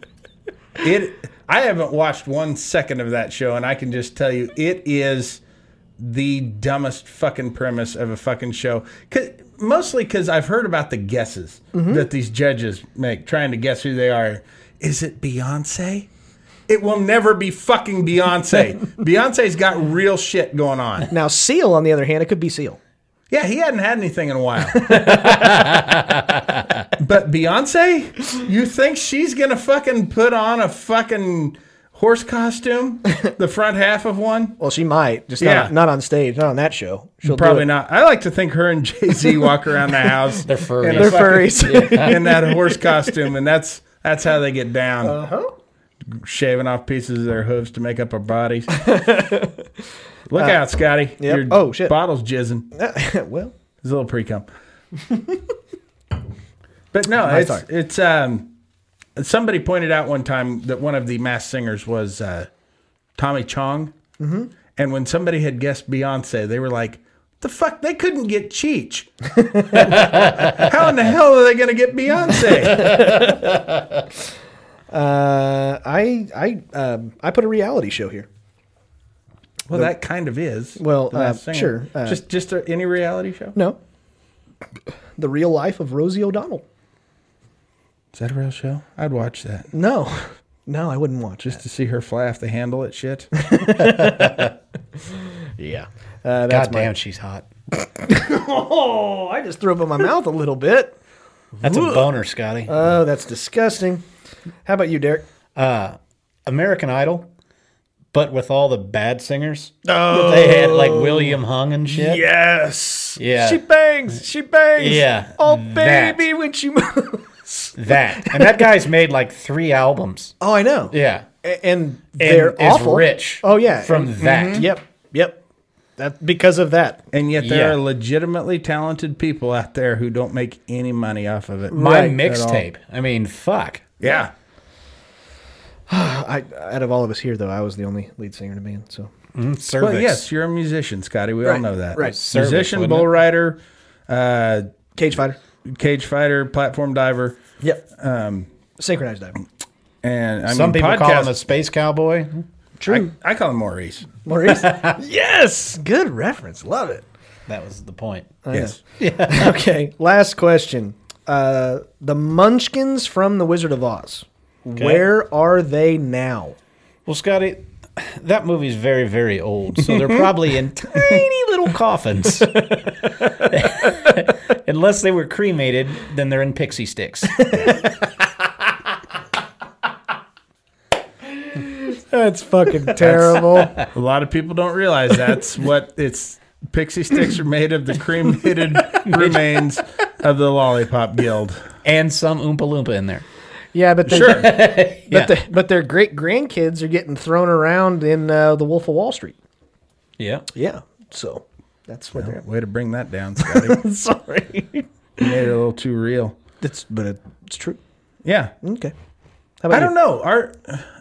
Speaker 2: it. I haven't watched one second of that show, and I can just tell you it is the dumbest fucking premise of a fucking show. 'Cause- mostly because I've heard about the guesses that these judges make, trying to guess who they are. Is it Beyonce? It will never be fucking Beyonce. Beyonce's got real shit going on.
Speaker 1: now, Seal, on the other hand, it could be Seal.
Speaker 2: Yeah, he hadn't had anything in a while. but Beyonce, you think she's gonna fucking put on a fucking horse costume, the front half of one?
Speaker 1: Well, she might, just
Speaker 2: Yeah.
Speaker 1: not, not on stage, not on that show. She'll do
Speaker 2: Probably
Speaker 1: it.
Speaker 2: not. I like to think her and Jay Z walk around the house. They're
Speaker 3: furries.
Speaker 1: They're furries.
Speaker 2: in that horse costume, and that's that's how they get down.
Speaker 1: Uh-huh.
Speaker 2: Shaving off pieces of their hooves to make up our bodies. Look out, Scotty! Your
Speaker 1: Uh, Oh, shit.
Speaker 2: Bottle's jizzing.
Speaker 1: well,
Speaker 2: It's a little pre cum. but no, it's
Speaker 1: thought.
Speaker 2: it's um somebody pointed out one time that one of the mass singers was uh Tommy Chong. Mm-hmm. And when somebody had guessed Beyonce, they were like, the fuck? They couldn't get Cheech. How in the hell are they going to get Beyonce?
Speaker 1: uh, I I um, I put a reality show here.
Speaker 2: well, that kind of is.
Speaker 1: Well,
Speaker 2: The
Speaker 1: uh,
Speaker 2: Masked Singer.
Speaker 1: sure, uh,
Speaker 2: just just a, any reality show?
Speaker 1: No. The real life of Rosie O'Donnell.
Speaker 2: Is that a real show? I'd watch that
Speaker 1: No. No, I wouldn't watch
Speaker 2: just to see her fly off the handle at shit.
Speaker 1: Yeah. Uh, that's
Speaker 3: God
Speaker 1: my-
Speaker 3: damn, she's hot.
Speaker 1: Oh, I just threw up in my mouth a little bit.
Speaker 3: That's a boner, Scotty.
Speaker 1: Oh, that's disgusting. How about you, Derek?
Speaker 3: American Idol, but with all the bad singers. Oh, they had like William Hung and shit.
Speaker 1: Yes.
Speaker 3: Yeah.
Speaker 1: She bangs. She bangs.
Speaker 3: Yeah,
Speaker 1: Oh,
Speaker 3: that.
Speaker 1: baby, when she moves.
Speaker 3: That and that guy's made like three albums.
Speaker 1: Oh, I know.
Speaker 3: Yeah,
Speaker 1: A- And
Speaker 3: and
Speaker 1: they're
Speaker 3: is
Speaker 1: awful.
Speaker 3: rich.
Speaker 1: Oh, yeah.
Speaker 3: from
Speaker 1: And-
Speaker 3: that.
Speaker 1: Yep. Yep. That because of that.
Speaker 2: And yet there
Speaker 3: Yeah.
Speaker 2: are legitimately talented people out there who don't make any money off of it.
Speaker 3: My
Speaker 1: Right,
Speaker 2: at all.
Speaker 3: mixtape. I mean, fuck.
Speaker 2: Yeah.
Speaker 1: I, out of all of us here, though, I was the only lead singer in the band. So
Speaker 3: Cervix.
Speaker 2: Well, yes, you're a musician, Scotty. We all
Speaker 1: Right,
Speaker 2: know that.
Speaker 1: right.
Speaker 3: Cervix,
Speaker 2: musician,
Speaker 3: wasn't
Speaker 2: bull
Speaker 3: it?
Speaker 2: rider, uh,
Speaker 1: cage fighter.
Speaker 2: cage fighter, platform diver,
Speaker 1: Yep. Um, synchronized diving.
Speaker 2: and I
Speaker 3: Some
Speaker 2: mean,
Speaker 3: people
Speaker 2: podcast,
Speaker 3: call him a space cowboy. Mm,
Speaker 1: True.
Speaker 2: I call him Maurice.
Speaker 1: Maurice. yes. Good reference. Love it.
Speaker 3: That was the point.
Speaker 2: yes.
Speaker 1: Okay. Last question. Uh, the Munchkins from The Wizard of Oz. Where are they now?
Speaker 3: Well, Scotty, that movie's very, very old, so they're probably in tiny little coffins. Unless they were cremated, then they're in pixie sticks.
Speaker 1: That's fucking terrible.
Speaker 2: A lot of people don't realize that's what it's. Pixie sticks are made of the cremated remains of the Lollipop Guild.
Speaker 3: and some Oompa Loompa in there.
Speaker 1: Yeah, but they,
Speaker 2: Sure.
Speaker 3: Yeah.
Speaker 1: but, the, but their great grandkids are getting thrown around in uh, the Wolf of Wall Street.
Speaker 3: Yeah.
Speaker 1: Yeah, so that's where they're.
Speaker 2: Way to bring that down, Scotty.
Speaker 1: Sorry,
Speaker 2: you made it a little too real.
Speaker 1: that's but it's true.
Speaker 2: Yeah.
Speaker 1: Okay, How about
Speaker 2: I
Speaker 1: you?
Speaker 2: don't know. Are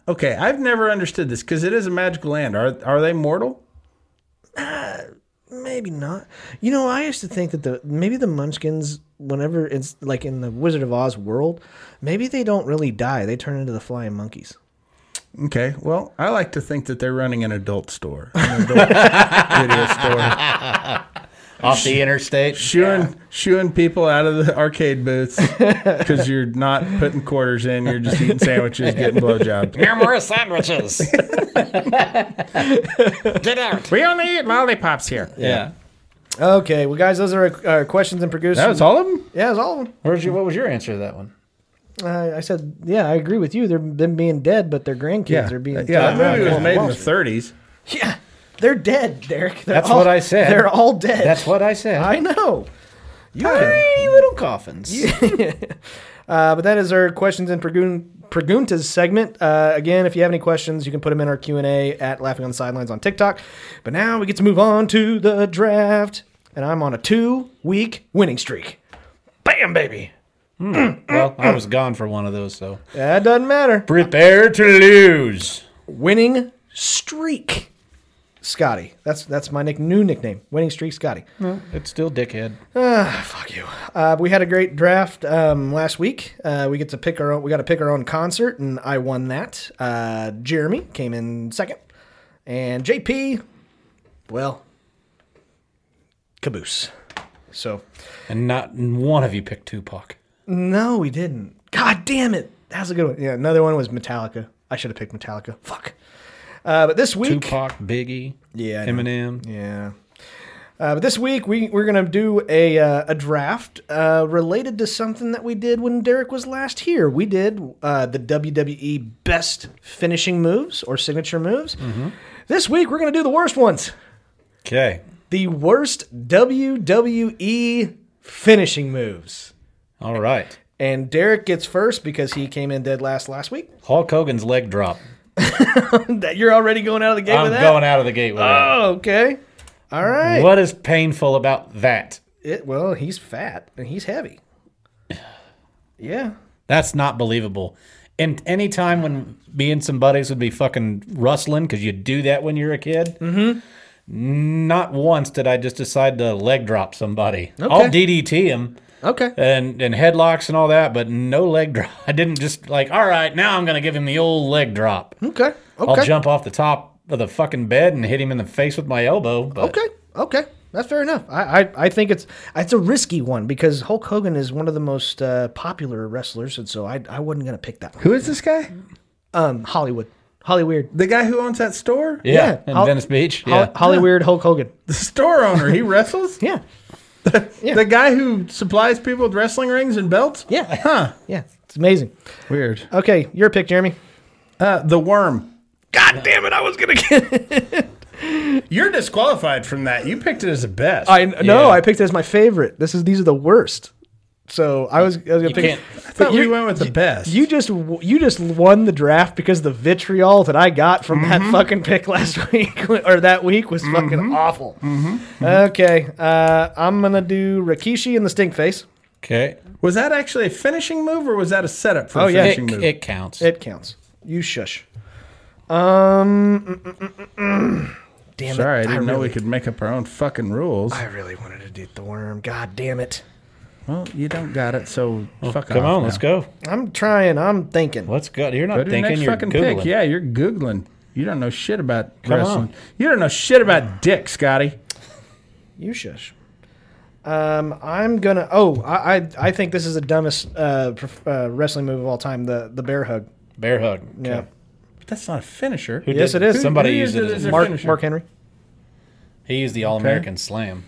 Speaker 2: okay? I've never understood this because it is a magical land. Are are they mortal?
Speaker 1: Maybe not. You know, I used to think that the maybe the Munchkins, whenever it's like in the Wizard of Oz world, maybe they don't really die. They turn into the flying monkeys.
Speaker 2: Okay. Well, I like to think that they're running an adult store, an adult video store,
Speaker 3: Off the interstate.
Speaker 2: shooing shooing people out of the arcade booths because you're not putting quarters in. You're just eating sandwiches, getting blowjobs.
Speaker 3: Here more sandwiches. Get out.
Speaker 2: We only eat lollipops here.
Speaker 3: Yeah.
Speaker 1: Okay, well, guys, those are our, our questions and producers.
Speaker 2: That was all of them.
Speaker 1: Yeah, that's all of them.
Speaker 3: Where's your, what was your answer to that one?
Speaker 1: Uh, I said, yeah, I agree with you. They're them being dead, but their grandkids are being
Speaker 2: yeah.
Speaker 1: thrown around
Speaker 2: That movie was
Speaker 1: Wolf of
Speaker 2: made in
Speaker 1: Wall
Speaker 2: the
Speaker 1: Street.
Speaker 2: '30s.
Speaker 1: Yeah, they're dead, Derek. They're
Speaker 3: That's
Speaker 1: all-
Speaker 3: what I said.
Speaker 1: They're all dead.
Speaker 3: That's what I said.
Speaker 1: I know.
Speaker 3: Tiny little coffins.
Speaker 1: Uh, but that is our questions and pregun- preguntas segment. Uh, again, if you have any questions, you can put them in our Q and A at Laughing on the Sidelines on TikTok. But now we get to move on to the draft, and I'm on a two-week winning streak. Bam, baby. Hmm.
Speaker 3: well, I was gone for one of those, so
Speaker 1: That doesn't matter.
Speaker 3: prepare to lose.
Speaker 1: Winning streak, Scotty. That's that's my nick- new nickname. Winning streak, Scotty.
Speaker 3: It's still dickhead.
Speaker 1: Fuck you. Uh, we had a great draft um, last week. Uh, we get to pick our own. We got to pick our own concert, and I won that. Uh, Jeremy came in second, and JP, well, caboose. So
Speaker 3: And not one of you picked Tupac.
Speaker 1: no, we didn't. God damn it. That was a good one. Yeah, another one was Metallica. I should have picked Metallica. Fuck. Uh, but this week,
Speaker 3: Tupac, Biggie,
Speaker 1: Yeah, I know.
Speaker 3: Eminem.
Speaker 1: Yeah. Uh, but this week we we're gonna do a uh, a draft uh, related to something that we did when Derek was last here. We did uh, the WWE best finishing moves or signature moves.
Speaker 3: Mm-hmm.
Speaker 1: This week we're gonna do the worst ones.
Speaker 3: Okay.
Speaker 1: The worst WWE finishing moves.
Speaker 3: All right.
Speaker 1: And Derek gets first because he came in dead last last week.
Speaker 3: Hulk Hogan's leg drop.
Speaker 1: That you're already going out of the gate
Speaker 3: I'm
Speaker 1: with that.
Speaker 3: going out of the gate with that.
Speaker 1: oh, okay. All right.
Speaker 3: What is painful about that?
Speaker 1: It well, he's fat and he's heavy. Yeah.
Speaker 3: That's not believable. And any time when me and some buddies would be fucking rustling, because you do that when you're a kid, mm-hmm. not once did I just decide to leg drop somebody. I'll DDT him
Speaker 1: Okay.
Speaker 3: and, and headlocks and all that, but no leg drop. I didn't just like, all right, now I'm going to give him the old leg drop.
Speaker 1: Okay. Okay.
Speaker 3: I'll jump off the top of the fucking bed and hit him in the face with my elbow. But
Speaker 1: Okay. Okay. That's fair enough. I, I, I think it's it's a risky one because Hulk Hogan is one of the most uh, popular wrestlers, and so I I wasn't gonna pick that one.
Speaker 2: Who is this guy?
Speaker 1: Um, Hollywood, Hollywood,
Speaker 2: The guy who owns that store?
Speaker 3: yeah,
Speaker 1: Yeah,
Speaker 3: in
Speaker 1: I'll-
Speaker 3: Venice Beach.
Speaker 1: Hol-
Speaker 3: Yeah.
Speaker 1: Hollyweird Hulk Hogan.
Speaker 2: The store owner. He wrestles.
Speaker 1: Yeah.
Speaker 2: The guy who supplies people with wrestling rings and belts?
Speaker 1: Yeah.
Speaker 2: Huh.
Speaker 1: Yeah. It's amazing.
Speaker 2: Weird.
Speaker 1: Okay, your pick, Jeremy.
Speaker 2: Uh, the worm.
Speaker 1: God damn it! I was gonna get. It.
Speaker 2: You're disqualified from that. You picked it as the best.
Speaker 1: I no,
Speaker 3: Yeah.
Speaker 1: I picked it as my favorite. This is these are the worst. So I was I was gonna pick.
Speaker 3: can't-
Speaker 2: I thought
Speaker 1: but
Speaker 2: we
Speaker 1: you-
Speaker 2: went with the best.
Speaker 1: You just you just won the draft because the vitriol that I got from
Speaker 2: Mm-hmm.
Speaker 1: that fucking pick last week or that week was fucking awful.
Speaker 2: Mm-hmm.
Speaker 1: Okay, uh, I'm gonna do Rikishi and the Stink Face.
Speaker 3: Okay.
Speaker 2: was that actually a finishing move or was that a setup for
Speaker 1: Oh,
Speaker 2: a
Speaker 1: yeah.
Speaker 2: finishing
Speaker 3: It,
Speaker 2: move?
Speaker 3: it counts.
Speaker 1: It counts. You shush. Um, mm, mm, mm, mm, mm. damn
Speaker 2: Sorry, I
Speaker 1: it!
Speaker 2: didn't know
Speaker 1: really,
Speaker 2: we could make up our own fucking rules.
Speaker 1: I really wanted to do the worm. God damn it!
Speaker 2: well, you don't got it, so fuck
Speaker 3: Come
Speaker 2: off
Speaker 3: on,
Speaker 2: now.
Speaker 3: let's go.
Speaker 1: I'm trying. I'm thinking.
Speaker 3: Let's go. You're
Speaker 2: Go to
Speaker 3: not
Speaker 2: your
Speaker 3: thinking.
Speaker 2: next
Speaker 3: You're
Speaker 2: fucking
Speaker 3: googling.
Speaker 2: pick. Yeah, you're Googling. You don't know shit about wrestling.
Speaker 3: on.
Speaker 2: You don't know shit about dick, Scotty.
Speaker 1: You shush. Um, I'm gonna. Oh, I I, I think this is the dumbest uh, perf- uh, wrestling move of all time. The the bear hug.
Speaker 3: Bear hug.
Speaker 1: Yeah.
Speaker 2: But that's not a finisher.
Speaker 1: Yes,
Speaker 3: did-
Speaker 1: it is.
Speaker 3: Somebody
Speaker 2: who
Speaker 3: used it
Speaker 2: used it
Speaker 3: as
Speaker 2: as
Speaker 3: a
Speaker 2: a
Speaker 3: mark.
Speaker 1: Mark
Speaker 2: finisher.
Speaker 1: Mark Henry.
Speaker 3: He used the All American Slam.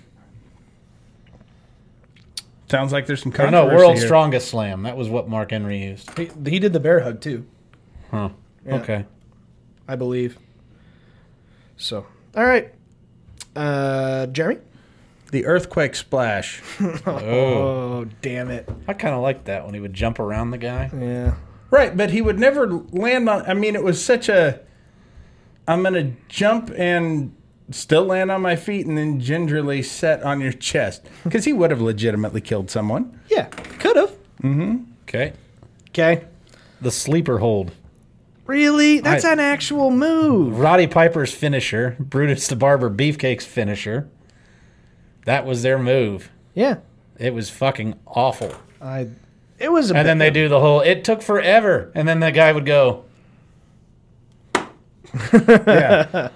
Speaker 2: Sounds like there's some
Speaker 3: Or
Speaker 2: controversy
Speaker 3: no, World's
Speaker 2: here.
Speaker 3: Strongest Slam. That was what Mark Henry used.
Speaker 1: He, he did the bear hug too,
Speaker 3: Huh. Okay.
Speaker 1: I believe. So all right, uh, Jeremy.
Speaker 2: The earthquake splash.
Speaker 3: Oh,
Speaker 1: Oh damn it!
Speaker 3: I kind of liked that when he would jump around the guy.
Speaker 1: Yeah,
Speaker 2: Right, but he would never land on. I mean, it was such a. I'm gonna jump and still land on my feet, and then gingerly set on your chest because he would have legitimately killed someone.
Speaker 1: Yeah, could have.
Speaker 3: Okay.
Speaker 1: Okay.
Speaker 3: The sleeper hold.
Speaker 1: Really? That's
Speaker 3: I-
Speaker 1: an actual move.
Speaker 3: Roddy Piper's finisher, Brutus the Barber Beefcake's finisher. That was their move.
Speaker 1: Yeah.
Speaker 3: It was fucking awful.
Speaker 1: I. It was. A
Speaker 3: And then
Speaker 1: bit-
Speaker 3: they do the whole, it took forever. And then the guy would go,
Speaker 2: Yeah,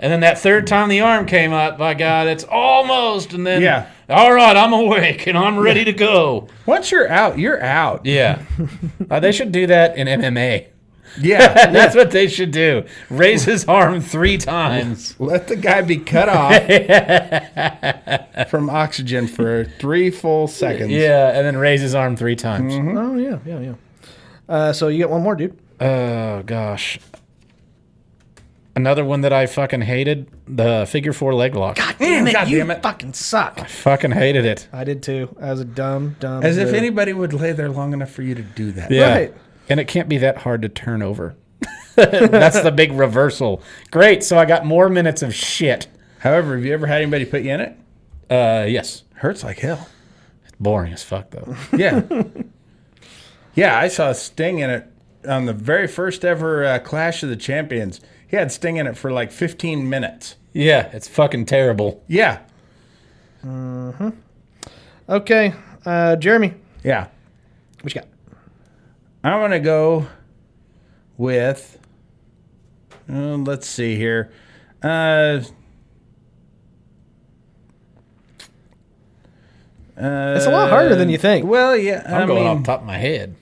Speaker 3: and then that third time the arm came up, by God, it's almost. And then,
Speaker 2: Yeah.
Speaker 3: all right, I'm awake and I'm ready to go.
Speaker 2: once you're out, you're out.
Speaker 3: Yeah. Uh, they should do that in MMA.
Speaker 2: Yeah,
Speaker 3: That's what they should do. Raise his arm three times.
Speaker 2: let the guy be cut off from oxygen for three full seconds.
Speaker 3: Yeah, and then raise his arm three times.
Speaker 1: Oh yeah, yeah, yeah. Uh, so you get one more, dude.
Speaker 3: Oh gosh. Another one that I fucking hated, the figure four leg lock.
Speaker 1: Damn
Speaker 2: it, God you damn it.
Speaker 1: fucking suck.
Speaker 3: Fucking hated it.
Speaker 1: I did too. I was a dumb, dumb.
Speaker 2: As if
Speaker 1: boo.
Speaker 2: anybody would lay there long enough for you to do that.
Speaker 3: Yeah.
Speaker 1: Right.
Speaker 3: And it can't be that hard to turn over. That's the big reversal. Great, so I got more minutes of shit.
Speaker 2: However, have you ever had anybody put you in it?
Speaker 3: Uh yes.
Speaker 2: Hurts like hell.
Speaker 3: Boring as fuck though.
Speaker 2: Yeah. yeah, I saw Sting in it on the very first ever uh, Clash of the Champions. He had Sting in it for like 15 minutes.
Speaker 3: yeah, it's fucking terrible.
Speaker 2: Yeah.
Speaker 1: Okay, uh, Jeremy,
Speaker 2: Yeah.
Speaker 1: what you got?
Speaker 2: I'm going to go with, uh, let's see here. Uh,
Speaker 1: It's a lot harder than you think.
Speaker 2: Uh, well, yeah. I
Speaker 3: I'm going
Speaker 2: mean,
Speaker 3: off the top of my head.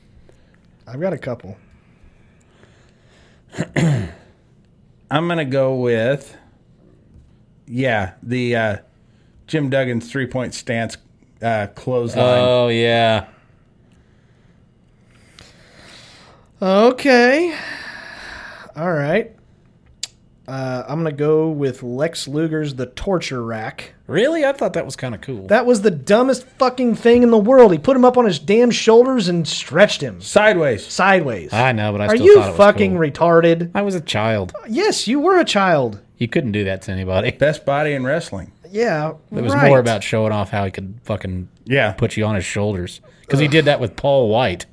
Speaker 1: I've got a couple.
Speaker 2: I'm gonna go with yeah the uh, Jim Duggan's three point stance uh, clothesline.
Speaker 3: Oh yeah.
Speaker 1: Okay. All right. Uh, I'm gonna go with Lex Luger's the torture rack.
Speaker 3: Really? I thought that was kind of cool.
Speaker 1: That was the dumbest fucking thing in the world. He put him up on his damn shoulders and stretched him
Speaker 2: Sideways.
Speaker 1: sideways.
Speaker 3: I know, but I
Speaker 1: Are
Speaker 3: still
Speaker 1: you
Speaker 3: thought it was
Speaker 1: fucking
Speaker 3: cool.
Speaker 1: retarded?
Speaker 3: I was a child.
Speaker 1: Yes, you were a child.
Speaker 3: You couldn't do that to anybody.
Speaker 2: Best body in wrestling.
Speaker 1: Yeah,
Speaker 3: It was
Speaker 1: right.
Speaker 3: more about showing off how he could fucking
Speaker 2: Yeah.
Speaker 3: put you on his shoulders because he did that with Paul White.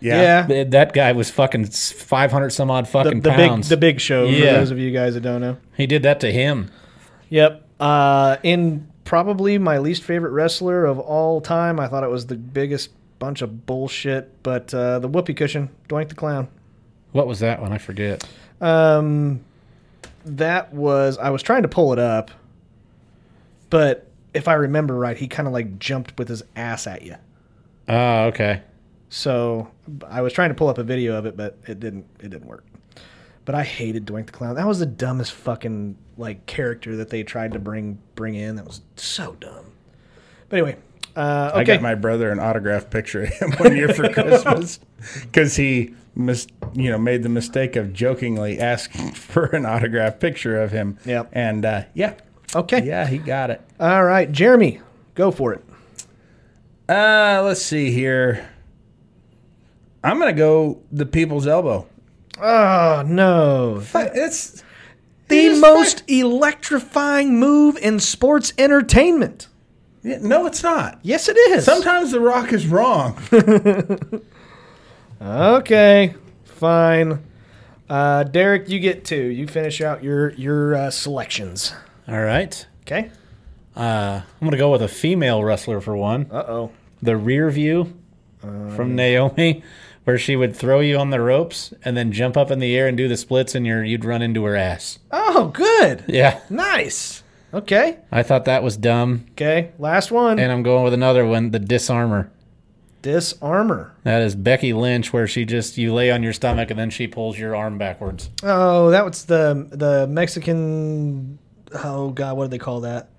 Speaker 2: Yeah.
Speaker 1: yeah,
Speaker 3: Th- That guy was fucking five hundred some odd
Speaker 1: the,
Speaker 3: fucking
Speaker 1: the big
Speaker 3: pounds.
Speaker 1: the big show
Speaker 3: Yeah.
Speaker 1: for those of you guys that don't know.
Speaker 3: he did that to him.
Speaker 1: Yep. Uh, in probably my least favorite wrestler of all time, I thought it was the biggest bunch of bullshit. But uh, the whoopee cushion, Doink the Clown.
Speaker 3: What was that one? I forget.
Speaker 1: Um, that was I was trying to pull it up, but if I remember right, he kind of like jumped with his ass at you.
Speaker 3: Oh, okay.
Speaker 1: So I was trying to pull up a video of it, but it didn't. It didn't work. But I hated Doink the Clown. That was the dumbest fucking like character that they tried to bring bring in. That was so dumb. But anyway, uh,
Speaker 2: I
Speaker 1: okay.
Speaker 2: got my brother an autographed picture of him one year for Christmas because he mis- you know made the mistake of jokingly asking for an autographed picture of him.
Speaker 1: Yep.
Speaker 2: And uh, yeah,
Speaker 1: okay.
Speaker 2: yeah, he got it.
Speaker 1: All right, Jeremy, go for it.
Speaker 2: Uh, let's see here. I'm gonna go the people's elbow.
Speaker 1: Oh no!
Speaker 2: But it's
Speaker 1: The
Speaker 2: just
Speaker 1: most electrifying move in sports entertainment.
Speaker 2: Yeah, No, it's not.
Speaker 1: Yes, it is.
Speaker 2: Sometimes The Rock is wrong.
Speaker 1: Okay, fine. Uh, Derek, you get two. You finish out your your uh, selections.
Speaker 3: All right.
Speaker 1: Okay.
Speaker 3: I'm gonna go with a female wrestler for one.
Speaker 1: Uh oh.
Speaker 3: The rear view from Naomi, where she would throw you on the ropes and then jump up in the air and do the splits, and you're, you'd run into her ass.
Speaker 1: Oh, good.
Speaker 3: Yeah,
Speaker 1: Nice. Okay.
Speaker 3: I thought that was dumb,
Speaker 1: Okay. Last one.
Speaker 3: and I'm going with another one, the disarmer.
Speaker 1: Disarmor.
Speaker 3: That is Becky Lynch, where she just you lay on your stomach and then she pulls your arm backwards.
Speaker 1: Oh, that was the the Mexican. Oh God, what do they call that?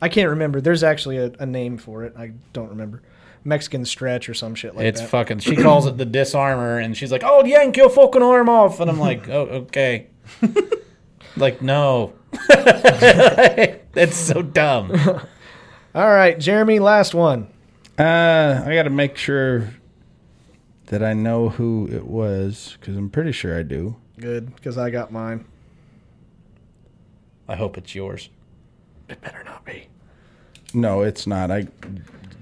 Speaker 1: I can't remember. There's actually a, a name for it. I don't remember. Mexican stretch or some shit like
Speaker 3: It's
Speaker 1: that.
Speaker 3: fucking. She calls it the disarmer, and she's like, "Oh, yank your fucking arm off," and I'm like, "Oh, okay." like, no, that's so dumb.
Speaker 1: All right, Jeremy. Last one.
Speaker 2: Uh, I got to make sure Did I know who it was? Because I'm pretty sure I do.
Speaker 1: Good, because I got mine.
Speaker 3: I hope it's yours.
Speaker 1: It better not be.
Speaker 2: No, it's not. I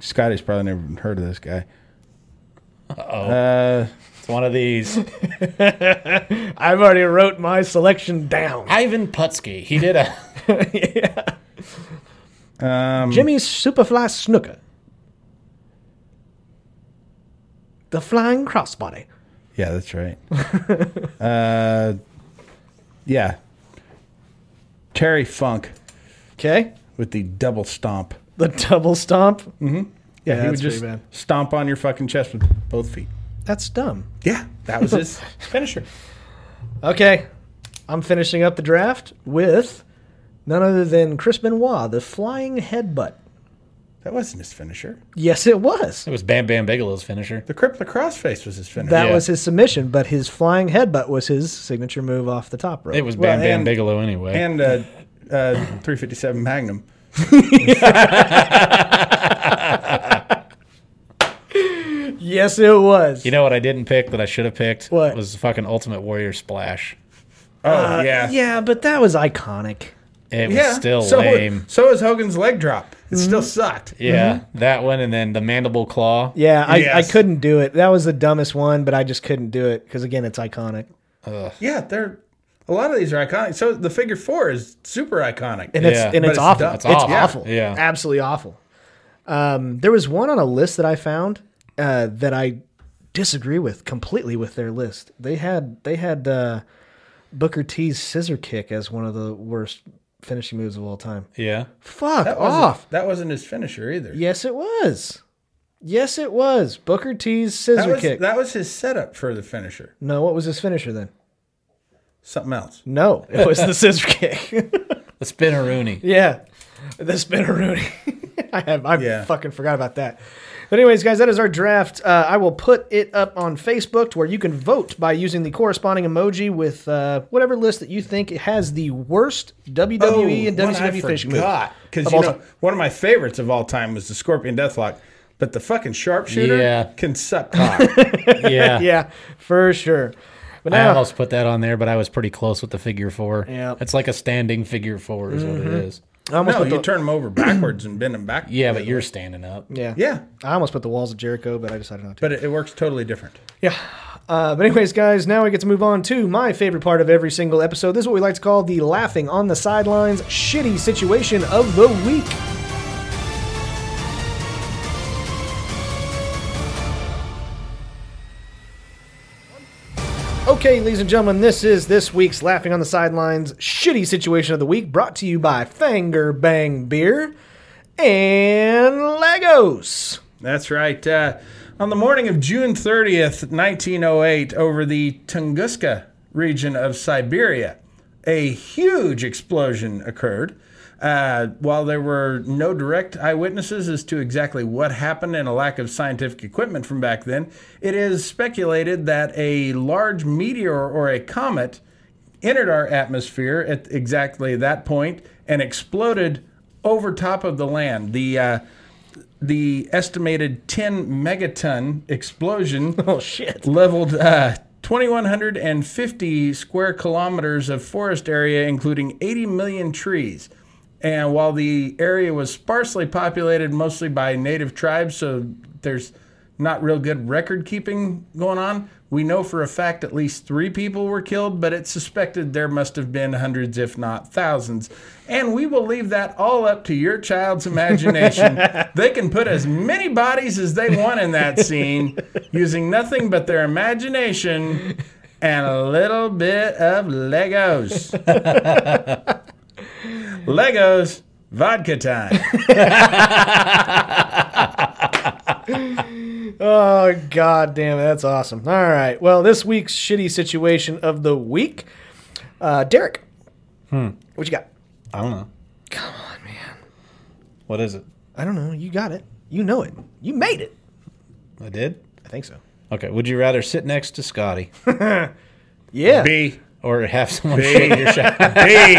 Speaker 2: Scotty's probably never even heard of this guy. Uh,
Speaker 3: It's one of these.
Speaker 1: I've already wrote my selection down.
Speaker 3: Ivan Putski. He did a.
Speaker 2: Um,
Speaker 1: Jimmy's Superfly Snooker. The Flying Crossbody.
Speaker 2: Yeah, that's right. uh, yeah. Terry Funk
Speaker 1: Okay.
Speaker 2: with the double stomp.
Speaker 1: The double stomp.
Speaker 2: Mm-hmm. Yeah, he
Speaker 1: that's
Speaker 2: would just
Speaker 1: pretty bad.
Speaker 2: stomp on your fucking chest with both feet.
Speaker 1: That's dumb.
Speaker 2: Yeah, that was his finisher.
Speaker 1: Okay. I'm finishing up the draft with none other than Chris Benoit, the Flying Headbutt.
Speaker 2: That wasn't his finisher.
Speaker 1: Yes, it was.
Speaker 3: It was Bam Bam Bigelow's finisher.
Speaker 2: The Crippler Crossface was his finisher.
Speaker 1: That
Speaker 3: Yeah.
Speaker 1: was his submission, but his flying headbutt was his signature move off the top rope.
Speaker 3: It was
Speaker 2: Well,
Speaker 3: Bam Bam
Speaker 2: and-
Speaker 3: Bigelow anyway.
Speaker 2: and uh, uh, 357 Magnum.
Speaker 1: yes, it was.
Speaker 3: you know what I didn't pick that I should have picked?
Speaker 1: What?
Speaker 3: was the fucking Ultimate Warrior Splash.
Speaker 2: Oh yeah,
Speaker 1: yeah, but that was iconic.
Speaker 3: It was
Speaker 2: yeah.
Speaker 3: still
Speaker 2: so
Speaker 3: lame.
Speaker 2: So is Hogan's leg drop. It still sucked.
Speaker 3: Yeah, that one, and then the mandible claw.
Speaker 1: Yeah, I,
Speaker 2: Yes.
Speaker 1: I couldn't do it. That was the dumbest one, but I just couldn't do it because again, it's iconic.
Speaker 2: Yeah, they're a lot of these are iconic. So the figure four is super iconic.
Speaker 1: and it's
Speaker 3: Yeah.
Speaker 1: and
Speaker 2: But
Speaker 1: it's,
Speaker 2: it's
Speaker 1: awful.
Speaker 2: dumb.
Speaker 1: It's
Speaker 2: It's
Speaker 1: awful.
Speaker 3: awful. Yeah.
Speaker 1: absolutely awful. Um, there was one on a list that I found uh, that I disagree with completely with their list. They had they had uh, Booker T's scissor kick as one of the worst finishing moves of all time.
Speaker 3: Yeah.
Speaker 1: Fuck
Speaker 2: that wasn't,
Speaker 1: off.
Speaker 2: That wasn't his finisher either.
Speaker 1: Yes, it was. Yes, it was Booker T's scissor
Speaker 2: that was
Speaker 1: kick.
Speaker 2: that was his setup for the finisher.
Speaker 1: no, what was his finisher then?
Speaker 2: Something else.
Speaker 1: No, it was the scissor kick.
Speaker 3: The spinneroonie.
Speaker 1: Yeah, the spinner Rooney. I have I
Speaker 2: Yeah.
Speaker 1: fucking forgot about that. But anyways, guys, that is our draft. Uh, I will put it up on Facebook to where you can vote by using the corresponding emoji with uh, whatever list that you think has the worst WWE
Speaker 2: Oh,
Speaker 1: E and WCW finishing move.
Speaker 2: because
Speaker 1: Of
Speaker 2: you
Speaker 1: all
Speaker 2: know
Speaker 1: time.
Speaker 2: one of my favorites of all time was the Scorpion Deathlock, but the fucking sharpshooter
Speaker 3: Yeah.
Speaker 2: can suck cock.
Speaker 3: Yeah.
Speaker 1: Yeah, for sure. But
Speaker 3: I
Speaker 1: now,
Speaker 3: almost put that on there, but I was pretty close with the figure four.
Speaker 1: Yep.
Speaker 3: It's like a standing figure four, is
Speaker 2: Mm-hmm.
Speaker 3: what it is.
Speaker 1: I almost
Speaker 2: no,
Speaker 1: put the,
Speaker 2: you turn them over backwards and bend them back.
Speaker 3: Yeah, but you're standing up.
Speaker 1: yeah,
Speaker 2: yeah,
Speaker 1: I almost put the walls of Jericho, but I decided not to.
Speaker 2: but it, it works totally different.
Speaker 1: Yeah. Uh, but anyways, guys, now we get to move on to my favorite part of every single episode. This is what we like to call the laughing on the sidelines shitty situation of the week. Okay, ladies and gentlemen, this is this week's Laughing on the Sidelines shitty situation of the week brought to you by Fanger Bang Beer and Legos.
Speaker 2: That's right. Uh, on the morning of June 30th, 1908, over the Tunguska region of Siberia, a huge explosion occurred. Uh, while there were no direct eyewitnesses as to exactly what happened and a lack of scientific equipment from back then, it is speculated that a large meteor or a comet entered our atmosphere at exactly that point and exploded over top of the land. The uh, the estimated 10 megaton explosion
Speaker 1: Oh, shit.
Speaker 2: leveled uh, 2,150 square kilometers of forest area, including 80 million trees. And while the area was sparsely populated, mostly by native tribes, so there's not real good record keeping going on. We know for a fact at least three people were killed, but it's suspected there must have been hundreds, if not thousands. And we will leave that all up to your child's imagination. they can put as many bodies as they want in that scene using nothing but their imagination and a little bit of Legos. Legos, vodka time.
Speaker 1: Oh god damn it, that's awesome. All right. Well, this week's shitty situation of the week. Uh Derek. What you got?
Speaker 3: I don't know. Come on, man. What is it?
Speaker 1: I don't know. You got it. You know it. You made it.
Speaker 3: I did?
Speaker 1: I think so.
Speaker 3: Okay. Would you rather sit next to Scotty
Speaker 1: Yeah.
Speaker 2: B.
Speaker 3: or have someone shake your shot?
Speaker 2: B.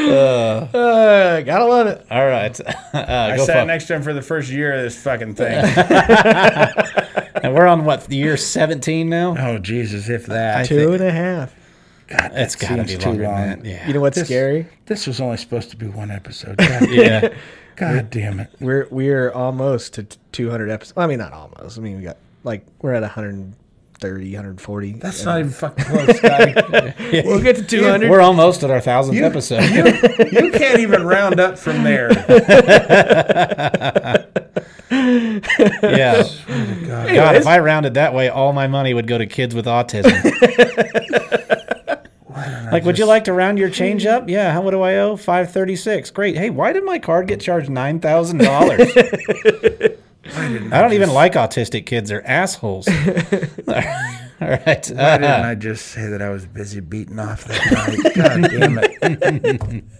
Speaker 1: Uh, gotta love it.
Speaker 3: All right. Uh,
Speaker 2: I
Speaker 3: go
Speaker 2: sat
Speaker 3: fuck.
Speaker 2: next to him for the first year of this fucking thing.
Speaker 3: And we're on what year 17 now?
Speaker 2: oh Jesus, if that.
Speaker 1: Two and a half.
Speaker 3: It's got to
Speaker 2: seems
Speaker 3: be
Speaker 2: too
Speaker 3: longer
Speaker 2: long.
Speaker 3: than that. Yeah.
Speaker 1: You know what's scary?
Speaker 2: This was only supposed to be one episode. God,
Speaker 3: yeah.
Speaker 2: God damn it.
Speaker 1: We're we're almost to t- 200 episodes. I mean, not almost. I mean, we got like we're at 130, 140.
Speaker 2: That's not even fucking close, Scotty.
Speaker 1: We'll get to 200.
Speaker 3: We're almost at our thousandth episode.
Speaker 2: you can't even round up from there.
Speaker 3: yeah.
Speaker 2: God.
Speaker 3: God, if I rounded that way, all my money would go to kids with autism. like, would you like to round your change up? Yeah. How what do I owe? Five thirty-six. Great. Hey, why did my card get charged nine thousand dollars? I don't even like autistic kids. They're assholes. all right.
Speaker 2: Why
Speaker 3: Uh,
Speaker 2: didn't I just say that I was busy beating off that night? God damn it.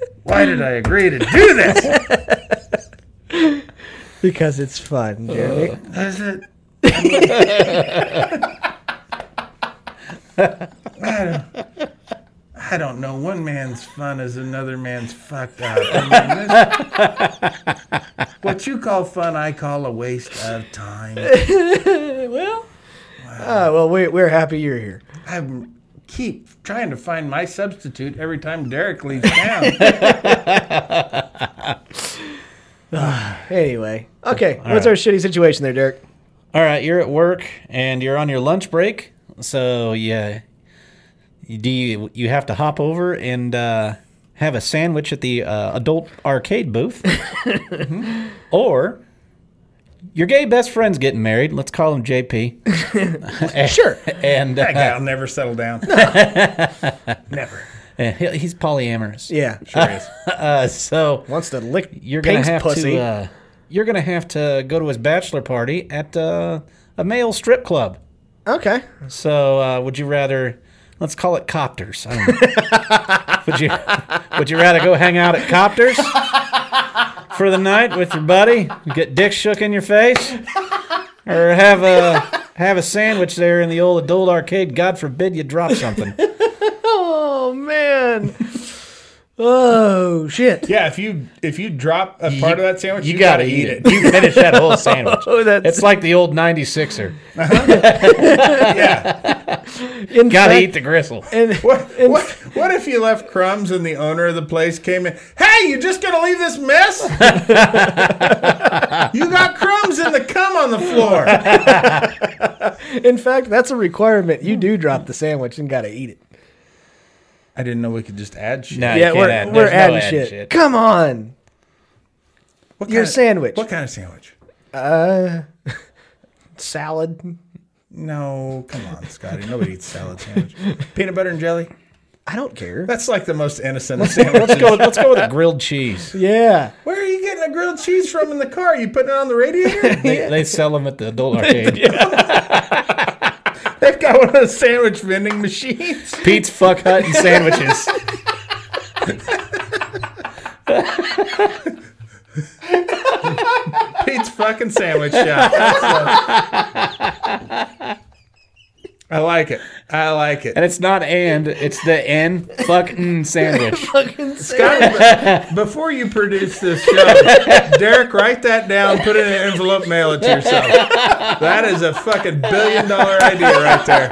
Speaker 2: Why did I agree to do this?
Speaker 1: because it's fun, Jeremy.
Speaker 2: Is it? I don't, I don't know. One man's fun is another man's fucked up. I mean, this- what you call fun, I call a waste of time.
Speaker 1: well, ah, well, we, we're happy you're here.
Speaker 2: I keep trying to find my substitute every time Derek leaves town.
Speaker 1: Anyway, okay. what's our shitty situation there, Derek?
Speaker 3: all right. You're at work and you're on your lunch break. So yeah, you- do you you have to hop over and uh, have a sandwich at the uh, adult arcade booth, Mhm. or your gay best friend's getting married. Let's call him JP.
Speaker 1: Sure.
Speaker 3: and
Speaker 2: That
Speaker 3: uh,
Speaker 2: guy'll never settle down. never.
Speaker 3: he- he's polyamorous.
Speaker 1: Yeah.
Speaker 2: Sure is.
Speaker 3: Uh, so
Speaker 1: Wants to lick
Speaker 3: you're gonna
Speaker 1: Pink's
Speaker 3: have
Speaker 1: pussy.
Speaker 3: to uh, you're gonna have to go to his bachelor party at uh, a male strip club.
Speaker 1: okay.
Speaker 3: So, uh, would you rather? Let's call it copters. I don't know. would you Would you rather go hang out at copters for the night with your buddy, get dick shook in your face, or have a have a sandwich there in the old adult arcade? God forbid you drop something.
Speaker 1: Oh man. oh shit.
Speaker 2: Yeah, if you if you drop a part of that sandwich, you,
Speaker 3: gotta You finish that whole sandwich.
Speaker 1: Oh, that's
Speaker 3: It's like the old '96er.
Speaker 2: yeah.
Speaker 1: in
Speaker 3: Gotta
Speaker 1: fact-
Speaker 3: eat the gristle.
Speaker 1: in-
Speaker 2: What,
Speaker 1: in
Speaker 2: what what if you left crumbs and the owner of the place came in? Hey, you just gonna leave this mess? you got crumbs in the cum on the floor.
Speaker 1: In fact, that's a requirement. You do drop the sandwich and gotta eat it.
Speaker 2: I didn't know we could just add shit.
Speaker 3: No, Uh, you can't
Speaker 1: we're,
Speaker 3: add.
Speaker 1: we're
Speaker 3: There's no
Speaker 1: adding
Speaker 3: add
Speaker 1: shit.
Speaker 3: shit.
Speaker 1: Come on.
Speaker 2: What
Speaker 1: Your
Speaker 2: kind of-
Speaker 1: sandwich.
Speaker 2: What kind of sandwich?
Speaker 1: Salad.
Speaker 2: No, come on, Scotty. Nobody eats salad sandwich. Peanut butter and jelly.
Speaker 1: I don't care.
Speaker 2: That's like the most innocent of sandwiches.
Speaker 3: Let's go. Let's go with a grilled cheese.
Speaker 1: yeah.
Speaker 3: Oh,
Speaker 2: Where are you getting a grilled cheese from in the car? You putting it on the radiator?
Speaker 3: They, they sell them at the adult arcade.
Speaker 2: They've got one of those sandwich vending machines.
Speaker 3: Pete's fuck hut and sandwiches.
Speaker 2: Pete's fucking sandwich shop. That's, uh, I like it. I like it.
Speaker 3: And it's not and, it's the N fucking sandwich.
Speaker 1: Fucking salad.
Speaker 2: Scott, before you produce this show, Derek, write that down, put it in an envelope, mail it to yourself. That is a fucking billion dollar idea right there.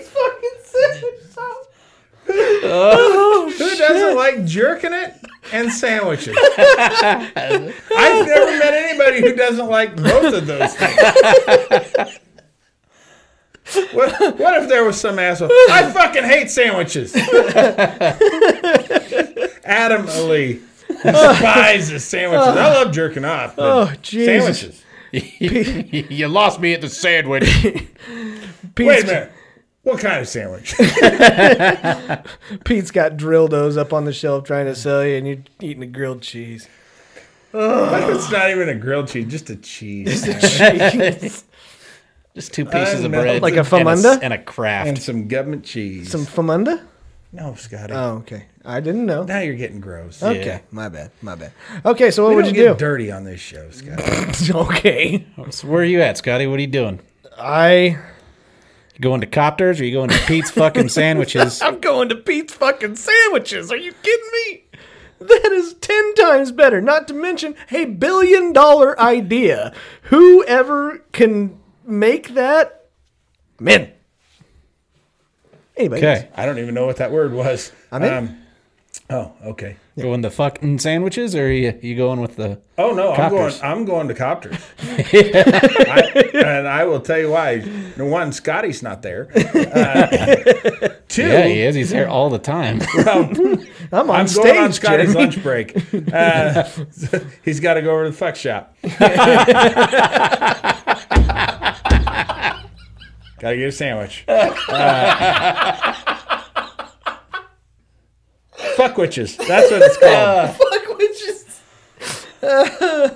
Speaker 1: fucking sandwich salad.
Speaker 2: Who doesn't like jerking it and sandwiches? I've never met anybody who doesn't like both of those things. What, what if there was some asshole? I fucking hate sandwiches. Adamantly despises sandwiches. I love jerking off. but
Speaker 1: Oh, Jesus.
Speaker 2: Sandwiches.
Speaker 3: you lost me at the sandwich.
Speaker 1: Pete's,
Speaker 2: Wait a minute. What kind of sandwich?
Speaker 1: Pete's got dildos up on the shelf trying to sell you, and you're eating a grilled cheese.
Speaker 2: What if it's not even a grilled cheese, just a cheese sandwich
Speaker 1: Jeez.
Speaker 3: Just two pieces of
Speaker 2: know.
Speaker 3: bread.
Speaker 2: Like
Speaker 1: a
Speaker 3: and s-
Speaker 1: Famunda?
Speaker 3: And a craft.
Speaker 2: and some government cheese.
Speaker 1: Some famunda?
Speaker 2: no, Scotty.
Speaker 1: Oh, okay. I didn't know.
Speaker 2: Now you're getting gross.
Speaker 1: Okay, my bad, my bad. Okay, so what
Speaker 2: We
Speaker 1: would you
Speaker 2: don't
Speaker 1: do?
Speaker 2: get dirty on this show, Scott.
Speaker 1: okay,
Speaker 3: So where are you at, Scotty? What are you doing?
Speaker 1: I
Speaker 3: Going to copters or you going to Pete's fucking sandwiches?
Speaker 1: I'm going to Pete's fucking sandwiches. Are you kidding me? That is 10 times better, not to mention a billion dollar idea. Whoever can make that, man. Anybody?
Speaker 3: Okay.
Speaker 2: I don't even know what that word was.
Speaker 1: I'm in.
Speaker 2: oh, okay.
Speaker 3: Going the fucking sandwiches or are you, you going with the
Speaker 2: Oh no,
Speaker 3: Copters.
Speaker 2: I'm going. I'm going to copters, I- and I will tell you why. One, Scotty's not there. Uh, two,
Speaker 3: Yeah, he is. He's there all the time.
Speaker 1: I'm on
Speaker 2: I'm
Speaker 1: stage.
Speaker 2: going on Scotty's
Speaker 1: Jeremy.
Speaker 2: lunch break. Uh, he's got to go over to the fuck shop. Gotta get a sandwich. Uh, fuck witches. That's what it's called.
Speaker 1: Fuck, which is-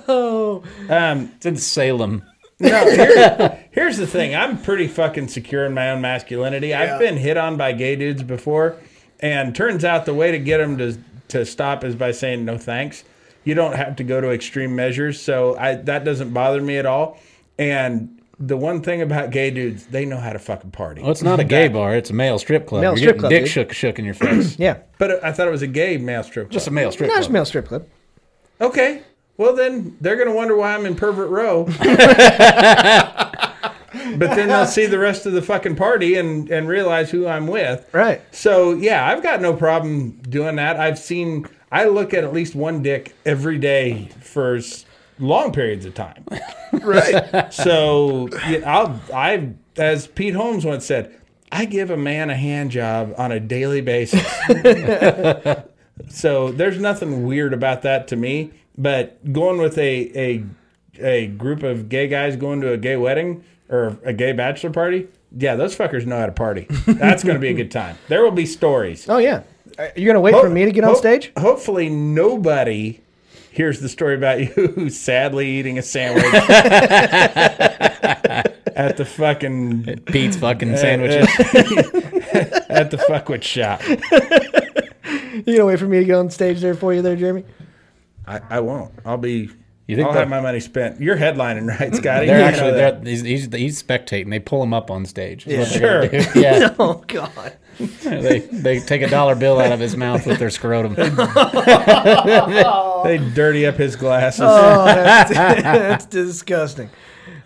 Speaker 1: Oh.
Speaker 2: Um,
Speaker 3: it's in Salem.
Speaker 2: No, here- here's the thing. I'm pretty fucking secure in my own masculinity. I've been hit on by gay dudes before, and turns out the way to get them to to stop is by saying no thanks. You don't have to go to extreme measures, so I that doesn't bother me at all. And the one thing about gay dudes, they know how to fucking party.
Speaker 3: Well, it's not a gay bar. It's a male strip club.
Speaker 1: Male
Speaker 3: You're
Speaker 1: strip
Speaker 3: getting
Speaker 1: club,
Speaker 3: dick
Speaker 1: dude.
Speaker 3: shook shook in your face.
Speaker 1: Yeah.
Speaker 2: But I thought it was a gay male strip. club.
Speaker 3: Just a male strip
Speaker 1: Not
Speaker 3: club.
Speaker 1: just male strip club.
Speaker 2: Okay. Well, then they're going to wonder why I'm in Pervert Row. but then they'll see the rest of the fucking party and, and realize who I'm with.
Speaker 1: Right.
Speaker 2: So, yeah, I've got no problem doing that. I've seen, I look at at least one dick every day for s- long periods of time.
Speaker 1: Right.
Speaker 2: So, yeah, I'll, I, as Pete Holmes once said, I give a man a hand job on a daily basis. So there's nothing weird about that to me. But going with a a a group of gay guys going to a gay wedding or a gay bachelor party, yeah, those fuckers know how to party. That's going to be a good time. There will be stories.
Speaker 1: oh, yeah. Uh, You're going to wait for me to get on
Speaker 2: Ho-
Speaker 1: stage?
Speaker 2: Hopefully, nobody hears the story about you who's sadly eating a sandwich at the fucking
Speaker 3: Pete's fucking sandwiches.
Speaker 2: at the fuckwit shop.
Speaker 1: You're going to wait for me to get on stage there for you there, Jeremy?
Speaker 2: I, I won't. I'll be.
Speaker 3: You think
Speaker 2: I'll
Speaker 3: that-
Speaker 2: have my money spent. You're headlining, right, Scotty?
Speaker 3: They're
Speaker 2: You know
Speaker 3: actually
Speaker 2: that.
Speaker 3: they're, he's, he's, he's spectating. They pull him up on stage. Yeah,
Speaker 2: Sure.
Speaker 3: yeah.
Speaker 1: Oh, God.
Speaker 3: they they take a dollar bill out of his mouth with their scrotum.
Speaker 2: They dirty up his glasses.
Speaker 1: Oh, that's, that's disgusting.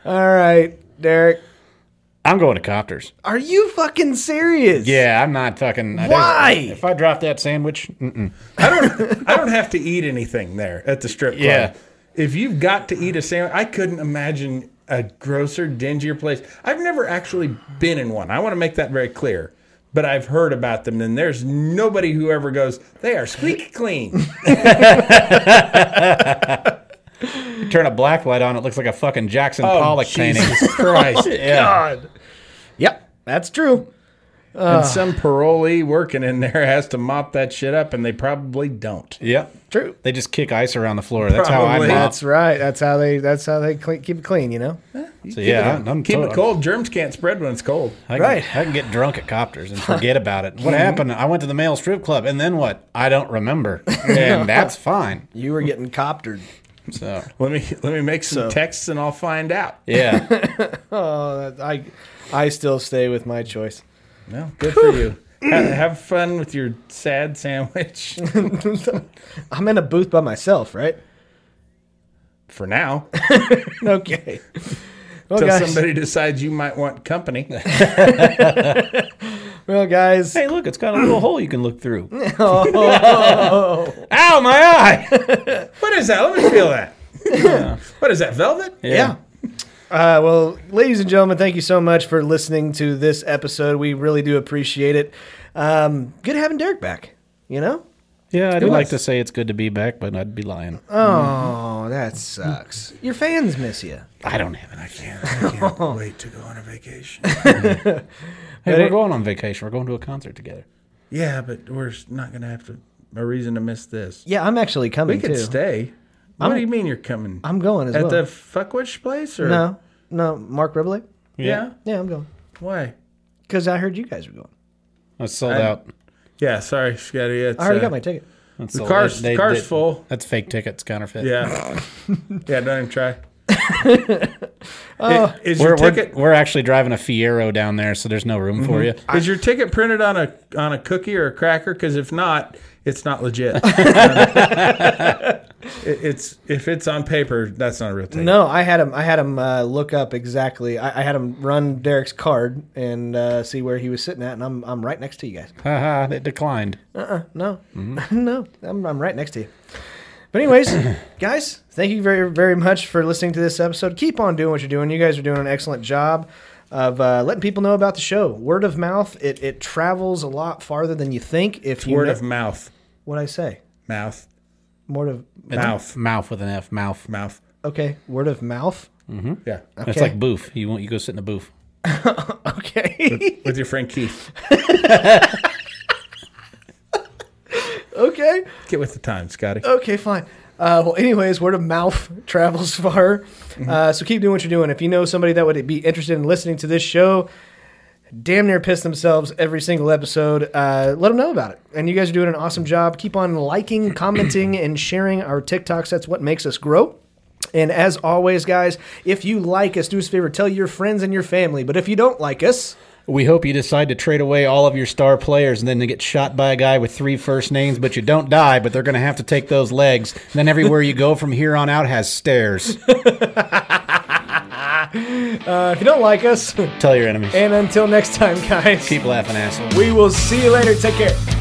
Speaker 1: All right, Derek.
Speaker 3: I'm going to copters.
Speaker 1: Are you fucking serious?
Speaker 3: Yeah, I'm not fucking.
Speaker 1: Why?
Speaker 3: If I drop that sandwich, mm-mm.
Speaker 2: I don't. I don't have to eat anything there at the strip club.
Speaker 3: Yeah.
Speaker 2: If you've got to eat a sandwich, I couldn't imagine a grosser, dingier place. I've never actually been in one. I want to make that very clear. But I've heard about them, and there's nobody who ever goes. They are squeaky clean.
Speaker 3: you turn a black light on, it looks like a fucking Jackson Pollock painting.
Speaker 2: Oh, Jesus Christ!
Speaker 3: Yeah.
Speaker 1: God. Yep, that's true.
Speaker 2: And some parolee working in there has to mop that shit up, and they probably don't.
Speaker 3: Yep.
Speaker 1: True.
Speaker 3: They just kick ice around the floor. That's how I
Speaker 2: Probably.
Speaker 3: mop.
Speaker 1: That's right. That's how they. That's how they clean, keep it clean. You know.
Speaker 3: So yeah, I'm, I'm
Speaker 2: Keep
Speaker 3: tot-
Speaker 2: it cold. Germs can't spread when it's cold.
Speaker 3: I can,
Speaker 1: Right.
Speaker 3: I can get drunk at copters and forget about it. What happened? I went to the male strip club, and then what? I don't remember, and that's fine.
Speaker 1: You were getting coptered.
Speaker 3: So
Speaker 2: Let me let me make some
Speaker 1: So-
Speaker 2: texts, and I'll find out.
Speaker 3: yeah,
Speaker 1: Oh, that, I, I still stay with my choice.
Speaker 2: Well, good for you. have, have fun with your sad sandwich
Speaker 1: I'm in a booth by myself, right?
Speaker 2: for now.
Speaker 1: Okay. Well,
Speaker 2: Until
Speaker 1: guys.
Speaker 2: somebody decides you might want company.
Speaker 1: Well, guys.
Speaker 3: hey, look, it's got a little hole you can look through.
Speaker 2: Oh.
Speaker 3: Ow, my eye!
Speaker 2: What is that? Let me feel that. what is that? Velvet?
Speaker 1: Yeah. Uh, well, ladies and gentlemen, thank you so much for listening to this episode. We really do appreciate it. Um, good having Derek back. You know.
Speaker 3: Yeah, I'd
Speaker 1: like
Speaker 3: like
Speaker 1: to
Speaker 3: to say it's good to be back, but I'd be lying.
Speaker 1: Oh, that sucks. Your fans miss you.
Speaker 3: I don't have any.
Speaker 2: Yeah, I can't wait to go on a vacation.
Speaker 3: Hey, we're going on vacation. We're going to a concert together.
Speaker 2: Yeah, but we're not going to have to a reason to miss this.
Speaker 1: Yeah, I'm actually coming
Speaker 2: we could
Speaker 1: too.
Speaker 2: stay. what do you mean you're coming?
Speaker 1: I'm going as
Speaker 2: at
Speaker 1: well.
Speaker 2: the fuckwish place or
Speaker 1: no, no, Mark Ribley.
Speaker 2: Yeah.
Speaker 1: Yeah, I'm going
Speaker 2: Why?
Speaker 1: because I heard you guys were going.
Speaker 3: It's sold out.
Speaker 2: Yeah, sorry, Scotty. It's,
Speaker 1: I already
Speaker 2: uh,
Speaker 1: got my ticket.
Speaker 3: It's
Speaker 2: the
Speaker 3: sold-
Speaker 2: car's- the car's full.
Speaker 3: That's fake tickets, counterfeit.
Speaker 2: Yeah. yeah, don't even try. is your Oh.
Speaker 3: We're, we're,
Speaker 2: ticket Mm-hmm.
Speaker 3: we're actually driving a Fiero down there, so there's no room for you.
Speaker 2: is your ticket printed on a on a cookie or a cracker? Because if not, it's not legit. It- it's if it's on paper, that's not a real ticket.
Speaker 1: No, I had him. I had him uh, look up exactly. I, I had him run Derek's card and uh, see where he was sitting at, and I'm I'm right next to you guys.
Speaker 3: Haha, it declined.
Speaker 1: No,
Speaker 2: Mm-hmm.
Speaker 1: no, I'm, I'm right next to you. But anyways, guys, thank you very very much for listening to this episode. Keep on doing what you're doing. You guys are doing an excellent job of uh, letting people know about the show. Word of mouth, it, it travels a lot farther than you think. If you
Speaker 2: Word
Speaker 1: know-
Speaker 2: of mouth,
Speaker 1: what I say,
Speaker 2: mouth,
Speaker 1: word of
Speaker 2: mouth,
Speaker 3: Mouth with an F. Mouth.
Speaker 2: mouth.
Speaker 1: okay, word of mouth.
Speaker 2: Yeah,
Speaker 3: It's like booth. You won't. You go sit in a booth.
Speaker 1: Okay,
Speaker 2: with your friend Keith.
Speaker 1: okay.
Speaker 2: Get with the time, Scotty.
Speaker 1: Okay, fine. Uh, well, anyways, word of mouth travels far. Uh, so keep doing what you're doing. If you know somebody that would be interested in listening to this show, damn near piss themselves every single episode, uh, let them know about it. And you guys are doing an awesome job. Keep on liking, commenting, and sharing our TikToks. That's what makes us grow. And as always, guys, if you like us, do us a favor, tell your friends and your family. But if you don't like us,
Speaker 3: We hope you decide to trade away all of your star players and then they get shot by a guy with three first names, but you don't die, but they're going to have to take those legs. And then everywhere you go from here on out has stairs.
Speaker 1: uh, if you don't like us,
Speaker 3: Tell your enemies.
Speaker 1: and until next time, guys,
Speaker 3: Keep laughing, asshole.
Speaker 1: we will see you later. Take care.